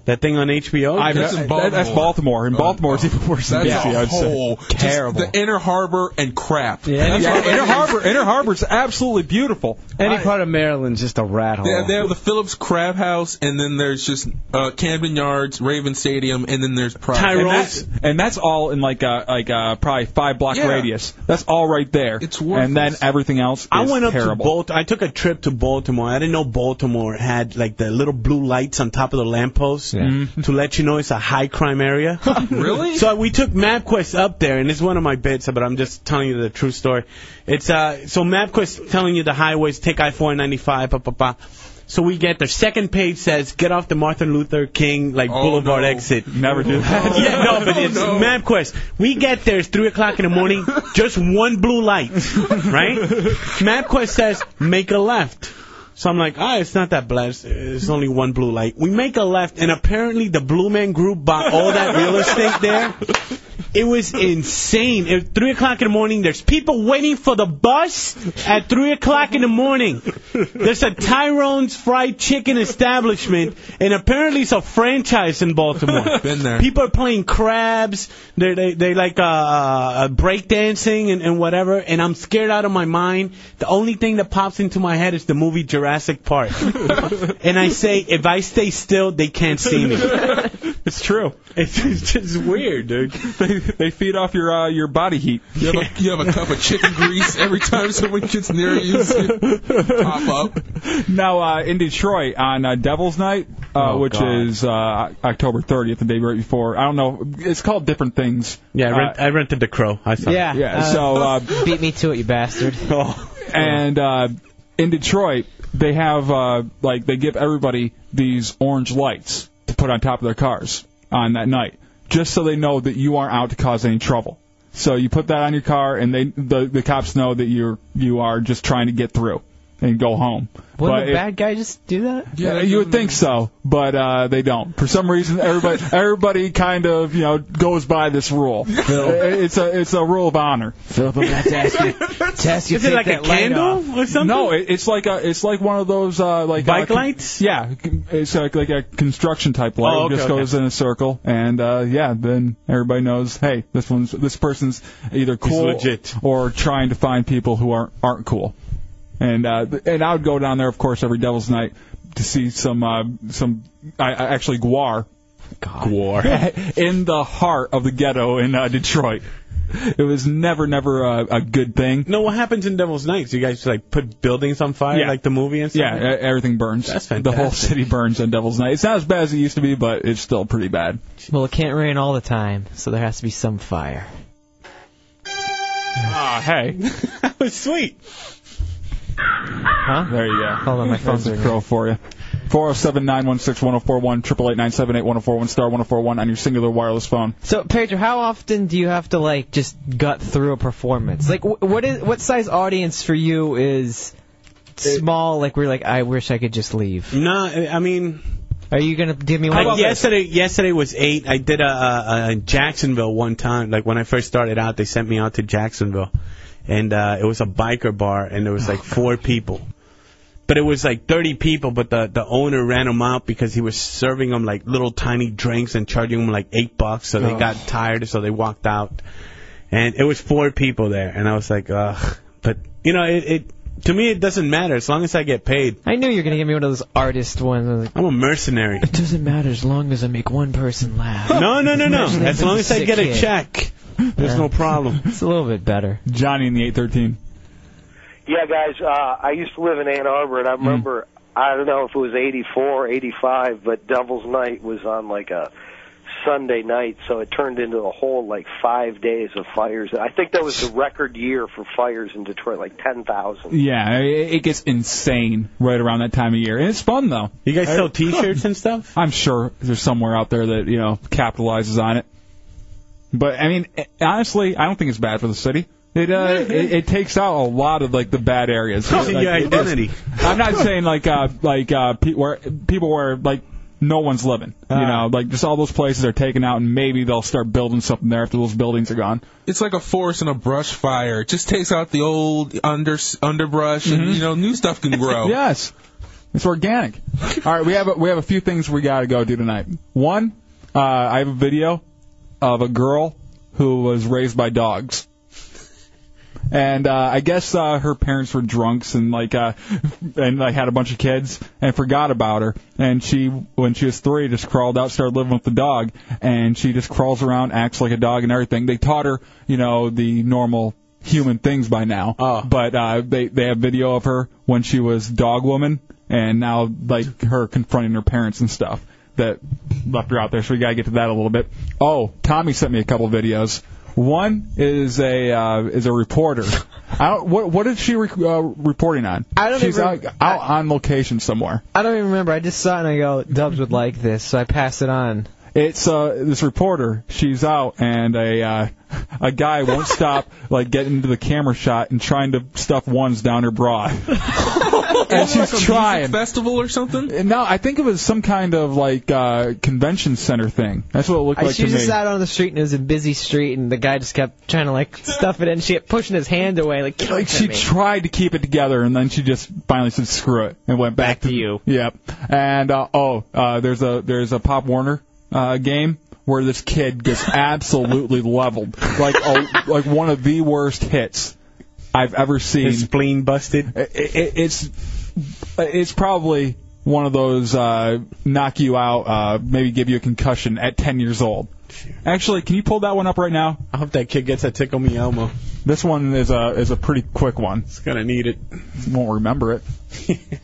That thing on HBO.
I- This is Oh, that- Baltimore.
Oh.
that's Baltimore, and Baltimore is even worse than
That's
DC,
a
I'd say.
whole just
Terrible.
The Inner Harbor and crap. That's
Yeah,
what it
Inner
is.
Harbor, Inner Harbor's absolutely beautiful.
Any part of Maryland's just a
Oh.
rat hole.
They have, they have the Phillips Crab House, and then there's just uh, Camden Yards, Raven Stadium, and then there's Pride.
And that's, and that's all in like a like a probably five block
Yeah.
radius. That's all right there. It's
worthless.
And then everything else is
I went up
terrible.
to Baltimore. I took a trip to Baltimore. I didn't know Baltimore had like the little blue lights on top of the lampposts to let you know it's a high crime area.
really?
So we took MapQuest up there, and it's one of my bits, but I'm just telling you the true story. It's uh, so MapQuest telling you the highways, take I-495, pa pa pa. So we get there. Second page says, get off the Martin Luther King like Boulevard exit.
Never do that.
yeah, no, but it's MapQuest. We get there, it's 3 o'clock in the morning, just one blue light, right? MapQuest says, make a left. So I'm like, ah, it's not that bad. It's- It's only one blue light. We make a left, and apparently the Blue Man Group bought all that real estate there. It was insane. At 3 o'clock in the morning, there's people waiting for the bus at 3 o'clock in the morning. There's a Tyrone's Fried Chicken establishment, and apparently it's a franchise in Baltimore.
Been there.
People are playing crabs. They're, they they like uh, uh, breakdancing and, and whatever. And I'm scared out of my mind. The only thing that pops into my head is the movie Jurassic Park. and I say, if I stay still, they can't see me.
It's true.
It's just weird, dude.
they, they feed off your uh, your body heat.
You have, a, you have a cup of chicken grease every time someone gets near you. it's Pop up.
Now uh, in Detroit on uh, Devil's Night, uh,
Oh,
which
God.
is uh, October 30th, the day right before. I don't know. It's called different things.
Yeah, I, rent, I rented The Crow. I saw. it.
Yeah. Yeah, so, uh, Oh.
beat me to it, you bastard.
and uh, in Detroit, they have uh, like they give everybody these orange lights to put on top of their cars on that night, just so they know that you aren't out to cause any trouble. So you put that on your car, and they the, the cops know that you're you are just trying to get through and go home.
Wouldn't
But
a
it-
bad guy just do that?
yeah, you would think so, but uh, they don't. For some reason, everybody everybody kind of you know goes by this rule. Uh, It's a it's a rule of honor. Philip, I'm
about to ask you- to ask you Is to it take like that a light candle off.
or something?
No, it, it's like a it's like one of those uh, like
Bike
uh, con-
lights?
Yeah, it's like, like a construction type light.
Oh,
it
okay,
just
okay.
goes in a circle, and uh, yeah, then everybody knows. Hey, this one's this person's either cool
legit.
or trying to find people who aren't aren't cool. And uh, th- and I would go down there, of course, every Devil's Night to see some uh, some I, I actually Guar. Guar in the heart of the ghetto in uh, Detroit. It was never never uh, a good thing.
No, what happens in Devil's Nights? You guys like put buildings on fire,
Yeah.
like the movie and stuff.
Yeah, e- everything burns.
That's
The whole
fantastic.
city burns on Devil's Night. It's not as bad as it used to be, but it's still pretty bad.
Well, it can't rain all the time, so there has to be some fire.
Ah, hey.
that was sweet.
Huh?
There you go.
Hold on, my phone's
There's a
ringing.
crow for you. 407 916 1041, 888 978 1041, star 1041 on your singular wireless phone.
So, Pedro, how often do you have to like just gut through a performance? Like, wh- what is what size audience for you is small? Like, we're like, I wish I could just leave.
No, I I mean,
Are you gonna give me one?
like yesterday, yesterday was eight. I did a, a, a in Jacksonville one time. Like when I first started out, they sent me out to Jacksonville, and uh, it was a biker bar, and there was like four people. But it was like 30 people, but the, the owner ran them out because he was serving them like little tiny drinks and charging them like eight bucks. So they
Oh.
got tired, so they walked out. And it was four people there, and I was like, ugh. But you know, it, it to me it doesn't matter as long as I get paid.
I knew you were gonna give me one of those artist ones. I was like,
I'm a mercenary.
it doesn't matter as long as I make one person laugh.
No, no, no, no. As long as I get a check, there's
Yeah.
no problem.
It's a little bit better.
Johnny in the 813.
Yeah, guys, uh, I used to live in Ann Arbor, and I remember, I don't know if it was '84, '85, but Devil's Night was on like a Sunday night, so it turned into a whole like five days of fires. I think that was the record year for fires in Detroit, like 10,000.
Yeah, i- it gets insane right around that time of year. And it's fun, though.
You guys sell T-shirts and stuff?
I'm sure there's somewhere out there that, you know, capitalizes on it. But, I mean, eh, honestly, I don't think it's bad for the city. It, uh, it, it takes out a lot of, like, the bad areas.
It's your
Like, it just-
identity.
I'm not saying like uh like uh pe- where people where like no one's living. you know, like just all those places are taken out, and maybe they'll start building something there after those buildings are gone.
It's like a forest and a brush fire. It just takes out the old under underbrush,
Mm-hmm.
and you know, new stuff can grow.
Yes, it's organic. All right, we have a, we have a few things we got to go do tonight. One, uh, I have a video of a girl who was raised by dogs. And uh, I guess uh, her parents were drunks and like uh, and like had a bunch of kids and forgot about her. And she, when she was three, just crawled out, started living with the dog, and she just crawls around, acts like a dog and everything. They taught her, you know, the normal human things by now. But uh, they they have video of her when she was dog woman, and now like her confronting her parents and stuff that left her out there. So we gotta get to that a little bit. Oh, Tommy sent me a couple videos. One is a uh, is a reporter. I don't, what what is she re- uh, reporting on?
I don't
She's
even-
out, out on location somewhere.
I don't even remember. I just saw it and I go, Dubs would like this, so I pass it on.
It's uh, this reporter. She's out, and a uh, a guy won't stop like getting into the camera shot and trying to stuff ones down her bra. and she's trying.
festival or something.
No, I think it was some kind of like uh, convention center thing. That's what it looked
I,
like
she
to
was
me.
just out on the street and it was a busy street and the guy just kept trying to like stuff it in. She kept pushing his hand away like, "Get away
like
from
she
me."
tried to keep it together and then she just finally said screw it and went back, to, you yep and uh, oh uh, there's a there's a pop warner uh, game where this kid gets absolutely leveled like a, like one of the worst hits i've ever seen
His spleen busted
it, it, it's it's probably one of those uh, knock you out uh, maybe give you a concussion at 10 years old Actually, can you pull that one up right now?
I hope that kid gets a tickle me Elmo.
This one is a is a pretty quick one. It's
gonna need it.
Won't remember it.
Give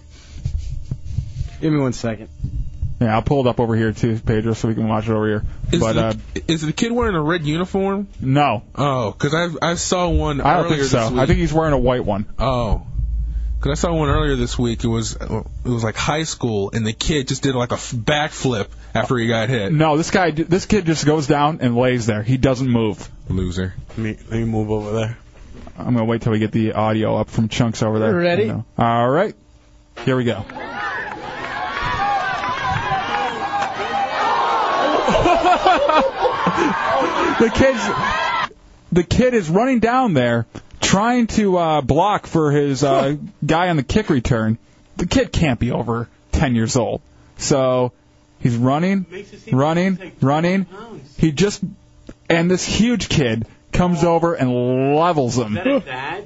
me one second.
Yeah, I'll pull it up over here too, Pedro, so we can watch it over here.
Is,
but
the,
uh,
is the kid wearing a red uniform?
no,
Oh, because I I saw one
I don't
earlier
think
this
so.
week.
I think he's wearing a white one.
Oh. Cause I saw one earlier this week. It was it was like high school, and the kid just did like a f- backflip after he got hit.
No, this guy, this kid just goes down and lays there. He doesn't move.
Loser.
Let me, let me move over there.
I'm gonna wait till we get the audio up from Chunks over there.
Ready?
You know. All right, here we go. the kid's the kid is running down there trying to uh, block for his uh, guy on the kick return. The kid can't be over ten years old, so he's running, running, running. He just and this huge kid comes over and levels him.
dad?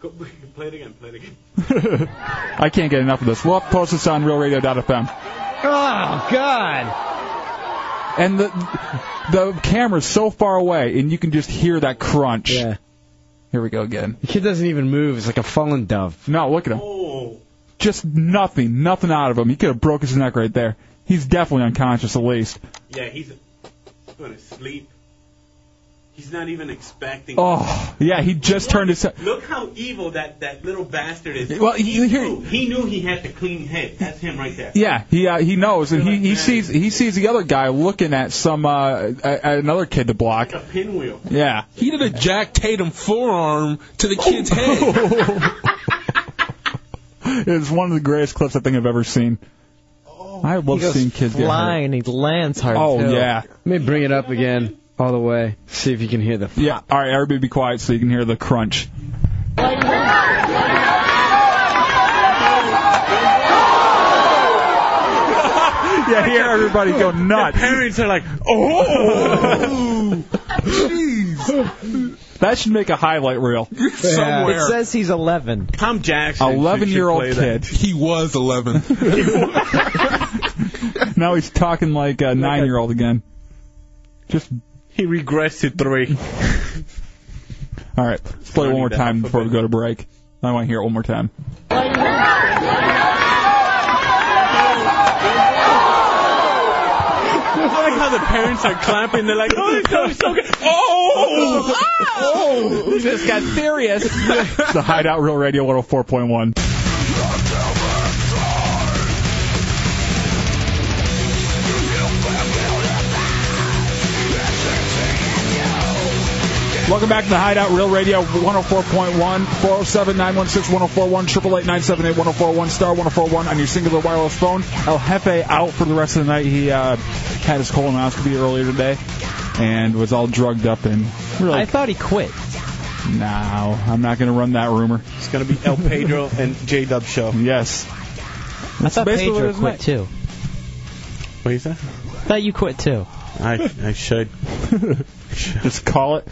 Go, play it again. Play it again.
I can't get enough of this. We'll have to post this on RealRadio.fm.
Oh God!
And the the camera's so far away, and you can just hear that crunch. Yeah. Here we go again.
The kid doesn't even move. It's like a fallen dove.
No, look at him. Just nothing, nothing out of him. He could have broke his neck right there. He's definitely unconscious at least.
Yeah, he's going to sleep. He's not even expecting.
Oh, yeah, he just turned his.
Look how evil that, that little bastard is.
Well, he- he-
knew, he knew he had the clean head. That's him right there.
Yeah, he uh, he knows, and he, he sees he sees the other guy looking at some uh, at at another kid to block.
Pinwheel.
Yeah.
He did a Jack Tatum forearm to the kid's head.
It's one of the greatest clips I think I've ever seen.
Oh,
I
He
love
goes
seeing kids get hurt.
flying. He lands hard.
Oh,
too.
yeah.
Let me bring it up again all the way. See if you can hear the.
Yeah. All right, everybody be quiet so you can hear the crunch. yeah, here everybody go nuts.
parents are like,
Oh!
oh,
jeez. That should make a highlight reel.
It says he's 11.
Tom Jackson. should- should
11 year old
play that.
kid.
He was 11.
now he's talking like a nine year old again. Just
He regressed to three.
All right, let's play it one more time before we go to break. I want to hear it one more time.
I like how the parents are clapping. They're like, oh, it's so, so good. Oh, oh,
this just got serious. It's the Hideout Real Radio 104.1. Welcome back to the Hideout Real Radio 104.1, 407 916 1041, 888 978 1041, star 1041 on your singular wireless phone. El Jefe out for the rest of the night. He uh, had his colonoscopy earlier today and was all drugged up and really.
I thought he quit.
No, I'm not going to run that rumor. It's
going to be El Pedro and J Dub show.
Yes.
I thought
basically what
Pedro
it was
quit
like.
too.
What do you say?
Thought you quit too.
I I should.
Just call it.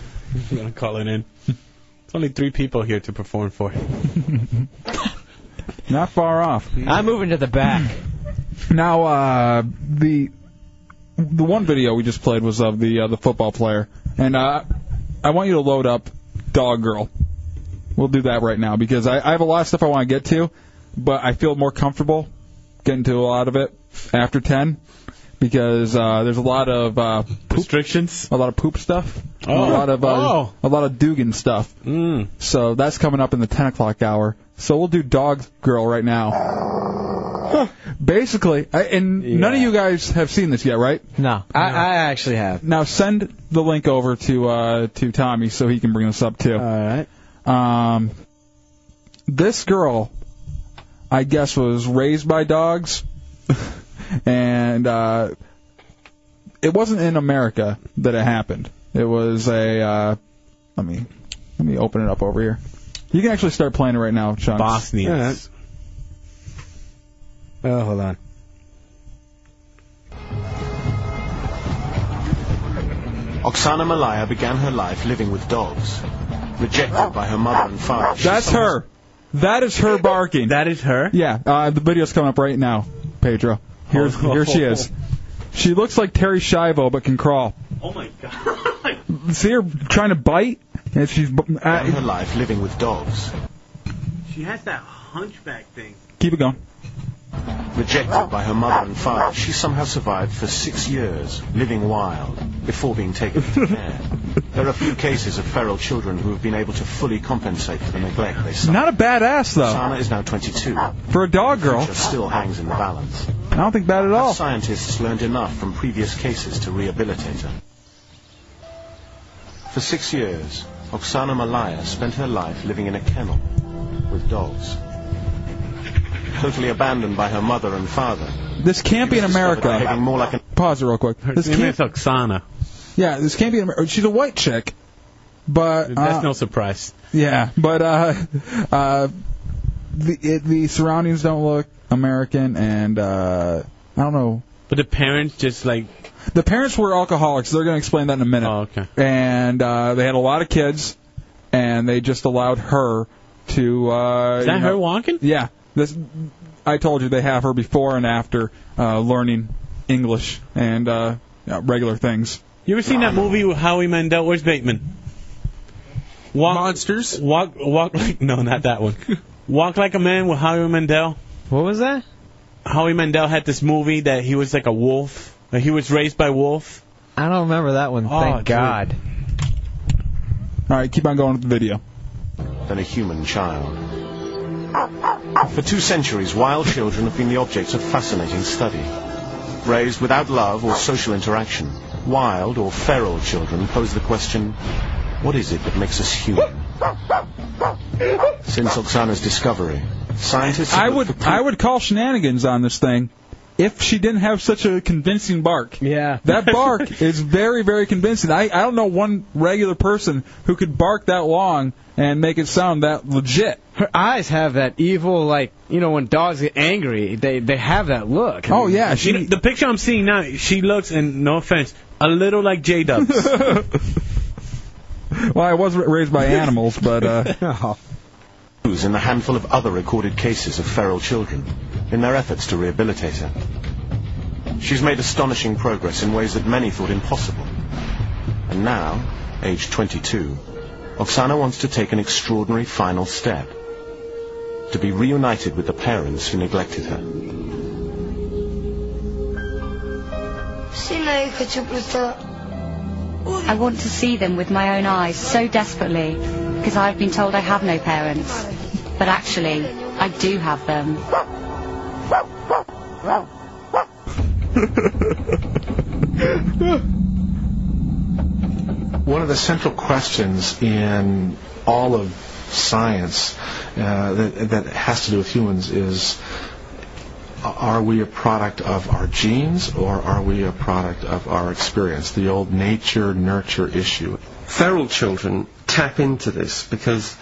I'm gonna call it in. It's only three people here to perform for.
Not far off.
I'm moving to the back.
Now, uh, the the one video we just played was of the uh, the football player, and uh, I want you to load up Dog Girl. We'll do that right now because I, I have a lot of stuff I want to get to, but I feel more comfortable getting to a lot of it after ten because uh, there's a lot of uh, poop,
restrictions,
a lot of poop stuff,
Oh.
a lot of uh,
Oh.
a lot of Dugan stuff.
Mm.
So that's coming up in the ten o'clock hour. So we'll do Dog Girl right now. Basically, I, and none of you guys have seen this yet, right?
No,
I,
I actually have.
Now send the link over to uh, to Tommy so he can bring this up too. All
right.
Um, this girl, I guess, was raised by dogs, and uh, it wasn't in America that it happened. It was a uh, let me let me open it up over here. You can actually start playing it right now, Chunks.
Bosnians.
Oh, hold on.
Oksana Malaya began her life living with dogs, rejected by her mother and father. she
That's her. That is her barking.
That is her.
Yeah, uh, the video's coming up right now, Pedro. Here's,
Oh.
here she is. She looks like Terry Schiavo, but can crawl.
Oh my god.
See her trying to bite, and she's. b-
Began her
Uh,
life living with dogs,
She has that hunchback thing.
keep it going.
rejected by her mother and father. She somehow survived for six years, living wild, before being taken to care. There are few cases of feral children who have been able to fully compensate for the neglect they suffered.
Not a badass though
Oksana is now 22.
for a dog girl.
Future still hangs in the balance.
I don't think bad at all.
Scientists learned enough from previous cases to rehabilitate her. For six years, Oksana Malaya spent her life living in a kennel with dogs. Totally abandoned by her mother and father.
This can't be in America.
Behaving more like an
Pause it real quick.
Her
This
name
can't.
is Oksana.
Yeah, this can't be in America. She's a white chick, but
That's
uh,
no surprise.
yeah, but uh, uh, the it, the surroundings don't look American, and uh, I don't know.
But the parents just like
The parents were alcoholics. They're going to explain that in a minute.
Oh, okay.
And uh, they had a lot of kids, and they just allowed her to. Uh,
Is that
you
her
know-
walking?
Yeah. This. I told you they have her before and after uh, learning English and uh, you know, regular things.
You ever seen that movie with Howie Mandel? Where's Bateman? Walk, Monsters. Walk, walk like no, not that one. walk like a man with Howie Mandel.
What was that?
Howie Mandel had this movie that he was like a wolf. Like he was raised by wolf.
I don't remember that one.
Oh,
Thank
dude.
God.
All right, keep on going with the video.
than a human child. For two centuries, wild children have been the objects of fascinating study. Raised without love or social interaction, wild or feral children pose the question, what is it that makes us human? Since Oksana's discovery, scientists have
I
looked
would I would call shenanigans on this thing if she didn't have such a convincing bark.
Yeah.
That bark is very very convincing. I I don't know one regular person who could bark that long and make it sound that legit.
Her eyes have that evil, like you know, when dogs get angry, they they have that look.
Oh yeah,
You know, the picture I'm seeing now, she looks, and no offense, a little like J Dubs.
Well, I was ra- raised by animals, but
Oh.
uh
clues in the handful of other recorded cases of feral children in their efforts to rehabilitate her. She's made astonishing progress in ways that many thought impossible. And now, aged 22, Oksana wants to take an extraordinary final step to be reunited with the parents who neglected her.
I want to see them with my own eyes so desperately because I've been told I have no parents. But actually, I do have them.
One one of the central questions in all of science uh, that, that has to do with humans is are we a product of our genes or are we a product of our experience? The old nature nurture issue.
Feral children tap into this because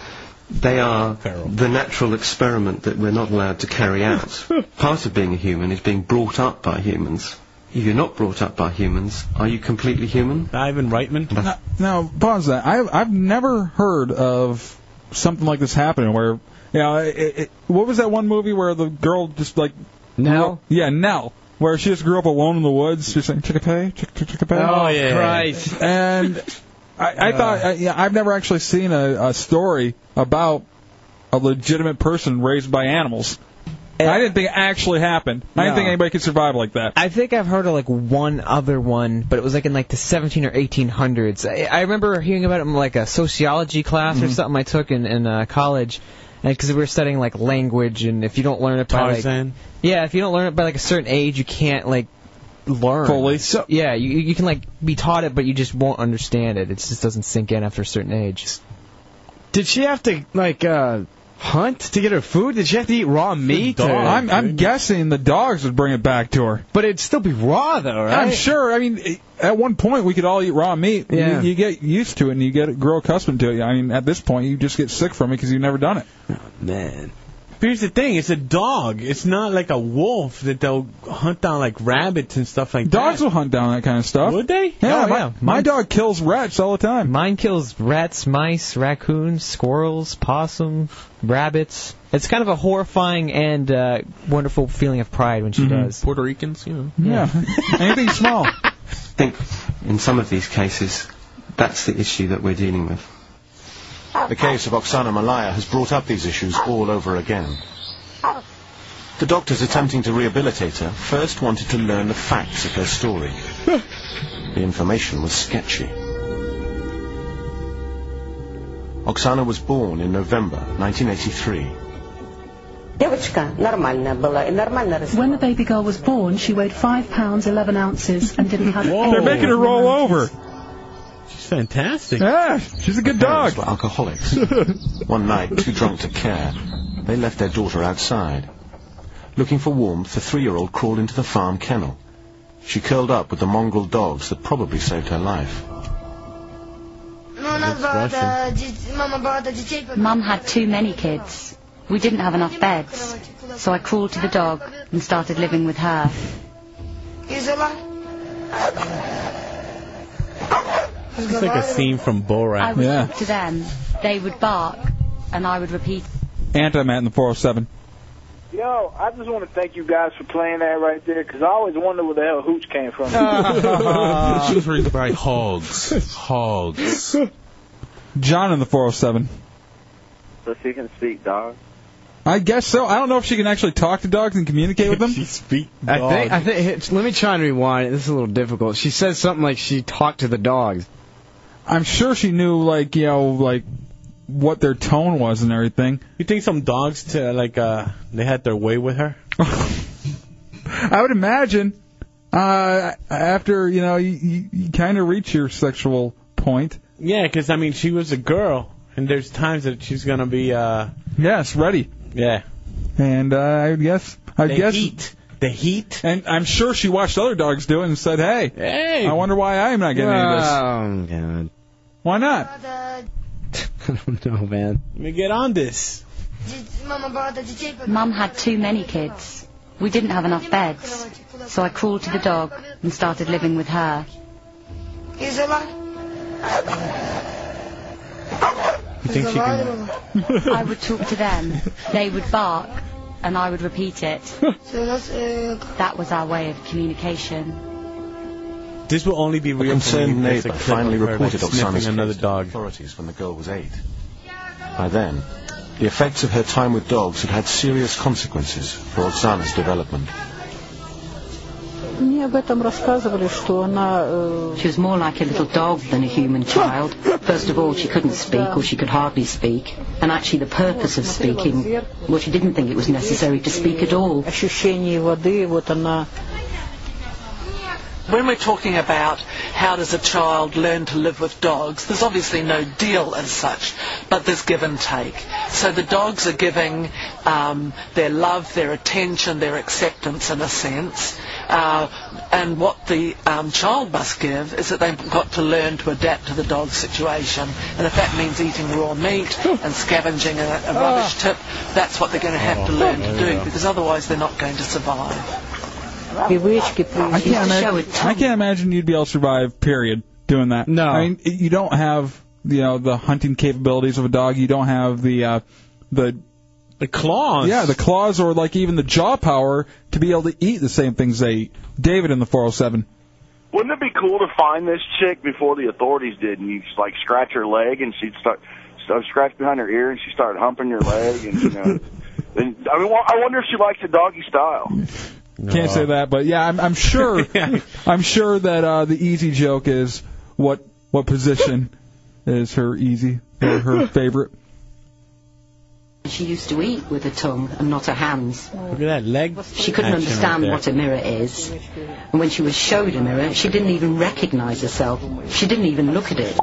they are the natural experiment that we're not allowed to carry out. Part of being a human is being brought up by humans. If you're not brought up by humans, are you completely human?
Ivan Reitman.
Now, now pause that. I've I've never heard of something like this happening. Where you know, it, it, what was that one movie where the girl just like Nell? Yeah, Nell. Where she just grew up alone in the woods, just like chickapay, chick chick- chickapay.
Oh, yeah. Christ.
And
Uh.
I, I thought, I, yeah, I've never actually seen a, a story about a legitimate person raised by animals. I didn't think it actually happened. I didn't
No.
think anybody could survive like that.
I think I've heard of like one other one, but it was like in like the 17 or 1800s. I, I remember hearing about it in like a sociology class or
Mhm.
something I took in in uh, college, because we were studying like language, and if you don't learn it by like
Tarzan.
yeah, if you don't learn it by like a certain age, you can't like learn
Fully.
So yeah, you you can like be taught it, but you just won't understand it. It just doesn't sink in after a certain age.
Did she have to like uh hunt to get her food? Did she have to eat raw meat? or-
I'm, I'm guessing the dogs would bring it back to her.
But it'd still be raw, though, right?
I'm sure. I mean, at one point we could all eat raw meat.
Yeah.
You, you get used to it and you get grow accustomed to it. I mean, at this point you just get sick from it because you've never done it.
Man. Here's the thing, it's a dog. It's not like a wolf that they'll hunt down like rabbits and stuff like
Dogs
that.
will hunt down that kind of stuff.
Would they?
Yeah,
Oh,
my,
yeah.
my dog kills rats all the time.
Mine kills rats, mice, raccoons, squirrels, possum, rabbits. It's kind of a horrifying and uh, wonderful feeling of pride when she does.
Mm-hmm. Puerto Ricans, you know.
Yeah. Anything small.
I think in some of these cases, that's the issue that we're dealing with.
The case of Oksana Malaya has brought up these issues all over again. The doctors attempting to rehabilitate her first wanted to learn the facts of her story. the information was sketchy. Oksana was born in November 1983.
Девочка нормальная была и нормально росла. When the baby girl was born, she weighed 5 pounds 11 ounces and didn't have
They're making her roll over.
She's fantastic.
Yeah, Ah, she's a good
dog. Were alcoholics. One night, too drunk to care, they left their daughter outside. Looking for warmth, the three-year-old crawled into the farm kennel. She curled up with the mongrel dogs that probably saved her life.
Mum had too many kids. We didn't have enough beds. So I crawled to the dog and started living with her.
It's like a scene from
I
Borat.
would talk to them, they would bark, and I would repeat
Anti Matt in the 407.
Yo, I just want to thank you guys for playing that right there, 'cause I always wonder where the hell Hooch came from.
she was raised by hogs. Hogs.
John in the 407.
So she can speak dog.
I guess so. I don't know if she can actually talk to dogs and communicate with them. she
speak
I think, I think, it's- let me try and rewind. This is a little difficult. She says something like she talked to the dogs.
I'm sure she knew, like, you know, like what their tone was and everything.
You think some dogs to like uh they had their way with her?
I would imagine uh, after you know you, you, you kind of reach your sexual point.
Yeah, 'cause I mean she was a girl and there's times that she's gonna be uh
Yes, ready.
Yeah.
And uh, I would guess. I
The
guess
heat. The heat.
And I'm sure she watched other dogs do it and said, "Hey,
hey,
I wonder why I'm not getting any of this."
Oh, God.
Why not?
I don't know, man.
Let me get on this.
Mum had too many kids. We didn't have enough beds. So I crawled to the dog and started living with her.
You think she can
I would talk to them. They would bark, and I would repeat it. That was our way of communication.
This will only be real.
concerned
for me if there's a
neighbour
clip
finally
of her,
reported
like,
Oksana's
sniffing another
case
dog.
authorities when the girl was eight. By then, the effects of her time with dogs had had serious consequences for Oksana's development.
Мне об этом рассказывали, что она... э,
She was more like a little dog than a human child. First of all, she couldn't speak or she could hardly speak. And actually, the purpose of speaking, well, she didn't think it was necessary to speak at all.
Ощущение воды, вот она
when we're talking about how does a child learn to live with dogs, there's obviously no deal as such, but there's give and take. So the dogs are giving um, their love, their attention, their acceptance in a sense. Uh, and what the um, child must give is that they've got to learn to adapt to the dog situation. And if that means eating raw meat and scavenging a, a rubbish tip, that's what they're going to have to learn to do because otherwise they're not going to survive.
Bewitched,
I
please.
can't, imagine, I can't imagine you'd be able to survive, period, doing that. No. I mean, you don't have, you know, the hunting capabilities of a dog. You don't have the, uh, the...
The claws.
Yeah, the claws or, like, even the jaw power to be able to eat the same things they eat. David in the 407.
Wouldn't it be cool to find this chick before the authorities did, and you just like scratch her leg, and she'd start so scratch behind her ear, and she started humping your leg, and you know. And, I mean, well, I wonder if she likes the doggy style.
Can't say that, but yeah, I'm, I'm sure. I'm sure that uh, the easy joke is what what position is her easy or her favorite.
She used to eat with her tongue and not her hands.
Look at that leg.
She couldn't
action
understand
right
what a mirror is. And when she was showed a mirror, she didn't even recognize herself. She didn't even look at it.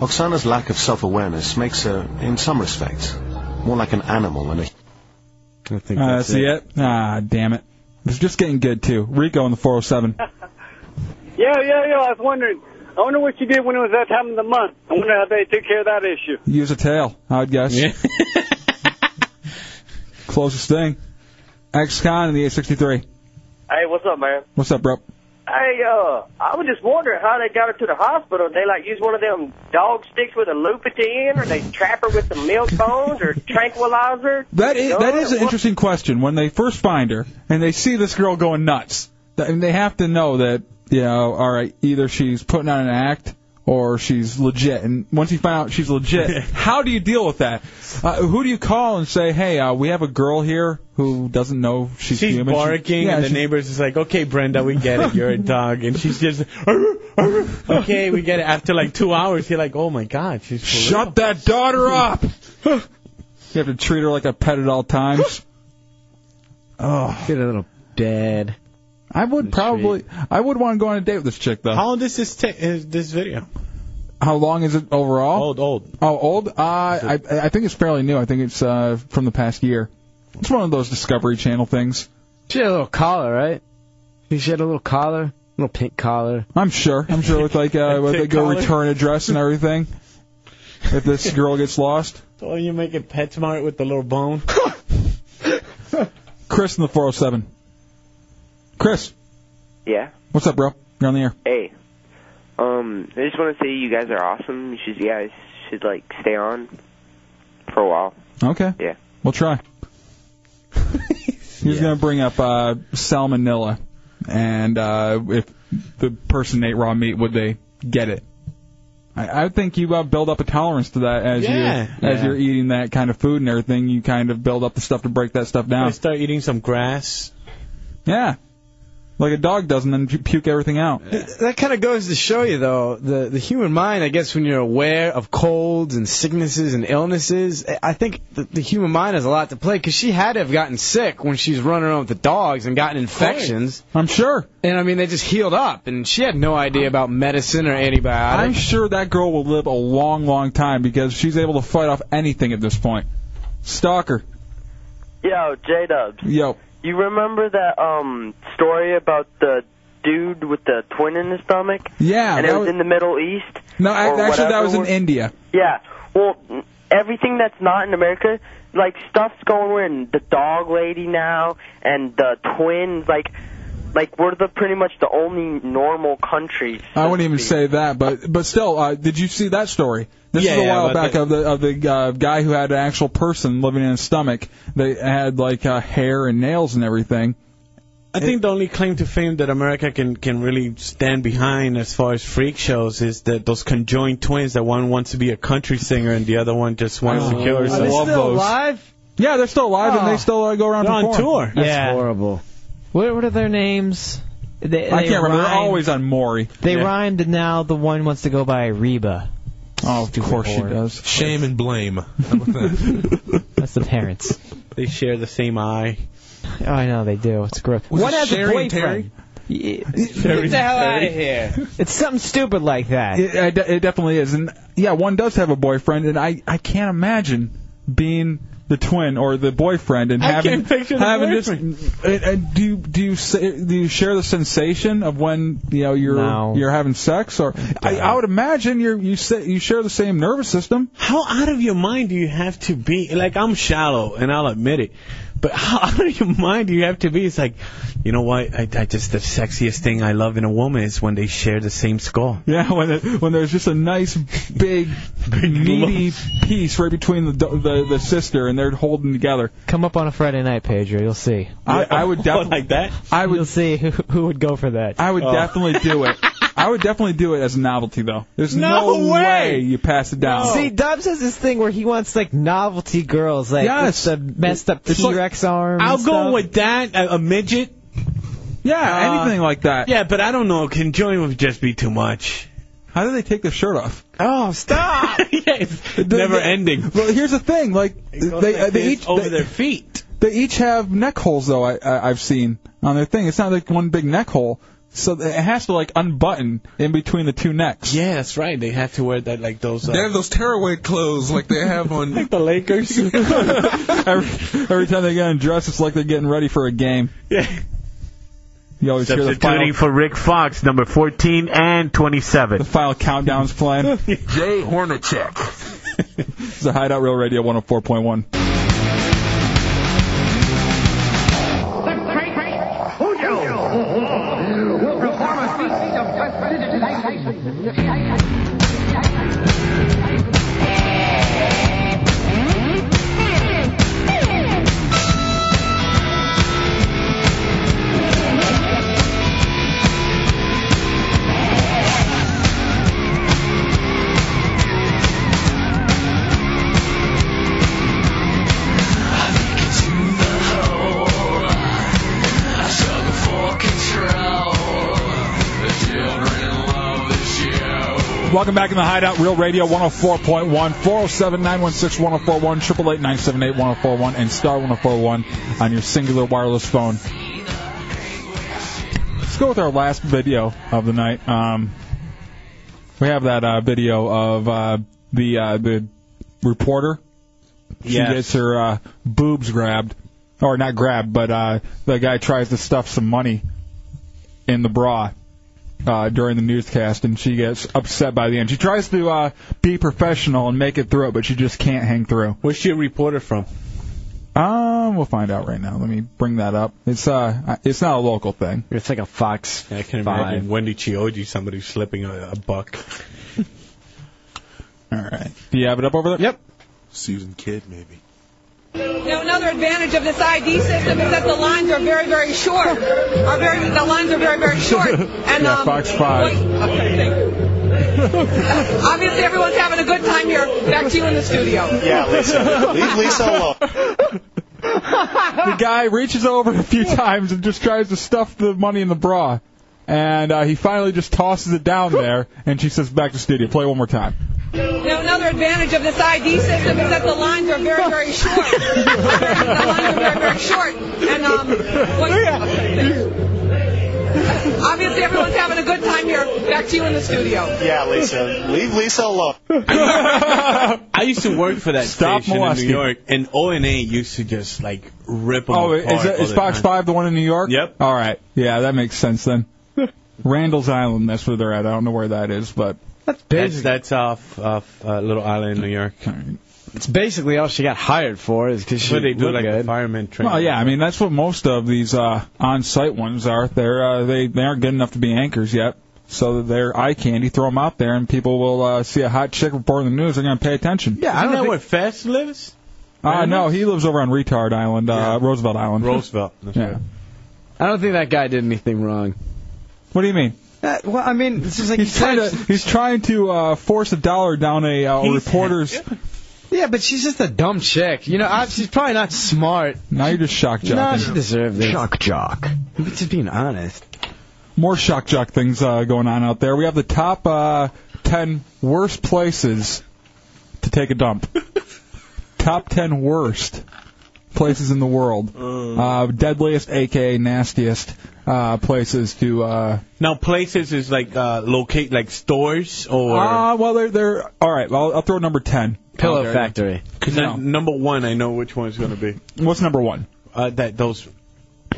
Oksana's lack of self-awareness makes her, in some respects, more like an animal than a...
I think that's, Uh, see it. Ah, damn it. It's just getting good too. Rico in the 407.
Yeah, yeah, yeah. I was wondering. I wonder what you did when it was that time of the month. I wonder how they took care of that issue.
Use a tail, I'd guess. Closest thing. X-Con in the 863.
Hey, what's up, man?
What's up, bro?
Hey, uh, I was just wondering how they got her to the hospital. They like use one of them dog sticks with a loop at the end, or they trap her with some milk bones, or tranquilizer.
That is that is an interesting question. When they first find her and they see this girl going nuts, th- and they have to know that you know, all right, either she's putting on an act or she's legit. And once you find out she's legit, how do you deal with that? Uh, who do you call and say, hey, uh, we have a girl here who doesn't know she's,
She's
human? She-
barking,
yeah,
and the
she-
neighbor's is like, "Okay, Brenda, we get it. You're a dog." And she's just, "Arr, arr." "Okay, we get it." After like two hours, you're like, "Oh my god, she's for real."
Shut that daughter up! you have to treat her like a pet at all times. oh, get a little dead. I would probably. I would want to go on a date with this chick though.
How long does this take? Is this video?
How long is it overall?
Old, old.
Oh, old. Uh, I I think it's fairly new. I think it's uh, from the past year. It's one of those Discovery Channel things.
She had a little collar, right? She had a little collar, little pink collar.
I'm sure. I'm sure with like uh, with
tick
like a
collar?
return address and everything. if this girl gets lost,
Oh, you make it PetSmart with the little bone.
Chris in the 407. Chris,
Yeah.
what's up, bro? You're on the air.
Hey. Um, I just want to say you guys are awesome. You should, you guys should like stay on for a while.
Okay.
Yeah.
We'll try. He was going to bring up uh, salmonella, and uh, if the person ate raw meat, would they get it? I, I think you uh, build up a tolerance to that as
Yeah.
you as
Yeah.
you're eating that kind of food and everything. You kind of build up the stuff to break that stuff
I
down.
start eating some grass.
Yeah, like a dog does, and then pu- puke everything out.
That kind of goes to show you, though, the the human mind. I guess when you're aware of colds and sicknesses and illnesses, I- I think the, the human mind has a lot to play because she had to have gotten sick when she's running around with the dogs and gotten infections.
I'm sure.
And I mean, they just healed up, and she had no idea about medicine or antibiotics.
I'm sure that girl will live a long, long time because she's able to fight off anything at this point. Stalker,
Yo, J Dubs.
yo,
You remember that um story about the dude with the twin in his stomach?
yeah.
and it
that
was,
was-
in the Middle East.
no,
or
ac- actually, that
whatever
was in
was-
India.
Yeah. Well, everything that's not in America, like stuff's going on. The dog lady now and the twins, like, like we're the pretty much the only normal country.
I wouldn't even say that, but but still, uh, did you see that story? This
Yeah,
is a
yeah,
while
but
back
the-
of the of the uh, guy who had an actual person living in his stomach. They had like uh, hair and nails and everything.
I think the only claim to fame that America can can really stand behind as far as freak shows is that those conjoined twins that one wants to be a country singer and the other one just wants
Oh.
to kill herself.
Yeah, they're still alive
Oh.
and they still uh, go around
They're on
perform.
tour. That's Yeah.
horrible.
What, what are their names? They,
I
they
can't remember. They're
rhyme-
always on Maury.
They rhymed, and now the one wants to go by Reba.
Oh, of course she
whore.
does.
Shame and blame. How about that?
That's the parents.
They share the same eye.
Oh, I know they do. It's gross.
Was
one
it
has
Sherry
a
and Terry?
boyfriend. Get the hell out of here. It's something stupid like that.
It, I de- it definitely is, and yeah, one does have a boyfriend, and I I can't imagine being the twin or the boyfriend and
I
having
can't picture the
having this. And, and do you- do you say, do you share the sensation of when you know you're
No.
you're having sex, or I, I would imagine you're you say, you share the same nervous system.
How out of your mind do you have to be? Like I'm shallow, and I'll admit it. But how out of your mind do you have to be? It's like, you know what? I, I just the sexiest thing I love in a woman is when they share the same skull.
Yeah, when it, when there's just a nice big, meaty piece right between the, do- the the sister and they're holding together.
Come up on a Friday night, Pedro. You'll see.
I, I would definitely
like that. Oh.
I would
You'll see who, who would go for that.
I would definitely do it. I would definitely do it as a novelty though. There's no,
No
way.
way.
you pass it down.
See, Dubs has this thing where he wants like novelty girls, like
Yes.
with the messed up
It's
T
like-
Rex arm.
I'll
and
go
stuff.
with that. A, a midget. Uh,
Yeah, anything like that.
Yeah, but I don't know. Conjoined would just be too much.
How do they take their shirt off?
Oh, stop!
Never ending.
Well, here's the thing. Like they
goes
they, uh,
like
they
this
each
over
they,
their feet.
They each have neck holes though. I, I I've seen on their thing. It's not like one big neck hole. So it has to like unbutton in between the two necks.
Yeah, that's right. They have to wear that like those. uh,
They have those tearaway clothes like they have on.
the Lakers.
every, every time they get undressed, it's like they're getting ready for a game.
Yeah.
You always hear the final,
for Rick Fox, number 14 and 27.
the final countdowns playing.
Jay Hornacek.
It's the Hideout Real Radio 104.1. Welcome back in the Hideout Real Radio 104.1, 407 916 1041, 888 978 1041, and star 1041 on your singular wireless phone. Let's go with our last video of the night. Um, we have that uh, video of uh, the uh, the reporter. She
Yes.
gets her uh, boobs grabbed, or not grabbed, but uh, the guy tries to stuff some money in the bra uh, during the newscast, and she gets upset by the end. She tries to uh, be professional and make it through, but she just can't hang through.
Where's she a reporter from?
Um, we'll find out right now. Let me bring that up. It's uh, it's not a local thing.
It's like a Fox.
I can
Five.
imagine Wendy Chioji, somebody slipping a, a buck.
All right. Do you have it up over there? Yep.
Susan Kidd, maybe.
Now, another advantage of this ID system is that the lines are very, very short. Are very, the lines are very, very short. And
yeah,
um,
Fox Five.
okay, thank you. obviously, everyone's having a good time here. Back to you in the studio.
Yeah, Lisa. Leave Lisa alone. the guy reaches over a few times and just tries to stuff the money in the bra. And uh, he finally just tosses it down there, and she says, "Back to studio. Play one more time."
Now, another advantage of this ID system is that the lines are very, very short. Are very- the lines are very, very short. And um, okay, thank you. obviously, everyone's having a good time here. Back to you in the studio.
Yeah, Lisa. Leave Lisa alone. I used to work for that
Stop
station
molesting.
in New York, and ONA used to just like rip them
Oh,
apart.
is, it,
all
is
the
Fox
time.
Five the one in New York? Yep. All right. Yeah, that makes sense then. Randall's Island, that's where they're at. I don't know where that is, but
That's, that's off, off uh, Little Island in New York.
It's basically all she got hired for is because she
Where they do
looked
like
good.
a fireman training.
well, yeah. I mean, that's what most of these uh, on-site ones are. They're uh, they they aren't good enough to be anchors yet, so they're eye candy. Throw them out there, and people will uh, see a hot chick reporting the news. They're going to pay attention.
Isn't that where Fest lives?
Uh, no, he lives over on Retard Island, uh, Roosevelt Island.
Roosevelt. That's
yeah.
right.
I don't think that guy did anything wrong.
What do you mean?
Uh, well, I mean, it's just like
he's
he
trying to
touched-
he's trying to uh, force a dollar down a uh, reporter's.
Yeah, but she's just a dumb chick. You know, I, she's probably not smart.
Now you're just shock jocking.
No, she deserved this. Shock jock. I'm just being honest.
More shock jock things uh, going on out there. We have the top uh, 10 worst places to take a dump. top 10 worst places in the world. Uh, deadliest, aka nastiest uh, places to. Uh,
Now places is like uh, locate like stores or
Ah, well, they're they're all right. Well, I'll throw number ten.
Pillow
Okay.
Factory. 'Cause
No.
I- number one, I know which one's going to be.
What's number one?
Uh, that those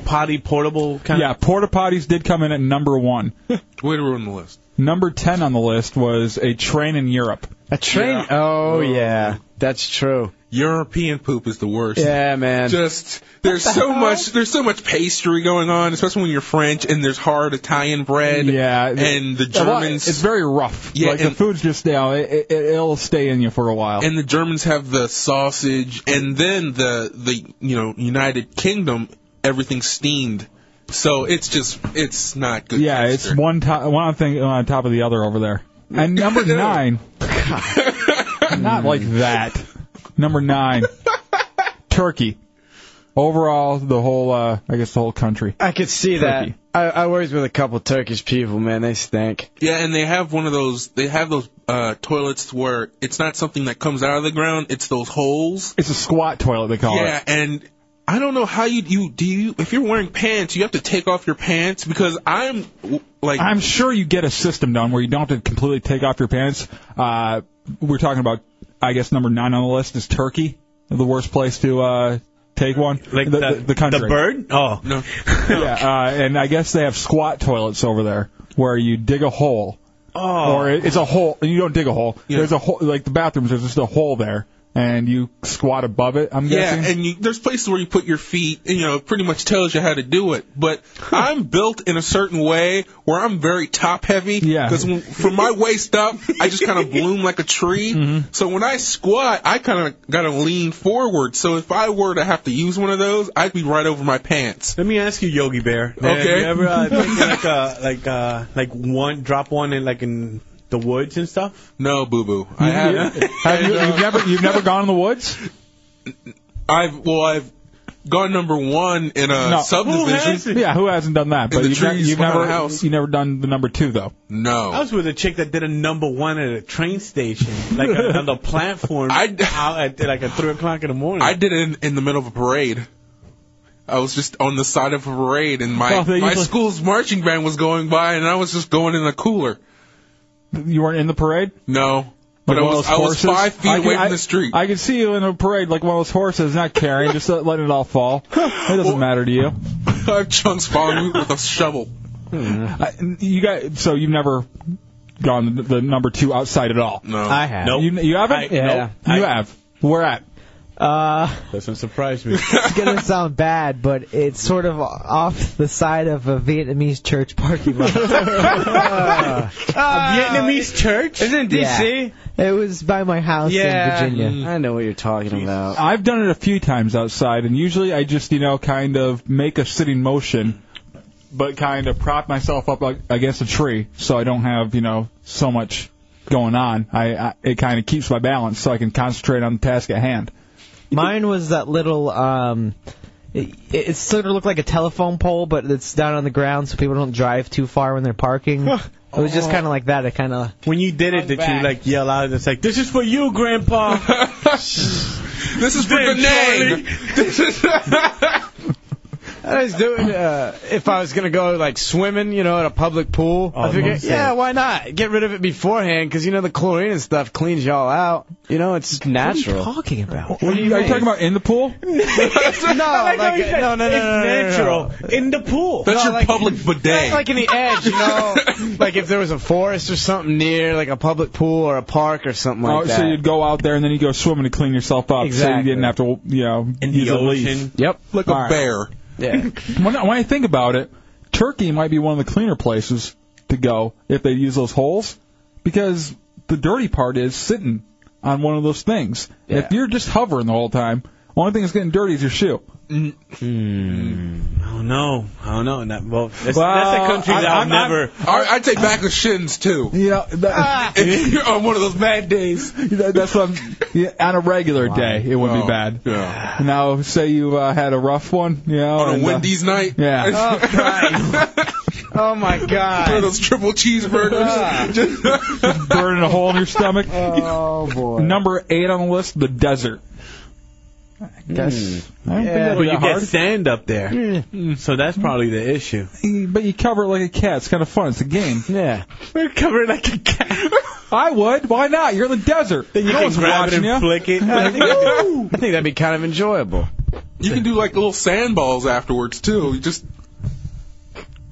potty portable kind
Yeah, porta potties did come in at number one.
of. Way to ruin the list.
number ten on the list was a train in Europe.
A train? Oh yeah, that's true.
European poop is the worst.
Yeah, man.
Just there's so much there's so much pastry going on, especially when you're French and there's hard Italian bread.
Yeah,
and the
it's a lot-
Germans.
It's very rough.
Yeah,
like the
and-
food's just now. It, it, it'll stay in you for a while.
and the Germans have the sausage, and then the the you know United Kingdom everything's steamed, so it's just it's not good.
yeah, it's one to- one thing on top of the other over there. And number nine, not like that. Number nine, Turkey. Overall, the whole uh, I guess the whole country.
I could see that. I, I worked with a couple Turkish people, man. They stink.
Yeah, and they have one of those. They have those uh, toilets where it's not something that comes out of the ground. It's those holes.
It's a squat toilet they call
yeah,
it.
and I don't know how you you do you if you're wearing pants, you have to take off your pants because I'm w- like
I'm sure you get a system done where you don't have to completely take off your pants. Uh, we're talking about, I guess, number nine on the list is Turkey, the worst place to uh, take one.
Like
the,
the-
the country.
the bird? Oh.
no.
yeah, uh, and I guess they have squat toilets over there where you dig a hole.
Oh.
Or it- it's a hole, and you don't dig a hole.
Yeah.
There's a hole, like the bathrooms, there's just a hole there, and you squat above it, I'm
yeah,
guessing.
and you, there's places where you put your feet, and, you know, it pretty much tells you how to do it. But I'm built in a certain way where I'm very top heavy.
Yeah.
Because from my waist up, I just kind of bloom like a tree.
Mm-hmm.
So when I squat, I kind of got to lean forward. So if I were to have to use one of those, I'd be right over my pants.
Let me ask you, Yogi Bear.
Okay.
Have you ever uh, taken, like uh, like uh, like one drop one in like in the woods and stuff?
No, boo boo. I have.
Have you,
uh,
you've never you've never gone in the woods?
I've well, I've gone number one in a uh, subdivision.
yeah, who hasn't done that?
In
But
the
you've, ne-
trees
you've
behind
never
the house.
you've never done the number two though.
No.
I was with a chick that did a number one at a train station, like on the platform, out at like at three o'clock in the morning.
I did it in, in the middle of a parade. I was just on the side of a parade, and my
Oh, they
my
usually-
school's marching band was going by, and I was just going in a cooler.
You weren't in the parade.
No, but
Like
I
one of
was
those
I was
horses?
five feet
I
away
could-
from
I-
the street.
I could see you in a parade like one of those horses, not carrying, just let- letting it all fall. It doesn't matter to you.
I have chunks following me with a shovel. Hmm.
I, you got so you've never gone the, the number two outside at all.
No. I have. Nope.
You, you haven't.
I-
Yeah.
You have. Where at?
Uh,
Doesn't surprise me.
it's gonna sound bad, but it's sort of off the side of a Vietnamese church parking lot.
a Vietnamese church?
Isn't
Yeah. It was by my house in Virginia.
Mm.
I know what you're talking about.
I've done it a few times outside, and usually I just you know kind of make a sitting motion, but kind of prop myself up like, against a tree so I don't have you know so much going on. I, I it kind of keeps my balance so I can concentrate on the task at hand.
Mine was that little. um it, it sort of looked like a telephone pole, but it's down on the ground so people don't drive too far when they're parking. it was just kind of like that. It kind of.
When you did it, did you like yell out and it's like, "This is for you, Grandpa."
This is for Benang.
I was doing uh, if I was gonna go like swimming, you know, at a public pool. I figured,
that's it.
yeah, why not? Get rid of it beforehand, because you know the chlorine and stuff cleans y'all out. You know, it's just natural.
What are you talking about?
What do you
Are you
mean?
talking about in the pool?
no,
like how
like,
he said,
no, no, no,
it's
no, no, no,
natural
no.
in the pool.
That's
No,
your
like-
public bidet.
Not like in the edge, you know. like if there was a forest or something near, like a public pool or a park or something like
oh,
that.
so you'd go out there and then you go swimming to clean yourself up, so you
Exactly.
didn't have to you know
In
use
the
a leaf.
ocean.
Yep.
like a
All right.
bear.
Yeah.
When, I- when I think about it, Turkey might be one of the cleaner places to go if they use those holes, because the dirty part is sitting on one of those things. If you're just hovering the whole time, only thing that's getting dirty is your shoe.
Hmm.
Oh no, oh no, not, well, that's,
Well,
that's a country that
I-
I'll
I'm- I'm-
never.
I, I take back the shins too.
Yeah,
If you're on one of those bad days.
that's what I'm, yeah, on a regular day it would
Oh,
be bad.
Yeah.
Now, say you uh, had a rough one, you know,
On
and,
a
uh,
Wendy's night.
yeah.
Oh, Christ. oh my
One of
God.
those triple cheeseburgers. Just-
burning a hole in your stomach.
Oh boy.
Number eight on the list, the desert. Guess. I don't think that'd
Hmm. but
be
you
that
get
hard.
sand up there, so that's probably the issue.
Mm, But you cover it like a cat. It's kind of fun. It's a game.
Yeah.
cover it like a cat.
I would. Why not? You're in the desert.
Then you
no
can
one's
grab it
watching
and
you.
flick it.
Yeah, I think that'd be-
I think that'd be kind of enjoyable.
You can do like little sandballs afterwards too. You just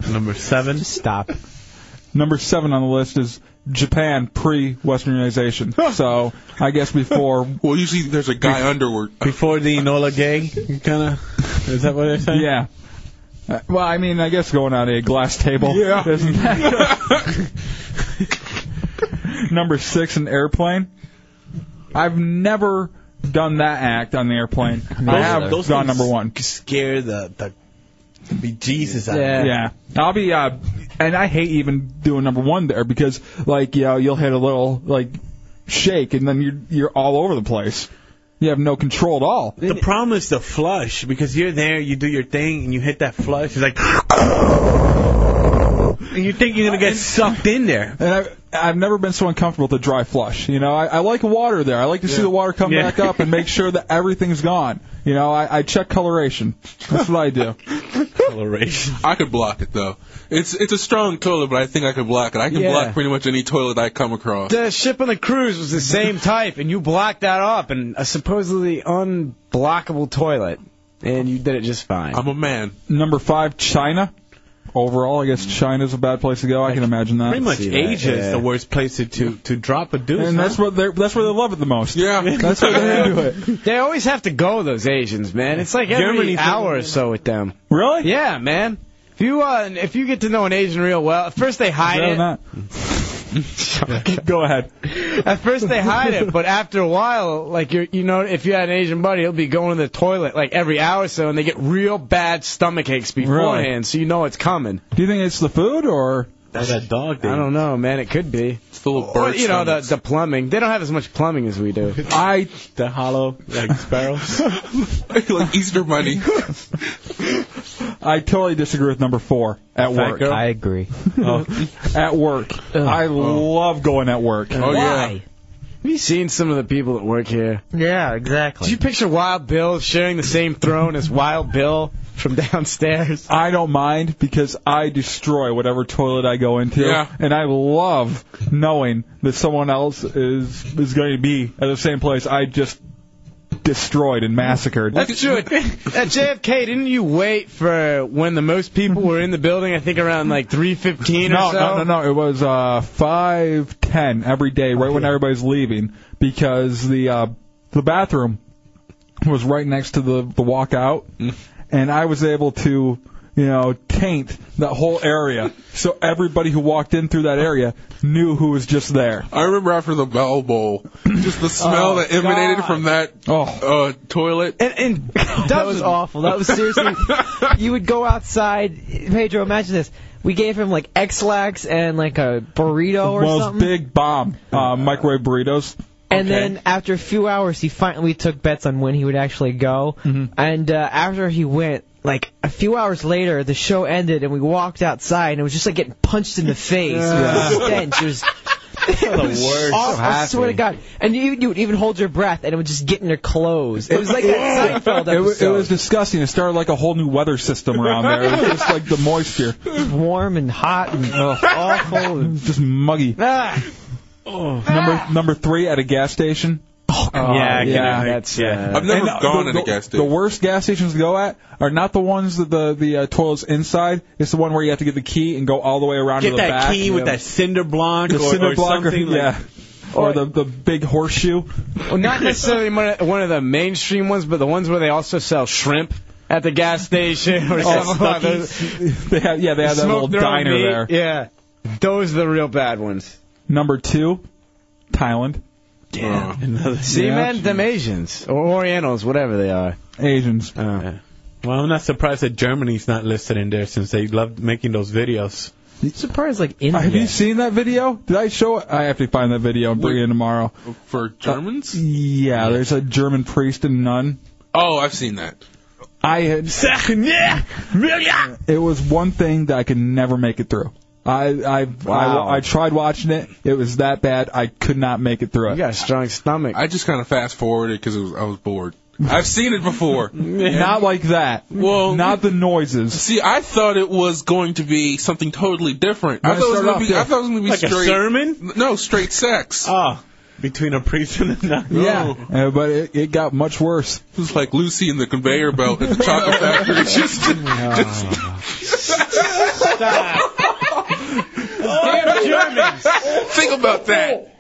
Number seven.
Stop.
Number seven on the list is Japan pre-Westernization. so I guess before.
Well, usually there's a guy underwear.
Before the Enola Gay, kind of. Is that what they're saying?
Yeah. Uh, well, I mean, I guess going on a glass table. Yeah. Isn't that Number six, an airplane. I've never done that act on the airplane. I have done
things
number one.
Scare the the, the bejesus out of you.
Yeah. I'll be uh and I hate even doing number one there because like you know, you'll hit a little like shake and then you're you're all over the place. You have no control at all.
The problem is the flush because you're there, you do your thing, and you hit that flush. It's like, and you think you're gonna get sucked in there.
And I I've never been so uncomfortable with a dry flush. You know, I, I like water there. I like to see the water come
Yeah.
back up and make sure that everything's gone. You know, I, I check coloration. That's what I do.
Coloration.
I could block it though. It's it's a strong toilet, but I think I could block it. I can
Yeah.
block pretty much any toilet I come across.
The ship on the cruise was the same type, and you blocked that up, and a supposedly unblockable toilet, and you did it just fine.
I'm a man.
Number five, China. Overall, I guess China's a bad place to go. I can imagine that.
Pretty much Asia is the worst place to to, to drop a deuce.
And
huh?
that's what they that's where they love it the most.
Yeah,
that's where they're into it.
They always have to go, those Asians, man. It's like every
Germany's-
hour or so with them.
Really?
Yeah, man. If you uh, if you get to know an Asian real well, at first they hide
They're
it.
not. Go ahead.
At first they hide it, but after a while, like you you know, if you had an Asian buddy, he'll be going to the toilet like every hour or so, and they get real bad stomach aches beforehand, so you know it's coming.
Do you think it's the food or
that dog?
I don't know, man. It could be.
It's the little
Or, you know, the, the plumbing. They don't have as much plumbing as we do.
I
the hollow like sparrows.
like Easter Bunny.
I totally disagree with number four at
Fat
work.
girl? I agree.
at work, I
Oh.
love going at work.
Oh, yeah. Why? Have you seen some of the people that work here?
Yeah, exactly.
Do you picture Wild Bill sharing the same throne as Wild Bill from downstairs?
I don't mind because I destroy whatever toilet I go into,
Yeah.
and I love knowing that someone else is is going to be at the same place I just destroyed and massacred.
That's true. At JFK, didn't you wait for when the most people were in the building? I think around like 3:15
No,
or so.
no, no, no. It was uh, five ten every day, right when everybody's leaving, because the uh, the bathroom was right next to the the walkout,
Mm.
and I was able to you know taint that whole area, so everybody who walked in through that area knew who was just there.
I remember after the Bell Bowl, just the smell
Oh,
that emanated from that uh, toilet.
And, and
That was awful. That was seriously. you would go outside. Pedro, imagine this. We gave him like X-Lax and like a burrito or
well,
something.
it was big bomb uh, microwave burritos.
And then after a few hours, he finally we took bets on when he would actually go. And uh, after he went, like a few hours later, the show ended and we walked outside and it was just like getting punched in the face.
Yeah.
It was a stench. It was. It was
worst.
awful. I
Happy.
swear to God. And you, you would even hold your breath and it would just get in your clothes. It was like that Seinfeld
It, was, it
episode.
was disgusting. It started like a whole new weather system around there. It was just like the moisture.
It's warm and hot and ugh, awful. And
just muggy. Oh. Number number three at a gas station. Oh,
God. Yeah, uh, I can- I- yeah. I've never gone
uh, the,
in a
the-
gas station.
The worst gas stations to go at are not the ones that the the uh, toilet's inside. It's the one where you have to get the key and go all the way around
Get
to the
that
back.
key with that cinder block
the
or,
cinder
or
block,
something. like-
yeah, or the the big horseshoe.
Well, not necessarily one of, one of the mainstream ones, but the ones where they also sell shrimp at the gas station or
Oh,
something like
Stuckey's.
those.
They have, yeah, they have that
Smoke
little
their own
diner
meat.
there.
Yeah, those are the real bad ones.
Number two, Thailand.
Oh.
Damn. See, man, them Asians or Orientals, whatever they are. Uh.
Asians.
Well, I'm not surprised that Germany's not listed in there since they love making those videos.
surprised like India.
Have you seen that video? Did I show it? I have to find that video and bring it in tomorrow. Uh,
For Germans?
Yeah, there's a German priest and nun.
Oh, I've seen that.
I had. It was one thing that I could never make it through. I I,
Wow.
I I tried watching it. It was that bad. I could not make it through it.
You got a strong stomach.
I just kind of fast forwarded because was, I was bored. I've seen it before.
Not like that.
Well,
not the noises.
See, I thought it was going to be something totally different. I
Right,
thought, it was
start
gonna
off
be,
good.
I thought it was going to be
Like a
straight
sermon?
No, straight sex.
Ah, between a priest and a nun.
Yeah, uh, but it, it got much worse.
It was like Lucy in the conveyor belt at the chocolate factory. Just, just
Damn Germans.
Think about that.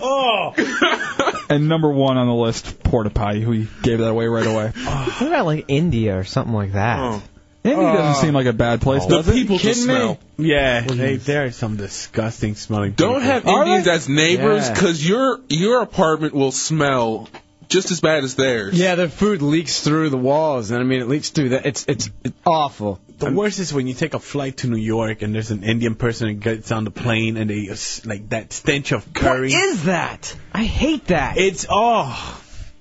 Oh.
And number one on the list, porta potty. We gave that away right away.
What about like India or something like that?
Oh.
India
Uh,
doesn't seem like a bad place.
The
does it?
people
Kidding
just
me?
smell. Yeah, they, there are some disgusting smelling.
Don't have Indians as neighbors
Yeah.
because your your apartment will smell just as bad as theirs.
Yeah, their food leaks through the walls, and I mean, it leaks through that. It's it's, it's awful.
The worst is when you take a flight to New York and there's an Indian person that gets on the plane and they s- like that stench of curry.
What is that? I hate that.
It's oh,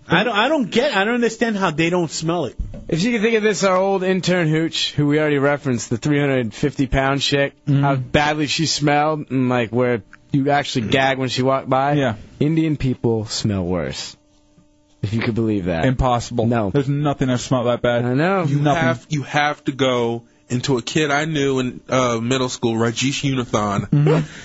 I don't I don't get I don't understand how they don't smell it.
If you can think of this, our old intern Hooch, who we already referenced, the 350 pound chick,
Mm-hmm.
how badly she smelled, and like where you actually gag when she walked by. Yeah. Indian people smell worse. If you could believe that.
Impossible.
No.
There's nothing that smells that bad. I
know.
You nothing.
have you have to go into a kid I knew in uh, middle school, Rajesh Unithan.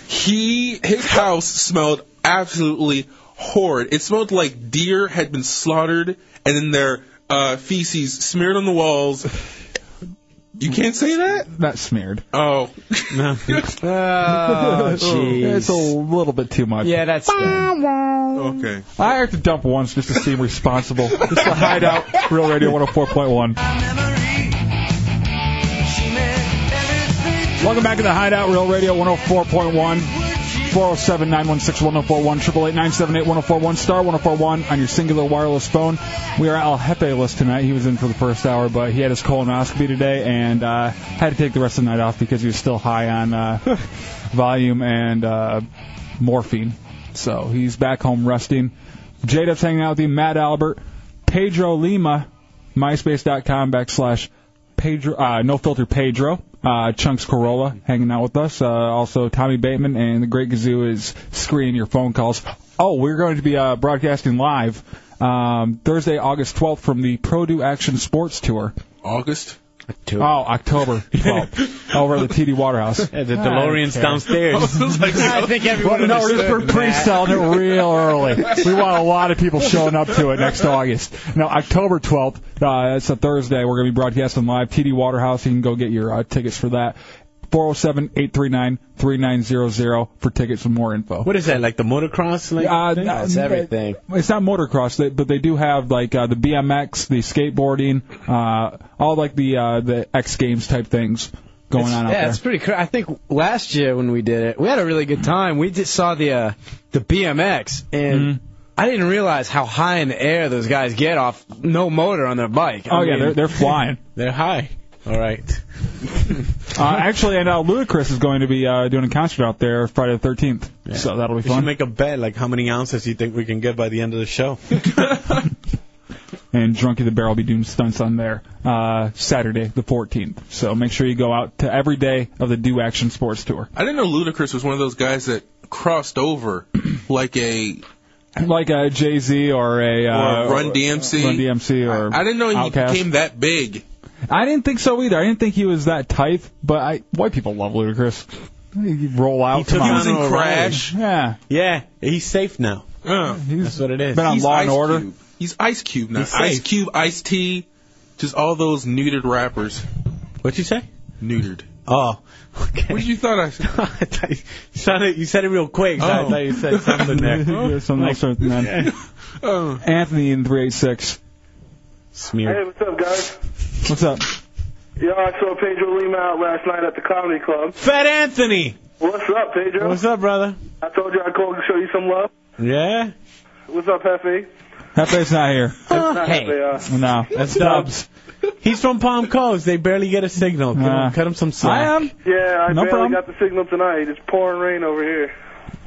He his house smelled absolutely horrid. It smelled like deer had been slaughtered and then their uh, feces smeared on the walls. You can't say that.
Not smeared.
Oh, Ah,
Oh, jeez.
It's a little bit too much.
Yeah, that's.
Okay.
I have to dump once just to seem responsible. Just to hide out. Real Radio 104.1. Welcome back to the Hideout, Real Radio 104.1. 407 916 1041, 888 1041, star 1041 on your singular wireless phone. We are Al Hefelis tonight. He was in for the first hour, but he had his colonoscopy today and uh, had to take the rest of the night off because he was still high on uh, volume and uh, morphine. So he's back home resting. J Dub's hanging out with you, Matt Albert, Pedro Lima, myspace.com backslash Pedro, uh, no filter Pedro, uh, Chunks Corolla hanging out with us. Uh, also Tommy Bateman and the Great Gazoo is screening your phone calls. Oh, we're going to be uh, broadcasting live um, Thursday, August 12th from the Purdue Action Sports Tour.
August.
Oh, October 12th over at the TD Waterhouse.
At the DeLorean's downstairs.
I think everyone
Well, no, we're just we're
understood
pre-selling it real early. We want a lot of people showing up to it next August. No, October 12th. Uh, it's a Thursday. We're going to be broadcasting live. TD Waterhouse. You can go get your uh, tickets for that. 407-839-3900 for tickets and more info.
What is that like the motocross? Like
Uh,
thing?
no, It's not motocross, they, but they do have like uh, the BMX, the skateboarding, uh, all like the uh, the X Games type things going
It's-
on out
yeah,
there.
it's pretty. Cr- I think last year when we did it, we had a really good time. We just saw the uh, the BMX, and
Mm-hmm.
I didn't realize how high in the air those guys get off no motor on their bike.
Oh, yeah, they're- they're flying.
they're high. All right.
Uh, actually, and uh, Ludacris is going to be uh, doing a concert out there Friday the 13th, so that'll be
We should
fun.
make a bet like how many ounces you think we can get by the end of the show.
and Drunky the Bear will be doing stunts on there uh, Saturday the 14th. So make sure you go out to every day of the Do Action Sports Tour.
I didn't know Ludacris was one of those guys that crossed over like a
Like a Jay Z or a uh,
Or Run DMC.
Run DMC or
I didn't know he
Outkast.
became that big.
I didn't think so either. I didn't think he was that type, but I white people love Ludacris. He roll out.
took
come on.
on O'Reilly.
Yeah.
Yeah, he's safe now.
That's
what it is.
been on
Uh. He's
Law
Ice
and Order.
Cube. He's Ice Cube now.
He's safe.
Ice Cube, Ice T, just all those neutered rappers.
What'd you say?
Neutered.
Oh,
What did you thought I said?
You said it, you said it real quick. so I
Oh.
thought you said something there.
Yeah, something else with that.
Oh.
Anthony in 386.
Smear.
Hey, what's up, guys?
What's up?
Yeah, I saw Pedro Lima out last night at the comedy club.
Fat Anthony.
What's up, Pedro?
What's up, brother?
I told you I'd call to show you some love.
Yeah.
What's up, Hefe?
Hefe's not here.
They, uh,
No,
that's Dubs. He's from Palm Coast. They barely get a signal. Cut him- cut him some slack.
Uh. I am.
yeah, I
No
barely
problem.
got the signal tonight. It's pouring rain over here.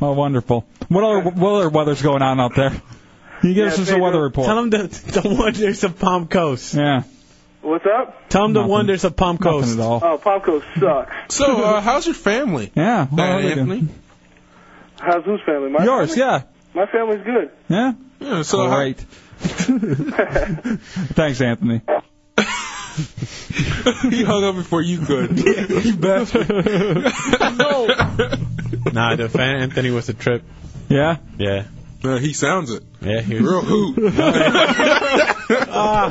Oh, wonderful. What other, what other weather's going on out there? Can you give us just a weather report?
Tell him the, the wonders of Palm Coast.
Yeah.
What's up?
Tell him the wonders of Palm Coast.
Nothing at all.
Oh, Pomco sucks.
So, uh, how's your family?
Yeah.
Fat Anthony.
How's whose family? My
Yours,
family?
yeah.
My family's good.
Yeah.
Yeah, so I-
Great. Thanks, Anthony.
he hung up before you could. you bastard.
nah, the fan Anthony was a trip.
Yeah?
Yeah.
he sounds it.
Yeah, he
Real hoot.
Ah,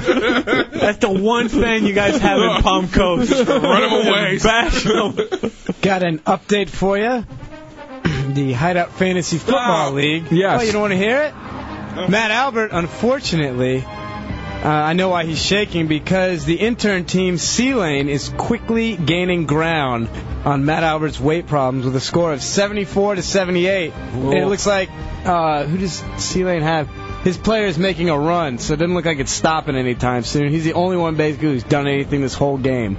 That's the one fan you guys have in Palm Coast.
Run 'em away.
Bash them.
Got an update for you. The Hideout Fantasy Football League.
Yes.
Oh, you don't want to hear it? Matt Albert, unfortunately, uh, I know why he's shaking because the intern team C Lane is quickly gaining ground on Matt Albert's weight problems with a score of 74 to 78. And it looks like uh, who does C Lane have? His player is making a run, so it doesn't look like it's stopping anytime soon. He's the only one basically who's done anything this whole game.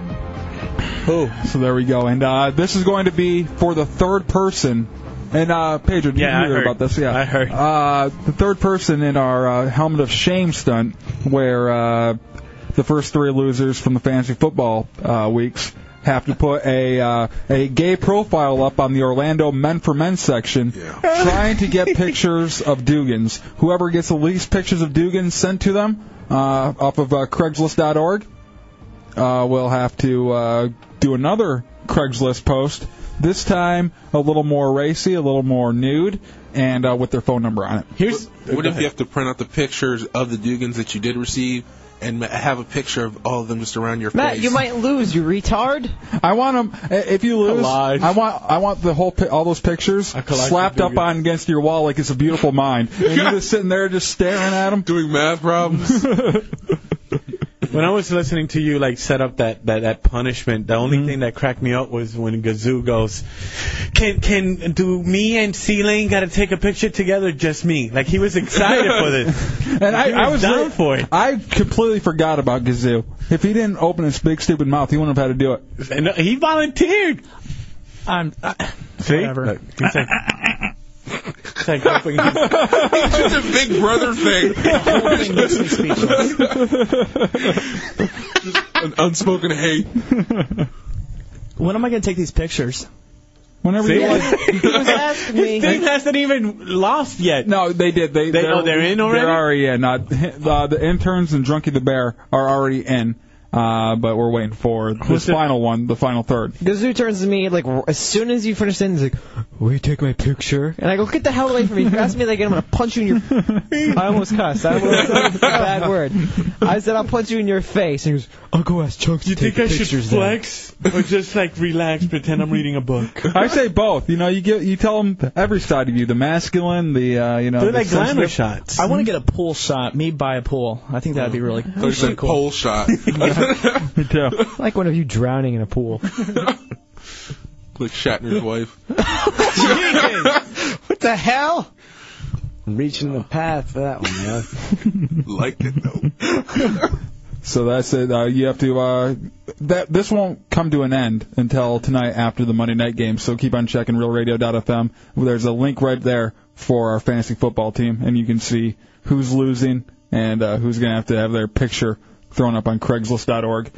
Oh, so there we go. And uh, this is going to be for the third person. And uh, Pedro, did
Yeah, I
you hear
heard.
about this? Yeah,
I heard.
Uh, the third person in our uh, helmet of shame stunt, where uh, the first three losers from the fantasy football uh, weeks have to put a uh, a gay profile up on the Orlando Men for Men section, trying to get pictures of Dugans. Whoever gets the least pictures of Dugans sent to them uh, off of uh, Craigslist.org uh, we'll have to uh, do another Craigslist post. This time, a little more racy, a little more nude, and uh, with their phone number on it.
Here's what if you have to print out the pictures of the Dugans that you did receive and ma- have a picture of all of them just around your
Matt,
face?
you might lose, you retard.
I want them. If you lose,
Collage.
I want I want the whole pi- all those pictures
collage
slapped
of
up
Dugans.
on against your wall like it's a beautiful mind, and you're just sitting there just staring at them,
doing math problems.
When I was listening to you like set up that that, that punishment, the
Mm-hmm.
only thing that cracked me up was when Gazoo goes, "Can can do me and C Lane got to take a picture together? Just me." Like he was excited for this,
And
He
I, I was
was down
really-
for it.
I completely forgot about Gazoo. If he didn't open his big stupid mouth, he wouldn't have had to do it.
and uh, he volunteered.
I'm I,
See?
whatever.
It's like, it's like hoping he's
it's just a big brother thing. An unspoken hate.
When am I going to take these pictures?
Whenever
See?
you want.
His thing hasn't even lost yet.
No, they did. They,
They- oh, they're in already?
They're already in. Uh, uh, the interns and Drunky the Bear are already in, uh, but we're waiting for this final one, the final third.
Gazoo turns to me like r- as soon as you finish saying, he's like, "Will you take my picture?" And I go, "Get the hell away from me! If you ask me that again, I'm gonna punch you in your." I almost cussed. I almost said a bad word. I said, "I'll punch you in your face." And he goes, "I'll go ask Chunks to
You
take
think I should
pictures." then."
flex or just like relax, pretend I'm reading a book?
I say both. You know, you get you tell them every side of you, the masculine, the uh, you know, the sensitive.
I want to get a pool shot. Me by a pool. I think that'd be really,
There's
really
a
cool.
pole shot.
Me too.
like one of you drowning in a pool.
Like Shatner's wife.
What the hell? Reaching the path for that one, man.
Like it though.
So that's it. Uh, you have to. Uh, that this won't come to an end until tonight after the Monday night game. So keep on checking RealRadio.fm. There's a link right there for our fantasy football team, and you can see who's losing and uh, who's going to have to have their picture thrown up on Craigslist.org.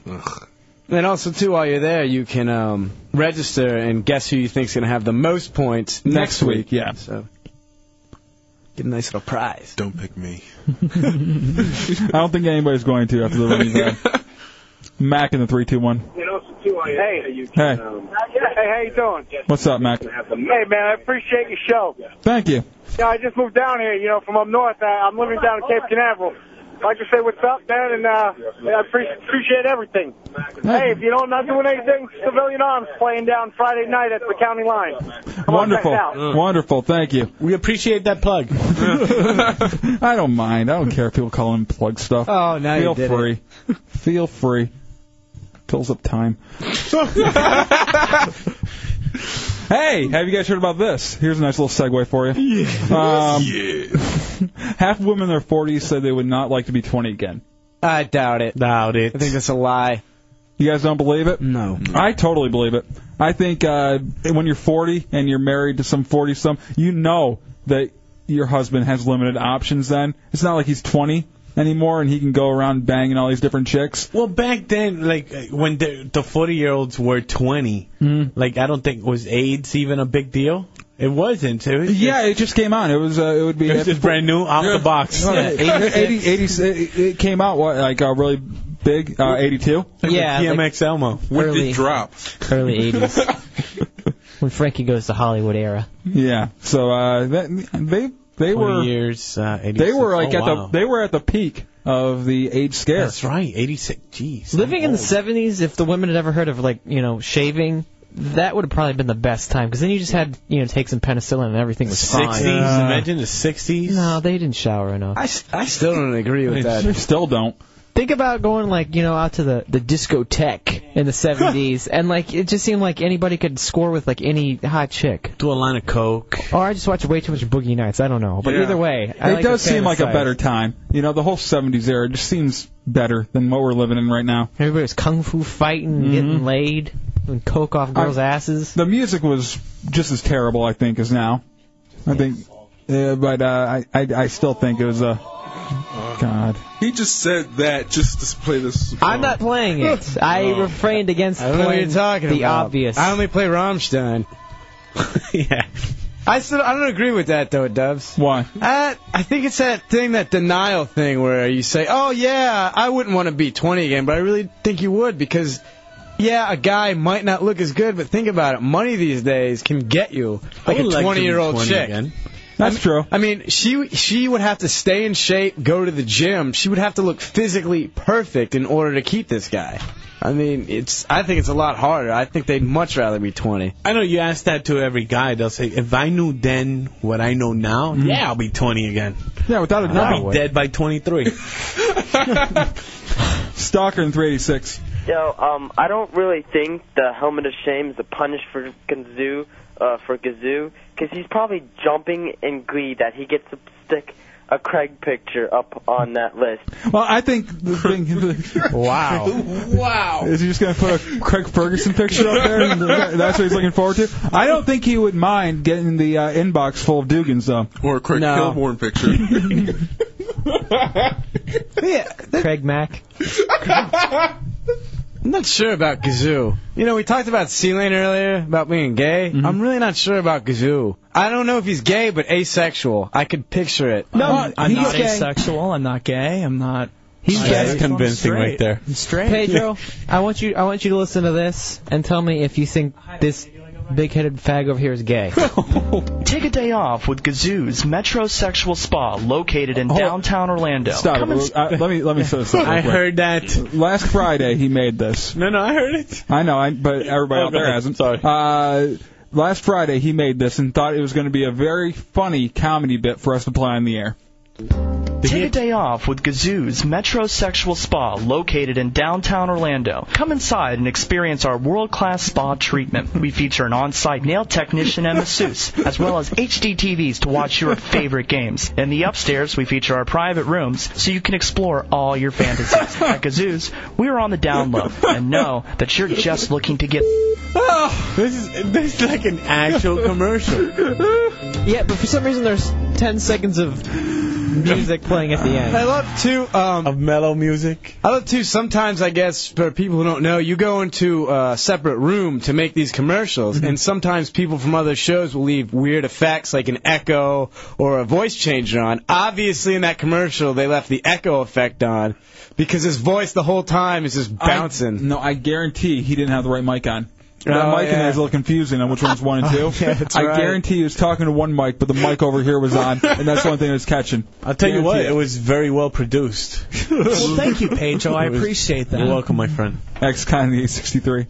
And also, too, while you're there, you can um, register and guess who you think's going to have the most points next,
Next week, yeah.
So get a nice little prize.
Don't pick me.
I don't think anybody's going to after the running back. Mac in the three two one.
And also too, I hey, you
Hey.
Um, hey, how you doing?
What's up, Mac?
Hey man, I appreciate your show.
Thank you.
Yeah, I just moved down here, you know, from up north. I, I'm living down in Cape Canaveral. Like to say what's up, man, and uh, I pre- appreciate everything. Hey, if you know I'm not doing anything, Civilian Arms playing down Friday night at the county line. Come on, check it
Wonderful.
out.
Wonderful. Thank you.
We appreciate that plug.
I don't mind. I don't care if people call him plug stuff.
Oh, now you
Feel
did it.
free. Feel free. Fills up time. hey, have you guys heard about this? Here's a nice little segue for you. Um, half of women in their 40s said they would not like to be 20 again.
I doubt it.
Doubt it.
I think that's a lie.
You guys don't believe it?
No.
I totally believe it. I think uh, when you're 40 and you're married to some 40 some, you know that your husband has limited options then. It's not like he's 20 anymore and he can go around banging all these different chicks.
Well, back then, like uh, when
Hmm.
the the forty year olds were 20 like I don't think was AIDS even a big deal. It wasn't. It was
yeah, it just came out. It was. Uh, it would be.
It was just brand new, out the box.
No,
Yeah.
80, 80, it- it came out what like uh, really big. Uh, 82.
Yeah, like-
DMX Elmo.
When did it drop? Early 80s. when Frankie goes to Hollywood era.
Yeah. So uh, that, they they
20
were
years. Uh,
they were like
Oh,
at
wow.
the they were at the peak of the age scare.
That's right. 86. Jeez.
Living in the 70s, if the women had ever heard of, like, you know, shaving, that would have probably been the best time. Because then you just had, you know, take some penicillin and everything was fine.
60s. Imagine the 60s.
No, they didn't shower enough.
I, I still don't agree with that.
still don't.
Think about going like you know out to the the discotheque in the seventies, and like it just seemed like anybody could score with like any hot chick.
Do a line of coke.
Or I just watched way too much Boogie Nights. I don't know, but either way, I
it
like
does
to
seem like a
fantasize.
better time. You know, the whole '70s era just seems better than what we're living in right now. Mm-hmm.
Everybody was kung fu fighting, getting laid, and coke off girls' asses.
The music was just as terrible, I think, as now. I think, yeah, but uh, I, I I still think it was a God.
He just said that just to play this.
I'm not playing it.
Oh.
I refrained against
I don't know what
playing
you're talking
the
about.
obvious.
I only play Rammstein.
yeah.
I still I don't agree with that though, Dubs.
Why?
Uh, I think it's that thing, that denial thing, where you say, "Oh yeah, I wouldn't want to be 20 again," but I really think you would because, yeah, a guy might not look as good, but think about it, money these days can get you like a
would like to be
20 year old
20
chick.
again.
That's true.
I mean, she she would have to stay in shape, go to the gym. She would have to look physically perfect in order to keep this guy. I mean, it's I think it's a lot harder. I think they'd much rather be 20.
I know you ask that to every guy. They'll say, if I knew then what I know now, yeah, I'll be 20 again.
Yeah, without a doubt.
I'll be dead by 23.
Stalker in 386.
Yo, um, I don't really think the helmet of shame is a punish for Gazoo, uh, for Gazoo, because he's probably jumping in glee that he gets to stick a Craig picture up on that list.
Well, I think the thing.
wow.
Wow. Is he just going to put a Craig Ferguson picture up there? And that's what he's looking forward to? I don't think he would mind getting the uh, inbox full of Dugans, though.
Or a Craig
No.
Kilborn picture.
Craig Mack.
I'm not sure about Gazoo. You know, we talked about C Lane earlier about being gay. I'm really not sure about Gazoo. I don't know if he's gay, but asexual. I could picture it.
Uh,
I'm, I'm not asexual. I'm not gay. I'm not.
He's
I-
gay.
I'm
convincing right
straight.
there.
I'm straight.
Pedro, I want you I want you to listen to this and tell me if you think this big-headed fag over here is gay.
Take a day off with Gazoo's Metrosexual Spa located in
Hold-
downtown Orlando.
Oh. Stop.
Come and
it. Uh, let me let me say this. real
I
quick.
heard
that.
Last Friday he made this.
No, no, I heard it.
I know, I, but everybody
Oh,
out
go
there
ahead.
hasn't. Sorry. Uh, last Friday he made this and thought it was going to be a very funny comedy bit for us to play on the air.
Take a day off with Gazoo's Metrosexual Spa located in downtown Orlando. Come inside and experience our world-class spa treatment. We feature an on-site nail technician and masseuse, as well as HD TVs to watch your favorite games. In the upstairs, we feature our private rooms so you can explore all your fantasies. At Gazoo's, we are on the down low and know that you're just looking to get
Ah, this is this is like an actual commercial.
yeah, but for some reason there's 10 seconds of music playing at the end.
I love to um
of mellow music.
I love to sometimes I guess for people who don't know, you go into a separate room to make these commercials
Mm-hmm.
and sometimes people from other shows will leave weird effects like an echo or a voice changer on. Obviously in that commercial they left the echo effect on because his voice the whole time is just bouncing.
No, I guarantee he didn't have the right mic on. That
Oh,
mic in there
yeah.
is a little confusing on which one's one and two.
Oh, yeah, that's
I
right.
guarantee he was talking to one mic, but the mic over here was on, and that's the one thing that was catching.
I'll tell you what, it was very well produced.
well, thank you, Pedro. I
It was-
appreciate that.
You're welcome, my friend.
X E Con 863.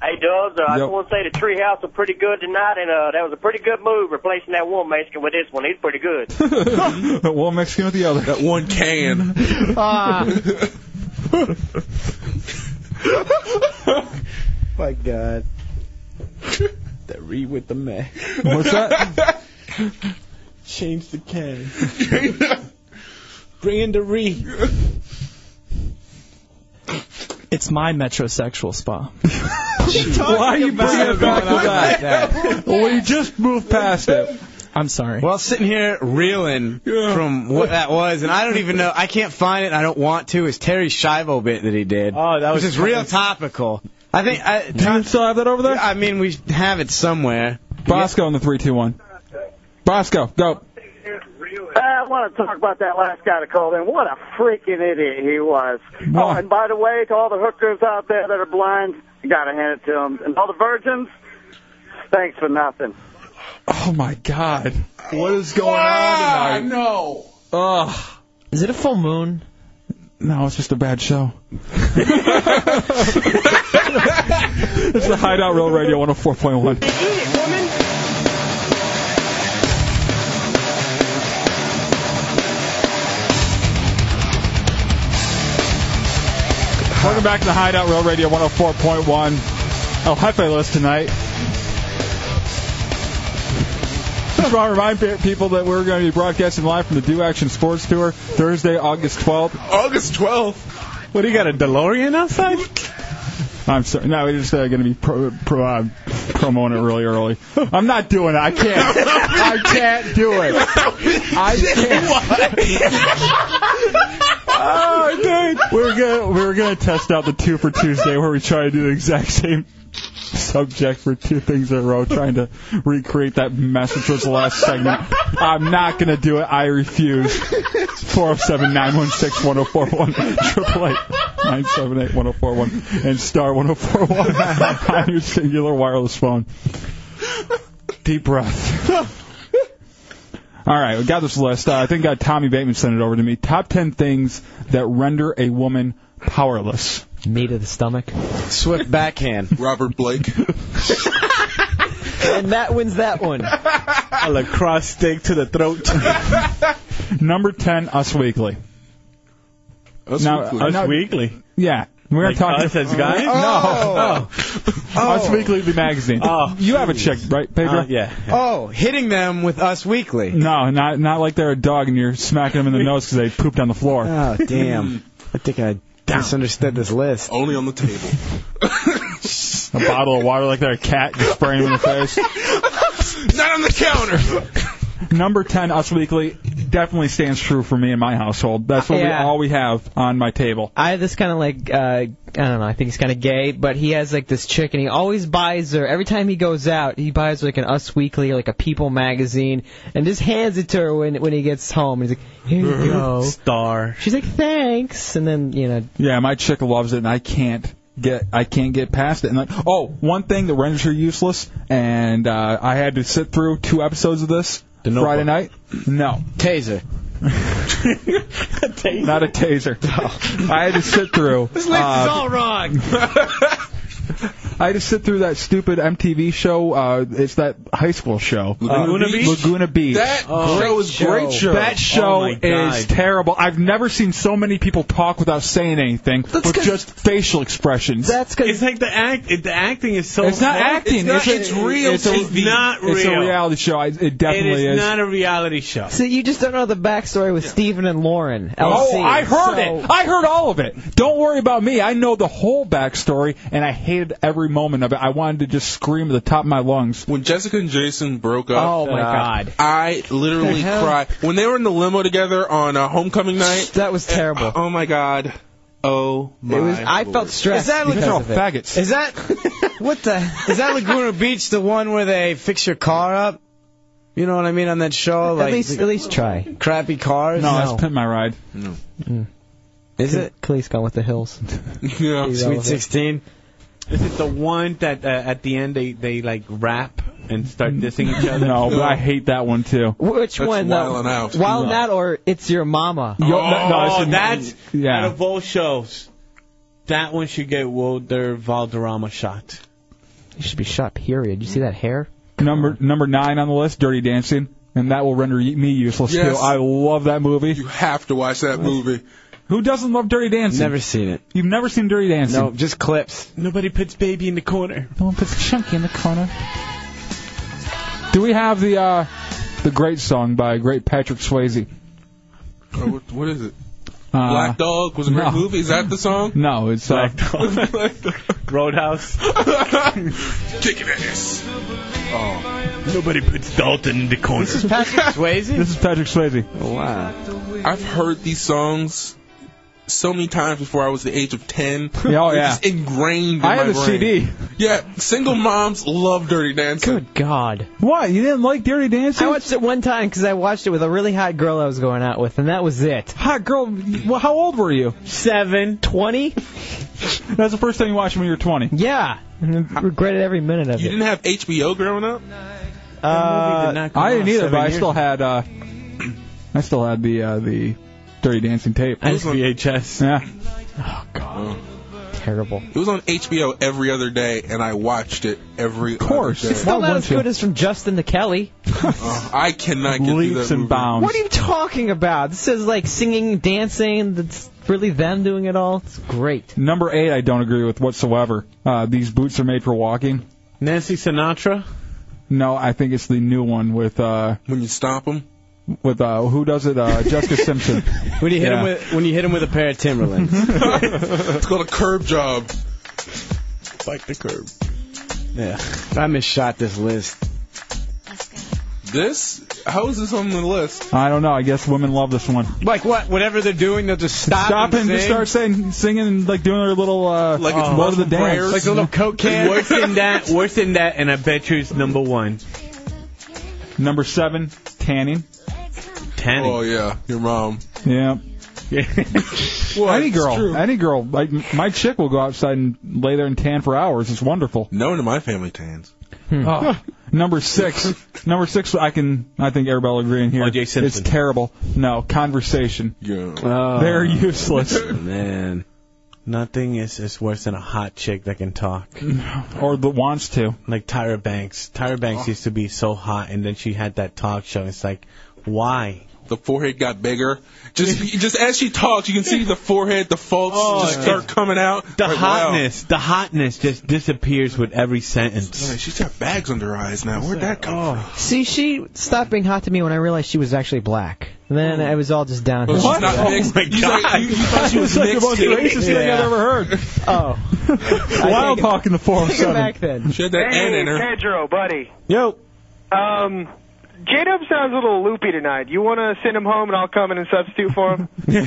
Hey, Dubs, uh, I
Yep.
just want to say the treehouse was pretty good tonight, and uh, that was a pretty good move replacing that one Mexican with this one. He's pretty good.
one Mexican with the other. That
one can.
My God. the re with the meh.
What's that?
Change the can. Bring in the re.
It's my metrosexual spa.
Why are you bringing it back to that? we just moved past it.
I'm sorry.
Well, sitting here reeling from what that was, and I don't even know. I can't find it. and I don't want to. Is Terry Schiavo bit that he did?
Oh, that was-
is real topical. I think. I, Do you
still have that over there?
I mean, we have it somewhere.
Bosco on the three, two, one. Bosco, go.
Uh, I want to talk about that last guy that called in. What a freaking idiot he was. Oh, and by the way, to all the hookers out there that are blind, you got to hand it to them. And all the virgins, thanks for nothing.
Oh my God. What is going on tonight?
no.
Ugh.
Is it a full moon?
No, it's just a bad show. it's the Hideout Real Radio 104.1. Welcome back to the Hideout Real Radio 104.1. El Jefe list tonight. Just want to remind pe- people that we're going to be broadcasting live from the Do Action Sports Tour Thursday, August 12th.
August 12th.
What do you got, a DeLorean outside? I'm sorry. No, we're just uh, going to be pro, pro, uh, promoting it really early. I'm not doing it. I can't. I can't do it. I can't. oh, dude. We were gonna we were gonna test out the two for Tuesday where we try to do the exact same subject for two things in a row, trying to recreate that mess which was the last segment. I'm not gonna do it. I refuse. Four zero seven nine one six one zero four one triple eight nine seven eight one zero four one and star one zero four one on your singular wireless phone. Deep breath. All right, we got this list. Uh, I think uh, Tommy Bateman sent it over to me. Top 10 things that render a woman powerless.
Me to the stomach.
Swift backhand.
Robert Blake.
and that wins that one.
A lacrosse stick to the throat. Number 10, Us Weekly.
Us Weekly. Us
Weekly? Yeah. We're
Like
talking
us as guys?
No.
Oh.
No. Us Weekly, the magazine.
Oh,
you have a check, right, Pedro?
Uh,
yeah.
Oh, hitting them with Us Weekly.
No, not not like they're a dog and you're smacking them in the nose because they pooped on the floor.
Oh, damn. I think I misunderstood this list.
Only on the table.
a bottle of water like they're a cat and spraying them in the face.
Oh. Not on the counter.
Number 10, Us Weekly, definitely stands true for me in my household. That's what
Yeah.
we, all we have on my table.
I have this kind of like uh, I don't know. I think he's kind of gay, but he has like this chick, and he always buys her. Every time he goes out, he buys like an Us Weekly, like a People magazine, and just hands it to her when when he gets home. And he's like, "Here you go."
Star.
She's like, "Thanks," and then you know,
Yeah, my chick loves it, and I can't get I can't get past it. And like, oh, one thing that renders her useless, and uh, I had to sit through two episodes of this Friday night. No taser. Not a taser. I had to sit through.
This list
uh,
is all wrong.
I had to sit through that stupid MTV show. Uh, it's that high school show.
Laguna
Uh,
Beach?
Laguna Beach.
That Oh. show is great
Great
show.
That show
Oh my God.
is terrible. I've never seen so many people talk without saying anything with just facial expressions.
That's cause
it's like the act. It, the acting is so.
it's not
fake.
acting. a- It's, a,
It's not real.
It's a reality show. I, it definitely
it is, not a reality show.
so you just don't know the backstory with Steven and Lauren. LC.
Oh, I heard
So-
it. I heard all of it. Don't worry about me. I know the whole backstory, and I hated every moment of it. I wanted to just scream at the top of my lungs.
When Jessica and Jason broke up, Uh,
Oh, my God.
I literally
The hell?
cried when they were in the limo together on uh, homecoming night.
That was terrible.
oh my God. Oh my.
It was- I
Lord.
felt stressed Is that like- because of it. Is that what the? Is that Laguna Beach the one where they fix your car up? You know what I mean on that show?
At
Like
least- at least try.
Crappy cars.
No, that's Pimp My Ride.
Is it? Clay's Mm. gone with the hills.
Yeah.
Sweet sixteen.
Is it the one that uh, at the end they they like rap and start dissing each other?
No, but I hate that one too.
Which one? though? Wildin' Out or It's Your Mama?
Yo- no, no,
Oh,
it's in-
that's
yeah.
out of all shows, that one should get Wilder Valderrama shot.
You should be shot. Period. You see that hair?
Number number nine on the list, Dirty Dancing, and that will render y- me useless
Yes.
too. I love that movie. You
have to watch that movie.
Who doesn't love Dirty Dancing?
Never seen it.
You've never seen Dirty Dancing?
No, just clips.
Nobody puts baby in the corner.
No one puts Chunky in the corner. Do we have the uh, the great song by great Patrick Swayze?
Oh, what, what is it?
Uh,
Black Dog was a great
no.
movie. Is that the song?
No, it's uh,
Roadhouse.
Kick your ass. Oh.
Nobody puts Dalton in the corner.
This is Patrick
Swayze.
This is Patrick Swayze.
Wow.
I've heard these songs so many times before I was the age of ten.
Yeah, oh,
It's
yeah.
just ingrained. In
I
my
have a
brain.
CD.
Yeah, single moms love Dirty Dancing. Good
God.
What? You didn't like Dirty Dancing?
I watched it one time because I watched it with a really hot girl I was going out with, and that was it.
Hot girl? Well, how old were you?
Seven. Twenty?
That's the first time you watched it when you were 20.
Yeah. And I regretted every minute of
You
it.
didn't have HBO growing up.
Uh,
I didn't either, but I still had uh, I still had the uh, the Dirty Dancing tape.
I had
VHS. Yeah.
Terrible.
It was on HBO every other day, and I watched it every. Of
course.
It's still not as good as from Justin to Kelly.
Uh, I cannot get through that movie.
Um,
What are you talking about? This is like singing, dancing. That's really them doing it all. It's great.
Number eight, I don't agree with whatsoever. Uh, these boots are made for walking.
Nancy Sinatra.
No, I think it's the new one with. Uh,
when you stomp them.
With uh, who does it? Uh, Jessica Simpson.
When you hit
Yeah.
him with when you hit him with a pair of Timberlands.
it's called a curb job. It's like the curb.
Yeah, I misshot this list.
This? How is this on the list?
I don't know. I guess women love this one.
Like what? Whatever they're doing, they'll just stop.
Stop
and
and just
sing.
start saying, singing, and like doing their little uh,
Like it's
uh, Lord of the
Muslim prayers.
dance,
Like the little Coke can.
Worse than that. Worse than that, and I bet you it's number one.
Number seven, tanning.
Tanning.
Oh yeah, your mom.
Yeah. any
it's
girl,
true.
any girl, like my chick will go outside and lay there and tan for hours. It's wonderful.
No one in my family tans.
Oh. number six, number six, I can, I think everybody will agree in here.
O.J. Simpson.
It's terrible. No conversation.
Yeah.
They're useless.
Man. Nothing is, is worse than a hot chick that can talk.
Or that wants to.
Like Tyra Banks. Tyra Banks
Oh.
used to be so hot, and then she had that talk show. It's like, why?
The forehead got bigger. Just just as she talks, you can see the forehead, the faults
Oh,
just start coming out.
The
Like, wow.
hotness, the hotness just disappears with every sentence.
Man, she's got bags under her eyes now. Where'd that come from?
See, she stopped being hot to me when I realized she was actually black. And then
Hmm.
I was all just down.
Well, she's not mixed. You thought- you- you thought she was
That's like the most
mixed.
racist thing I've
Yeah.
ever
heard.
Oh.
Wild talk in the 407.
back then.
She had
N
Hey, Pedro, buddy.
Yo.
Um, J Dub sounds a little loopy tonight. You want to send him home, and I'll come in and substitute for him.
Yeah,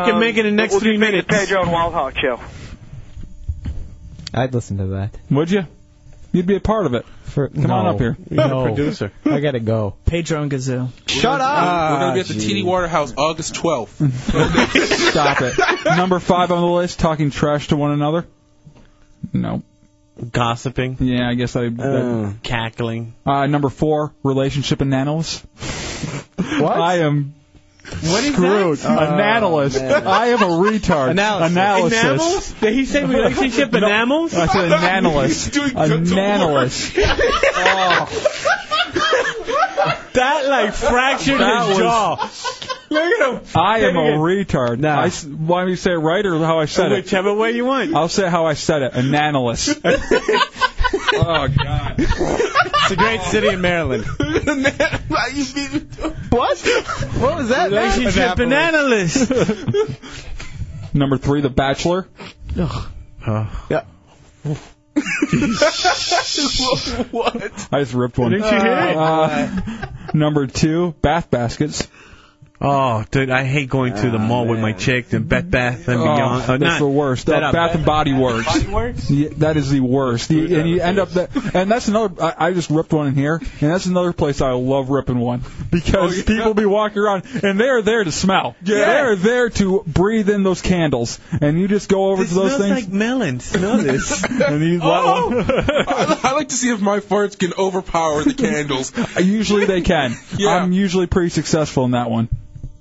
if you can make it in the next
Um, we'll
three
just make it
minutes.
Pedro and Wild Hog show.
I'd listen to that.
Would you? You'd be a part of it. Come on
No.
up here.
No. I gotta go.
Pedro and Gazoo.
Shut up.
We're gonna be at the TD Waterhouse August 12th.
Stop it. Number five on the list, talking trash to one another. No.
Gossiping.
Yeah, I guess I.
Uh,
that-
cackling.
uh, number four, relationship analysis. What? I am.
What is Oh,
screwed. Analyst. I am a retard.
Analysis.
Analysis.
Enamels? Did he say relationship
No,
enamels?
I said
He's
analyst.
doing good to
Analyst.
That like fractured
That
his
was-
jaw. Look at him.
I am
Look
a
at-
retard. Nah. I, s- want me to say it right or how I said it?
Whichever way you want.
I'll say how I said it. Analyst. oh God.
It's a great city in Maryland.
what? What was that?
Relationship
Annapolis.
analyst.
Number three, The Bachelor. Yeah.
what?
I just ripped one.
Didn't you hear it?
Uh, number two, bath baskets.
Oh, dude, I hate going to the mall with my chick and Beth Bath and
Oh,
Beyond.
that's the worst. Uh, Bath and Body Works. Yeah, that is the worst. The- and you end up that, and that's another. I, I just ripped one in here, and that's another place I love ripping one because people be walking around and they are there to smell.
Oh, Yeah.
They are there to breathe in those candles, and you just go over
It
to those
smells
things.
like melon. Smell this.
and you
Oh! I, I like to see if my farts can overpower the candles.
Usually they can. I'm usually pretty successful in that one.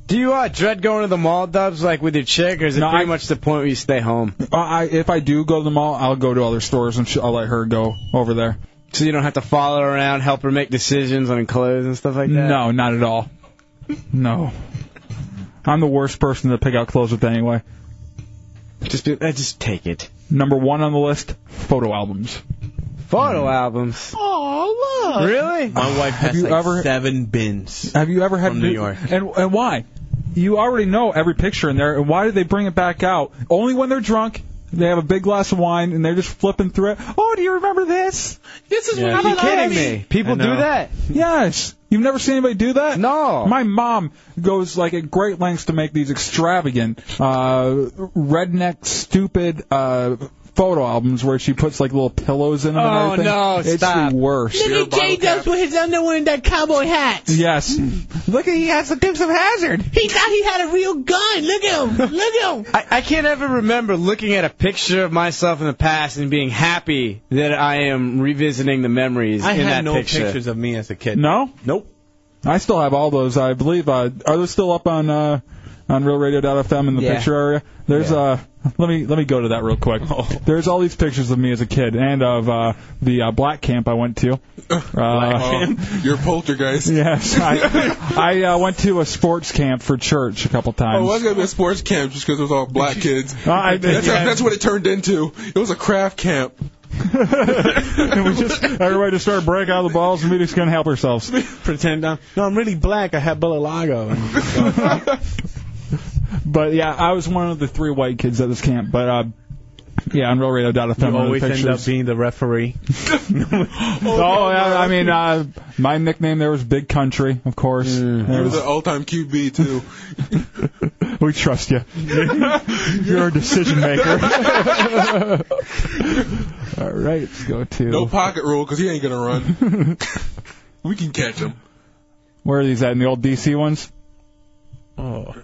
Do you uh, dread going to the mall, Dubs, like with your chick, or is it
No,
pretty
I-
much the point where you stay home?
Uh, I, if I do go to the mall, I'll go to other stores and sh- I'll let her go over there.
So you don't have to follow her around, help her make decisions on clothes and stuff like that?
No, not at all. No. I'm the worst person to pick out clothes with anyway.
Just be, uh, just take it.
Number one on the list, photo albums.
Photo albums.
Oh, look.
Really?
My wife has
Have you
like
ever-
seven bins.
Have you ever had
From New York.
And and why? You already know every picture in there, and why do they bring it back out? Only when they're drunk. They have a big glass of wine and they're just flipping through it. Oh, do you remember this?
This is
Yeah.
what
You're
I
kidding
like.
me. People do that? Yes. You've never seen anybody do that? No. My mom goes like at great lengths to make these extravagant, uh, redneck, stupid. Uh, Photo albums where she puts like little pillows in them.
Oh,
and everything.
no,
It's
stop.
the worst.
Look at Jay Dubs with his underwear and that cowboy hat.
Yes.
Look at he has the Dukes of Hazard. He thought he had a real gun. Look at him. Look at him.
I, I can't ever remember looking at a picture of myself in the past and being happy that I am revisiting the memories
I
in
had
that
no
picture.
pictures of me as a kid.
No?
Nope.
I still have all those. I believe uh, are those still up on uh, on RealRadio.fm in the
Yeah.
picture area? There's uh let me let me go to that real quick. There's all these pictures of me as a kid and of uh, the uh, black camp I went to. Uh, Black
Oh, You're a poltergeist.
Yes. I, I uh, went to a sports camp for church a couple
Oh, it
times. Uh,
was gonna be a sports camp just because it was all black kids.
I-
that's,
yeah.
that's what it turned into. It was a craft camp.
and we just everybody just started breaking out the balls and we just couldn't help ourselves.
Pretend I'm no, I'm really black. I had Bellalago.
But yeah, I was one of the three white kids at this camp. But uh, yeah, on RealRadio.fm.
You
are the
always end up
pictures.
being the referee.
Oh, yeah, I mean, uh, my nickname there was Big Country, of course.
He was an
There
all-time QB too.
was- we trust you. You're a decision maker. All right, let's go to.
No pocket rule because he ain't gonna run. we can catch him.
Where are these at? In the old DC ones? Oh.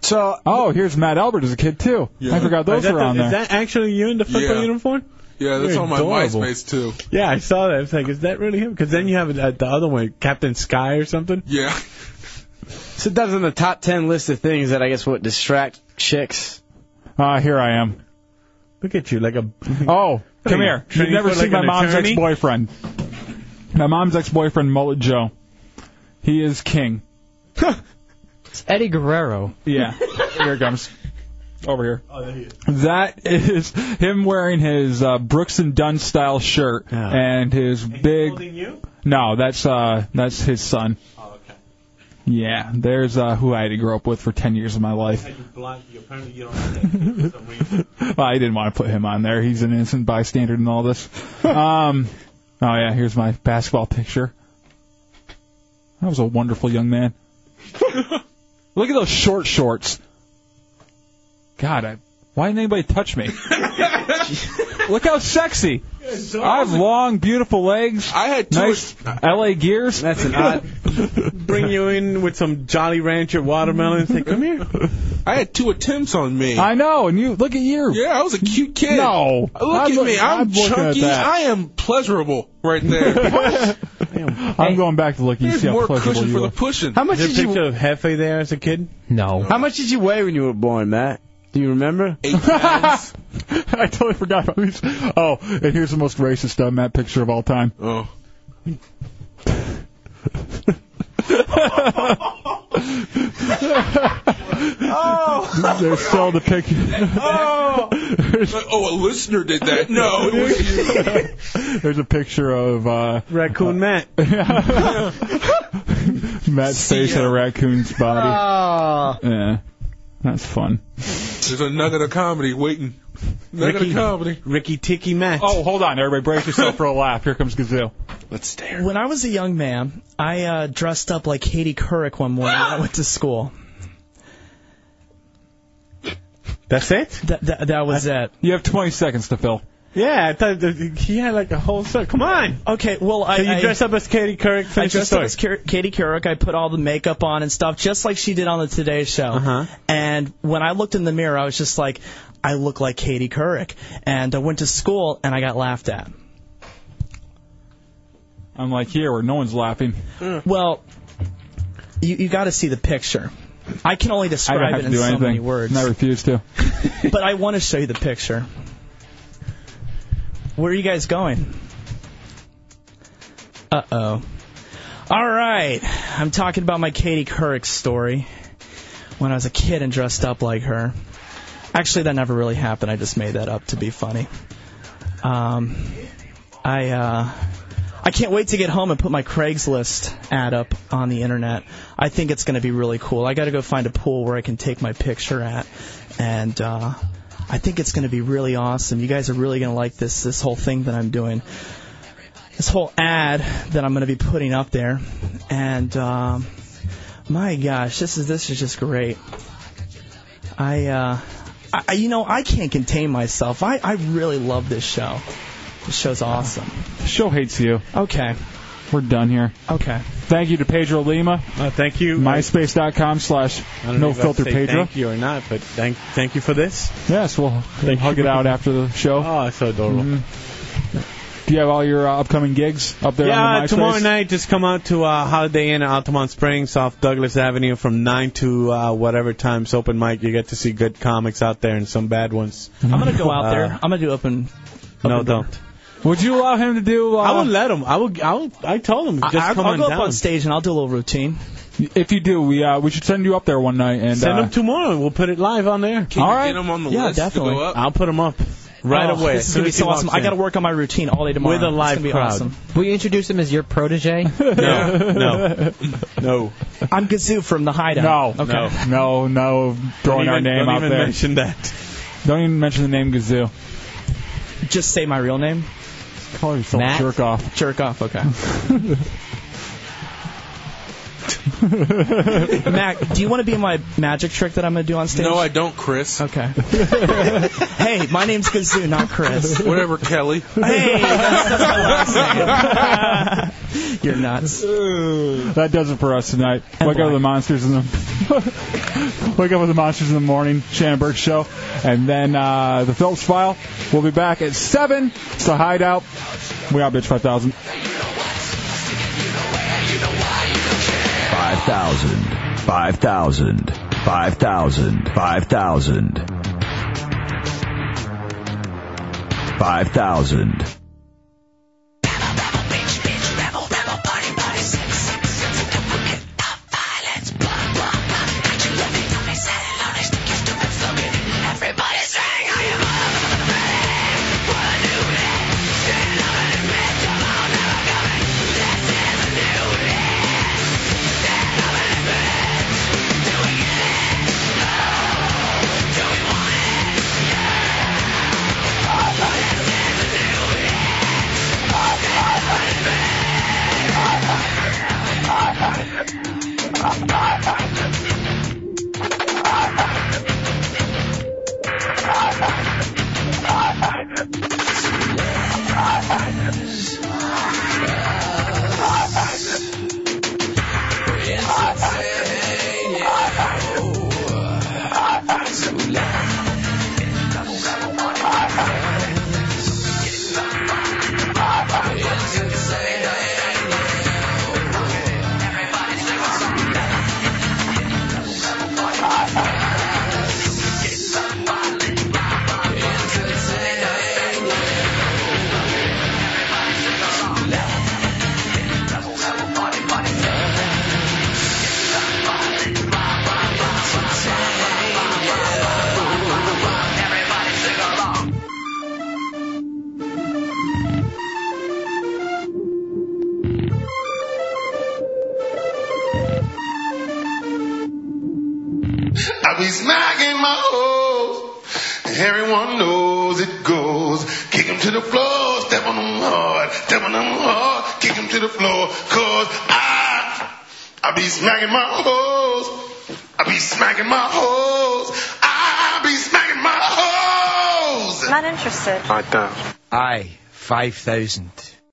So.
Oh, here's Matt Albert as a kid too. I forgot those
Is that
were on
the-
there.
Is that actually you in the football
Yeah.
uniform?
Yeah, that's
You're
on my
adorable.
MySpace too.
Yeah, I saw that. I was like, is that really him? Because then you have uh, the other one, Captain Sky or something.
Yeah.
So that's on the top ten list of things that I guess what distract chicks.
Ah, here I am.
Look at you, like a.
Oh, come here.
Should
You've
you
never
put,
seen
like,
my
an
mom's
attorney?
ex-boyfriend. My mom's ex-boyfriend, Mullet Joe. He is king.
It's Eddie Guerrero.
Yeah. here it comes. Over here. That is him wearing his uh, Brooks and Dunn style shirt and his big. No, that's uh, that's his son. Oh, okay. Yeah, there's uh, who I had to grow up with for ten years of my life.
Apparently, you
Well, I didn't want to put him on there. He's an innocent bystander in all this. Um, oh yeah, here's my basketball picture. I was a wonderful young man. Look at those short shorts. God, I, why didn't anybody touch me? Look how sexy. I have long, beautiful legs.
I had two-
nice LA gears.
That's an
don't bring you in with some Jolly Rancher watermelon. Say, come here.
I had two attempts on me.
I know, and you look at you.
Yeah, I was a cute kid.
No,
look
I'm
at
look-
me. I'm,
I'm looking at
chunky.
that.
I am pleasurable right there.
I'm going back to look. You
There's
see how
more
pleasurable
cushion
you
for
are.
the pushing.
How much did
Is there a
you-
picture of Hefe there as a kid?
No.
How much did you weigh when you were born, Matt? Do you remember?
I totally forgot about these. Oh, and here's the most racist dumb Matt picture of all time.
Oh.
oh. There's still the picture.
Oh. oh, a listener did that. No, it was you.
There's a picture of uh,
Raccoon Matt.
Matt's face at a raccoon's body. Yeah, that's fun.
There's a nugget of comedy waiting. Nugget
Ricky,
of comedy.
Ricky Tiki Matt.
Oh, hold on, everybody, brace yourself for a laugh. Here comes Gazoo.
Let's stare.
When I was a young man, I uh, dressed up like Haiti Couric one morning when I went to school.
That's it?
That, that, that was it.
You have 20 seconds to fill.
Yeah, I thought that he had like a whole set. Come on.
Okay, well, I.
So you
I-
dress up as Katie Couric.
I
Finish the
dressed up
story.
as Kar- Katie Couric. I put all the makeup on and stuff, just like she did on the Today Show.
Uh-huh.
And when I looked in the mirror, I was just like, I look like Katie Couric. And I went to school and I got laughed at.
I'm like here where no one's laughing.
Well, you you got to see the picture. I can only
I don't
describe
have
it
to
in
do
so
anything.
many words,
And I refuse to.
but I want to show you the picture. Where are you guys going? Uh oh. All right, I'm talking about my Katie Couric story when I was a kid and dressed up like her. Actually, that never really happened. I just made that up to be funny. Um, I uh, I can't wait to get home and put my Craigslist ad up on the internet. I think it's going to be really cool. I got to go find a pool where I can take my picture at, and uh, I think it's going to be really awesome. You guys are really going to like this this whole thing that I'm doing. this whole ad that I'm going to be putting up there, and um, my gosh, this is this is just great. I, uh, I I- you know I can't contain myself. I I really love this show. This show's awesome.
The show hates you.
Okay.
We're done here.
Okay.
Thank you to Pedro Lima.
Uh, thank you.
MySpace.com slash
I don't know
no
if I have to
filter
say
Pedro.
Thank you or not, but thank thank you for this.
Yes, we'll, we'll hug it out after the show.
Oh, so adorable.
Do you have all your uh, upcoming gigs up there on
yeah,
the MySpace?
tomorrow night just come out to uh, Holiday Inn, Altamont Springs, off Douglas Avenue, from nine to uh, whatever times open mic. You get to see good comics out there and some bad ones.
I'm gonna go out there.
Uh,
I'm gonna do open.
no, don't.
Would you allow him to do? Uh,
I would let him. I would. I would. I told him just
I, I'll
come
I'll
on
go
down.
up on stage and I'll do a little routine.
If you do, we uh, we should send you up there one night and
Send
uh,
him tomorrow. We'll put it live on there.
Can you All right. get him
on the
Yeah, list to definitely. go up?
I'll put him up right
Oh,
away.
This is gonna be so awesome. I gotta work on my routine all day tomorrow.
With a
It's
live
gonna be
crowd.
Awesome.
Will you introduce him as your protege?
No, no, no.
I'm Gazoo from the Hideout.
No,
Okay.
no, no, no, throwing
Don't
our
even-
name
don't
out
even
there.
mention that.
Don't even mention the name Gazoo.
Just say my real name.
Call yourself
Matt?
jerk off.
Jerk off. Okay. Mac, do you want to be in my magic trick that I'm gonna do on stage?
No, I don't, Chris.
Okay. hey, my name's Gazoo, not Chris.
Whatever, Kelly.
Hey, that's,
Oh.
that's my last name. You're nuts.
That does it for us tonight. Wake up with the monsters in the wake up with the monsters in the morning. Shannon Burke show, and then uh, the Phillips file. We'll be back at seven. It's the hideout. We out, bitch. Five thousand.
5,000, 5,000, 5,000, 5,000. 5,000.
I be smacking my hoes, and everyone knows it goes. Kick 'em to the floor, step on 'em hard, step on 'em hard, kick 'em to the floor, cause I, I be smacking my hoes, I be smacking my hoes, I be smacking my hoes.
Not interested.
Five thousand. I five thousand.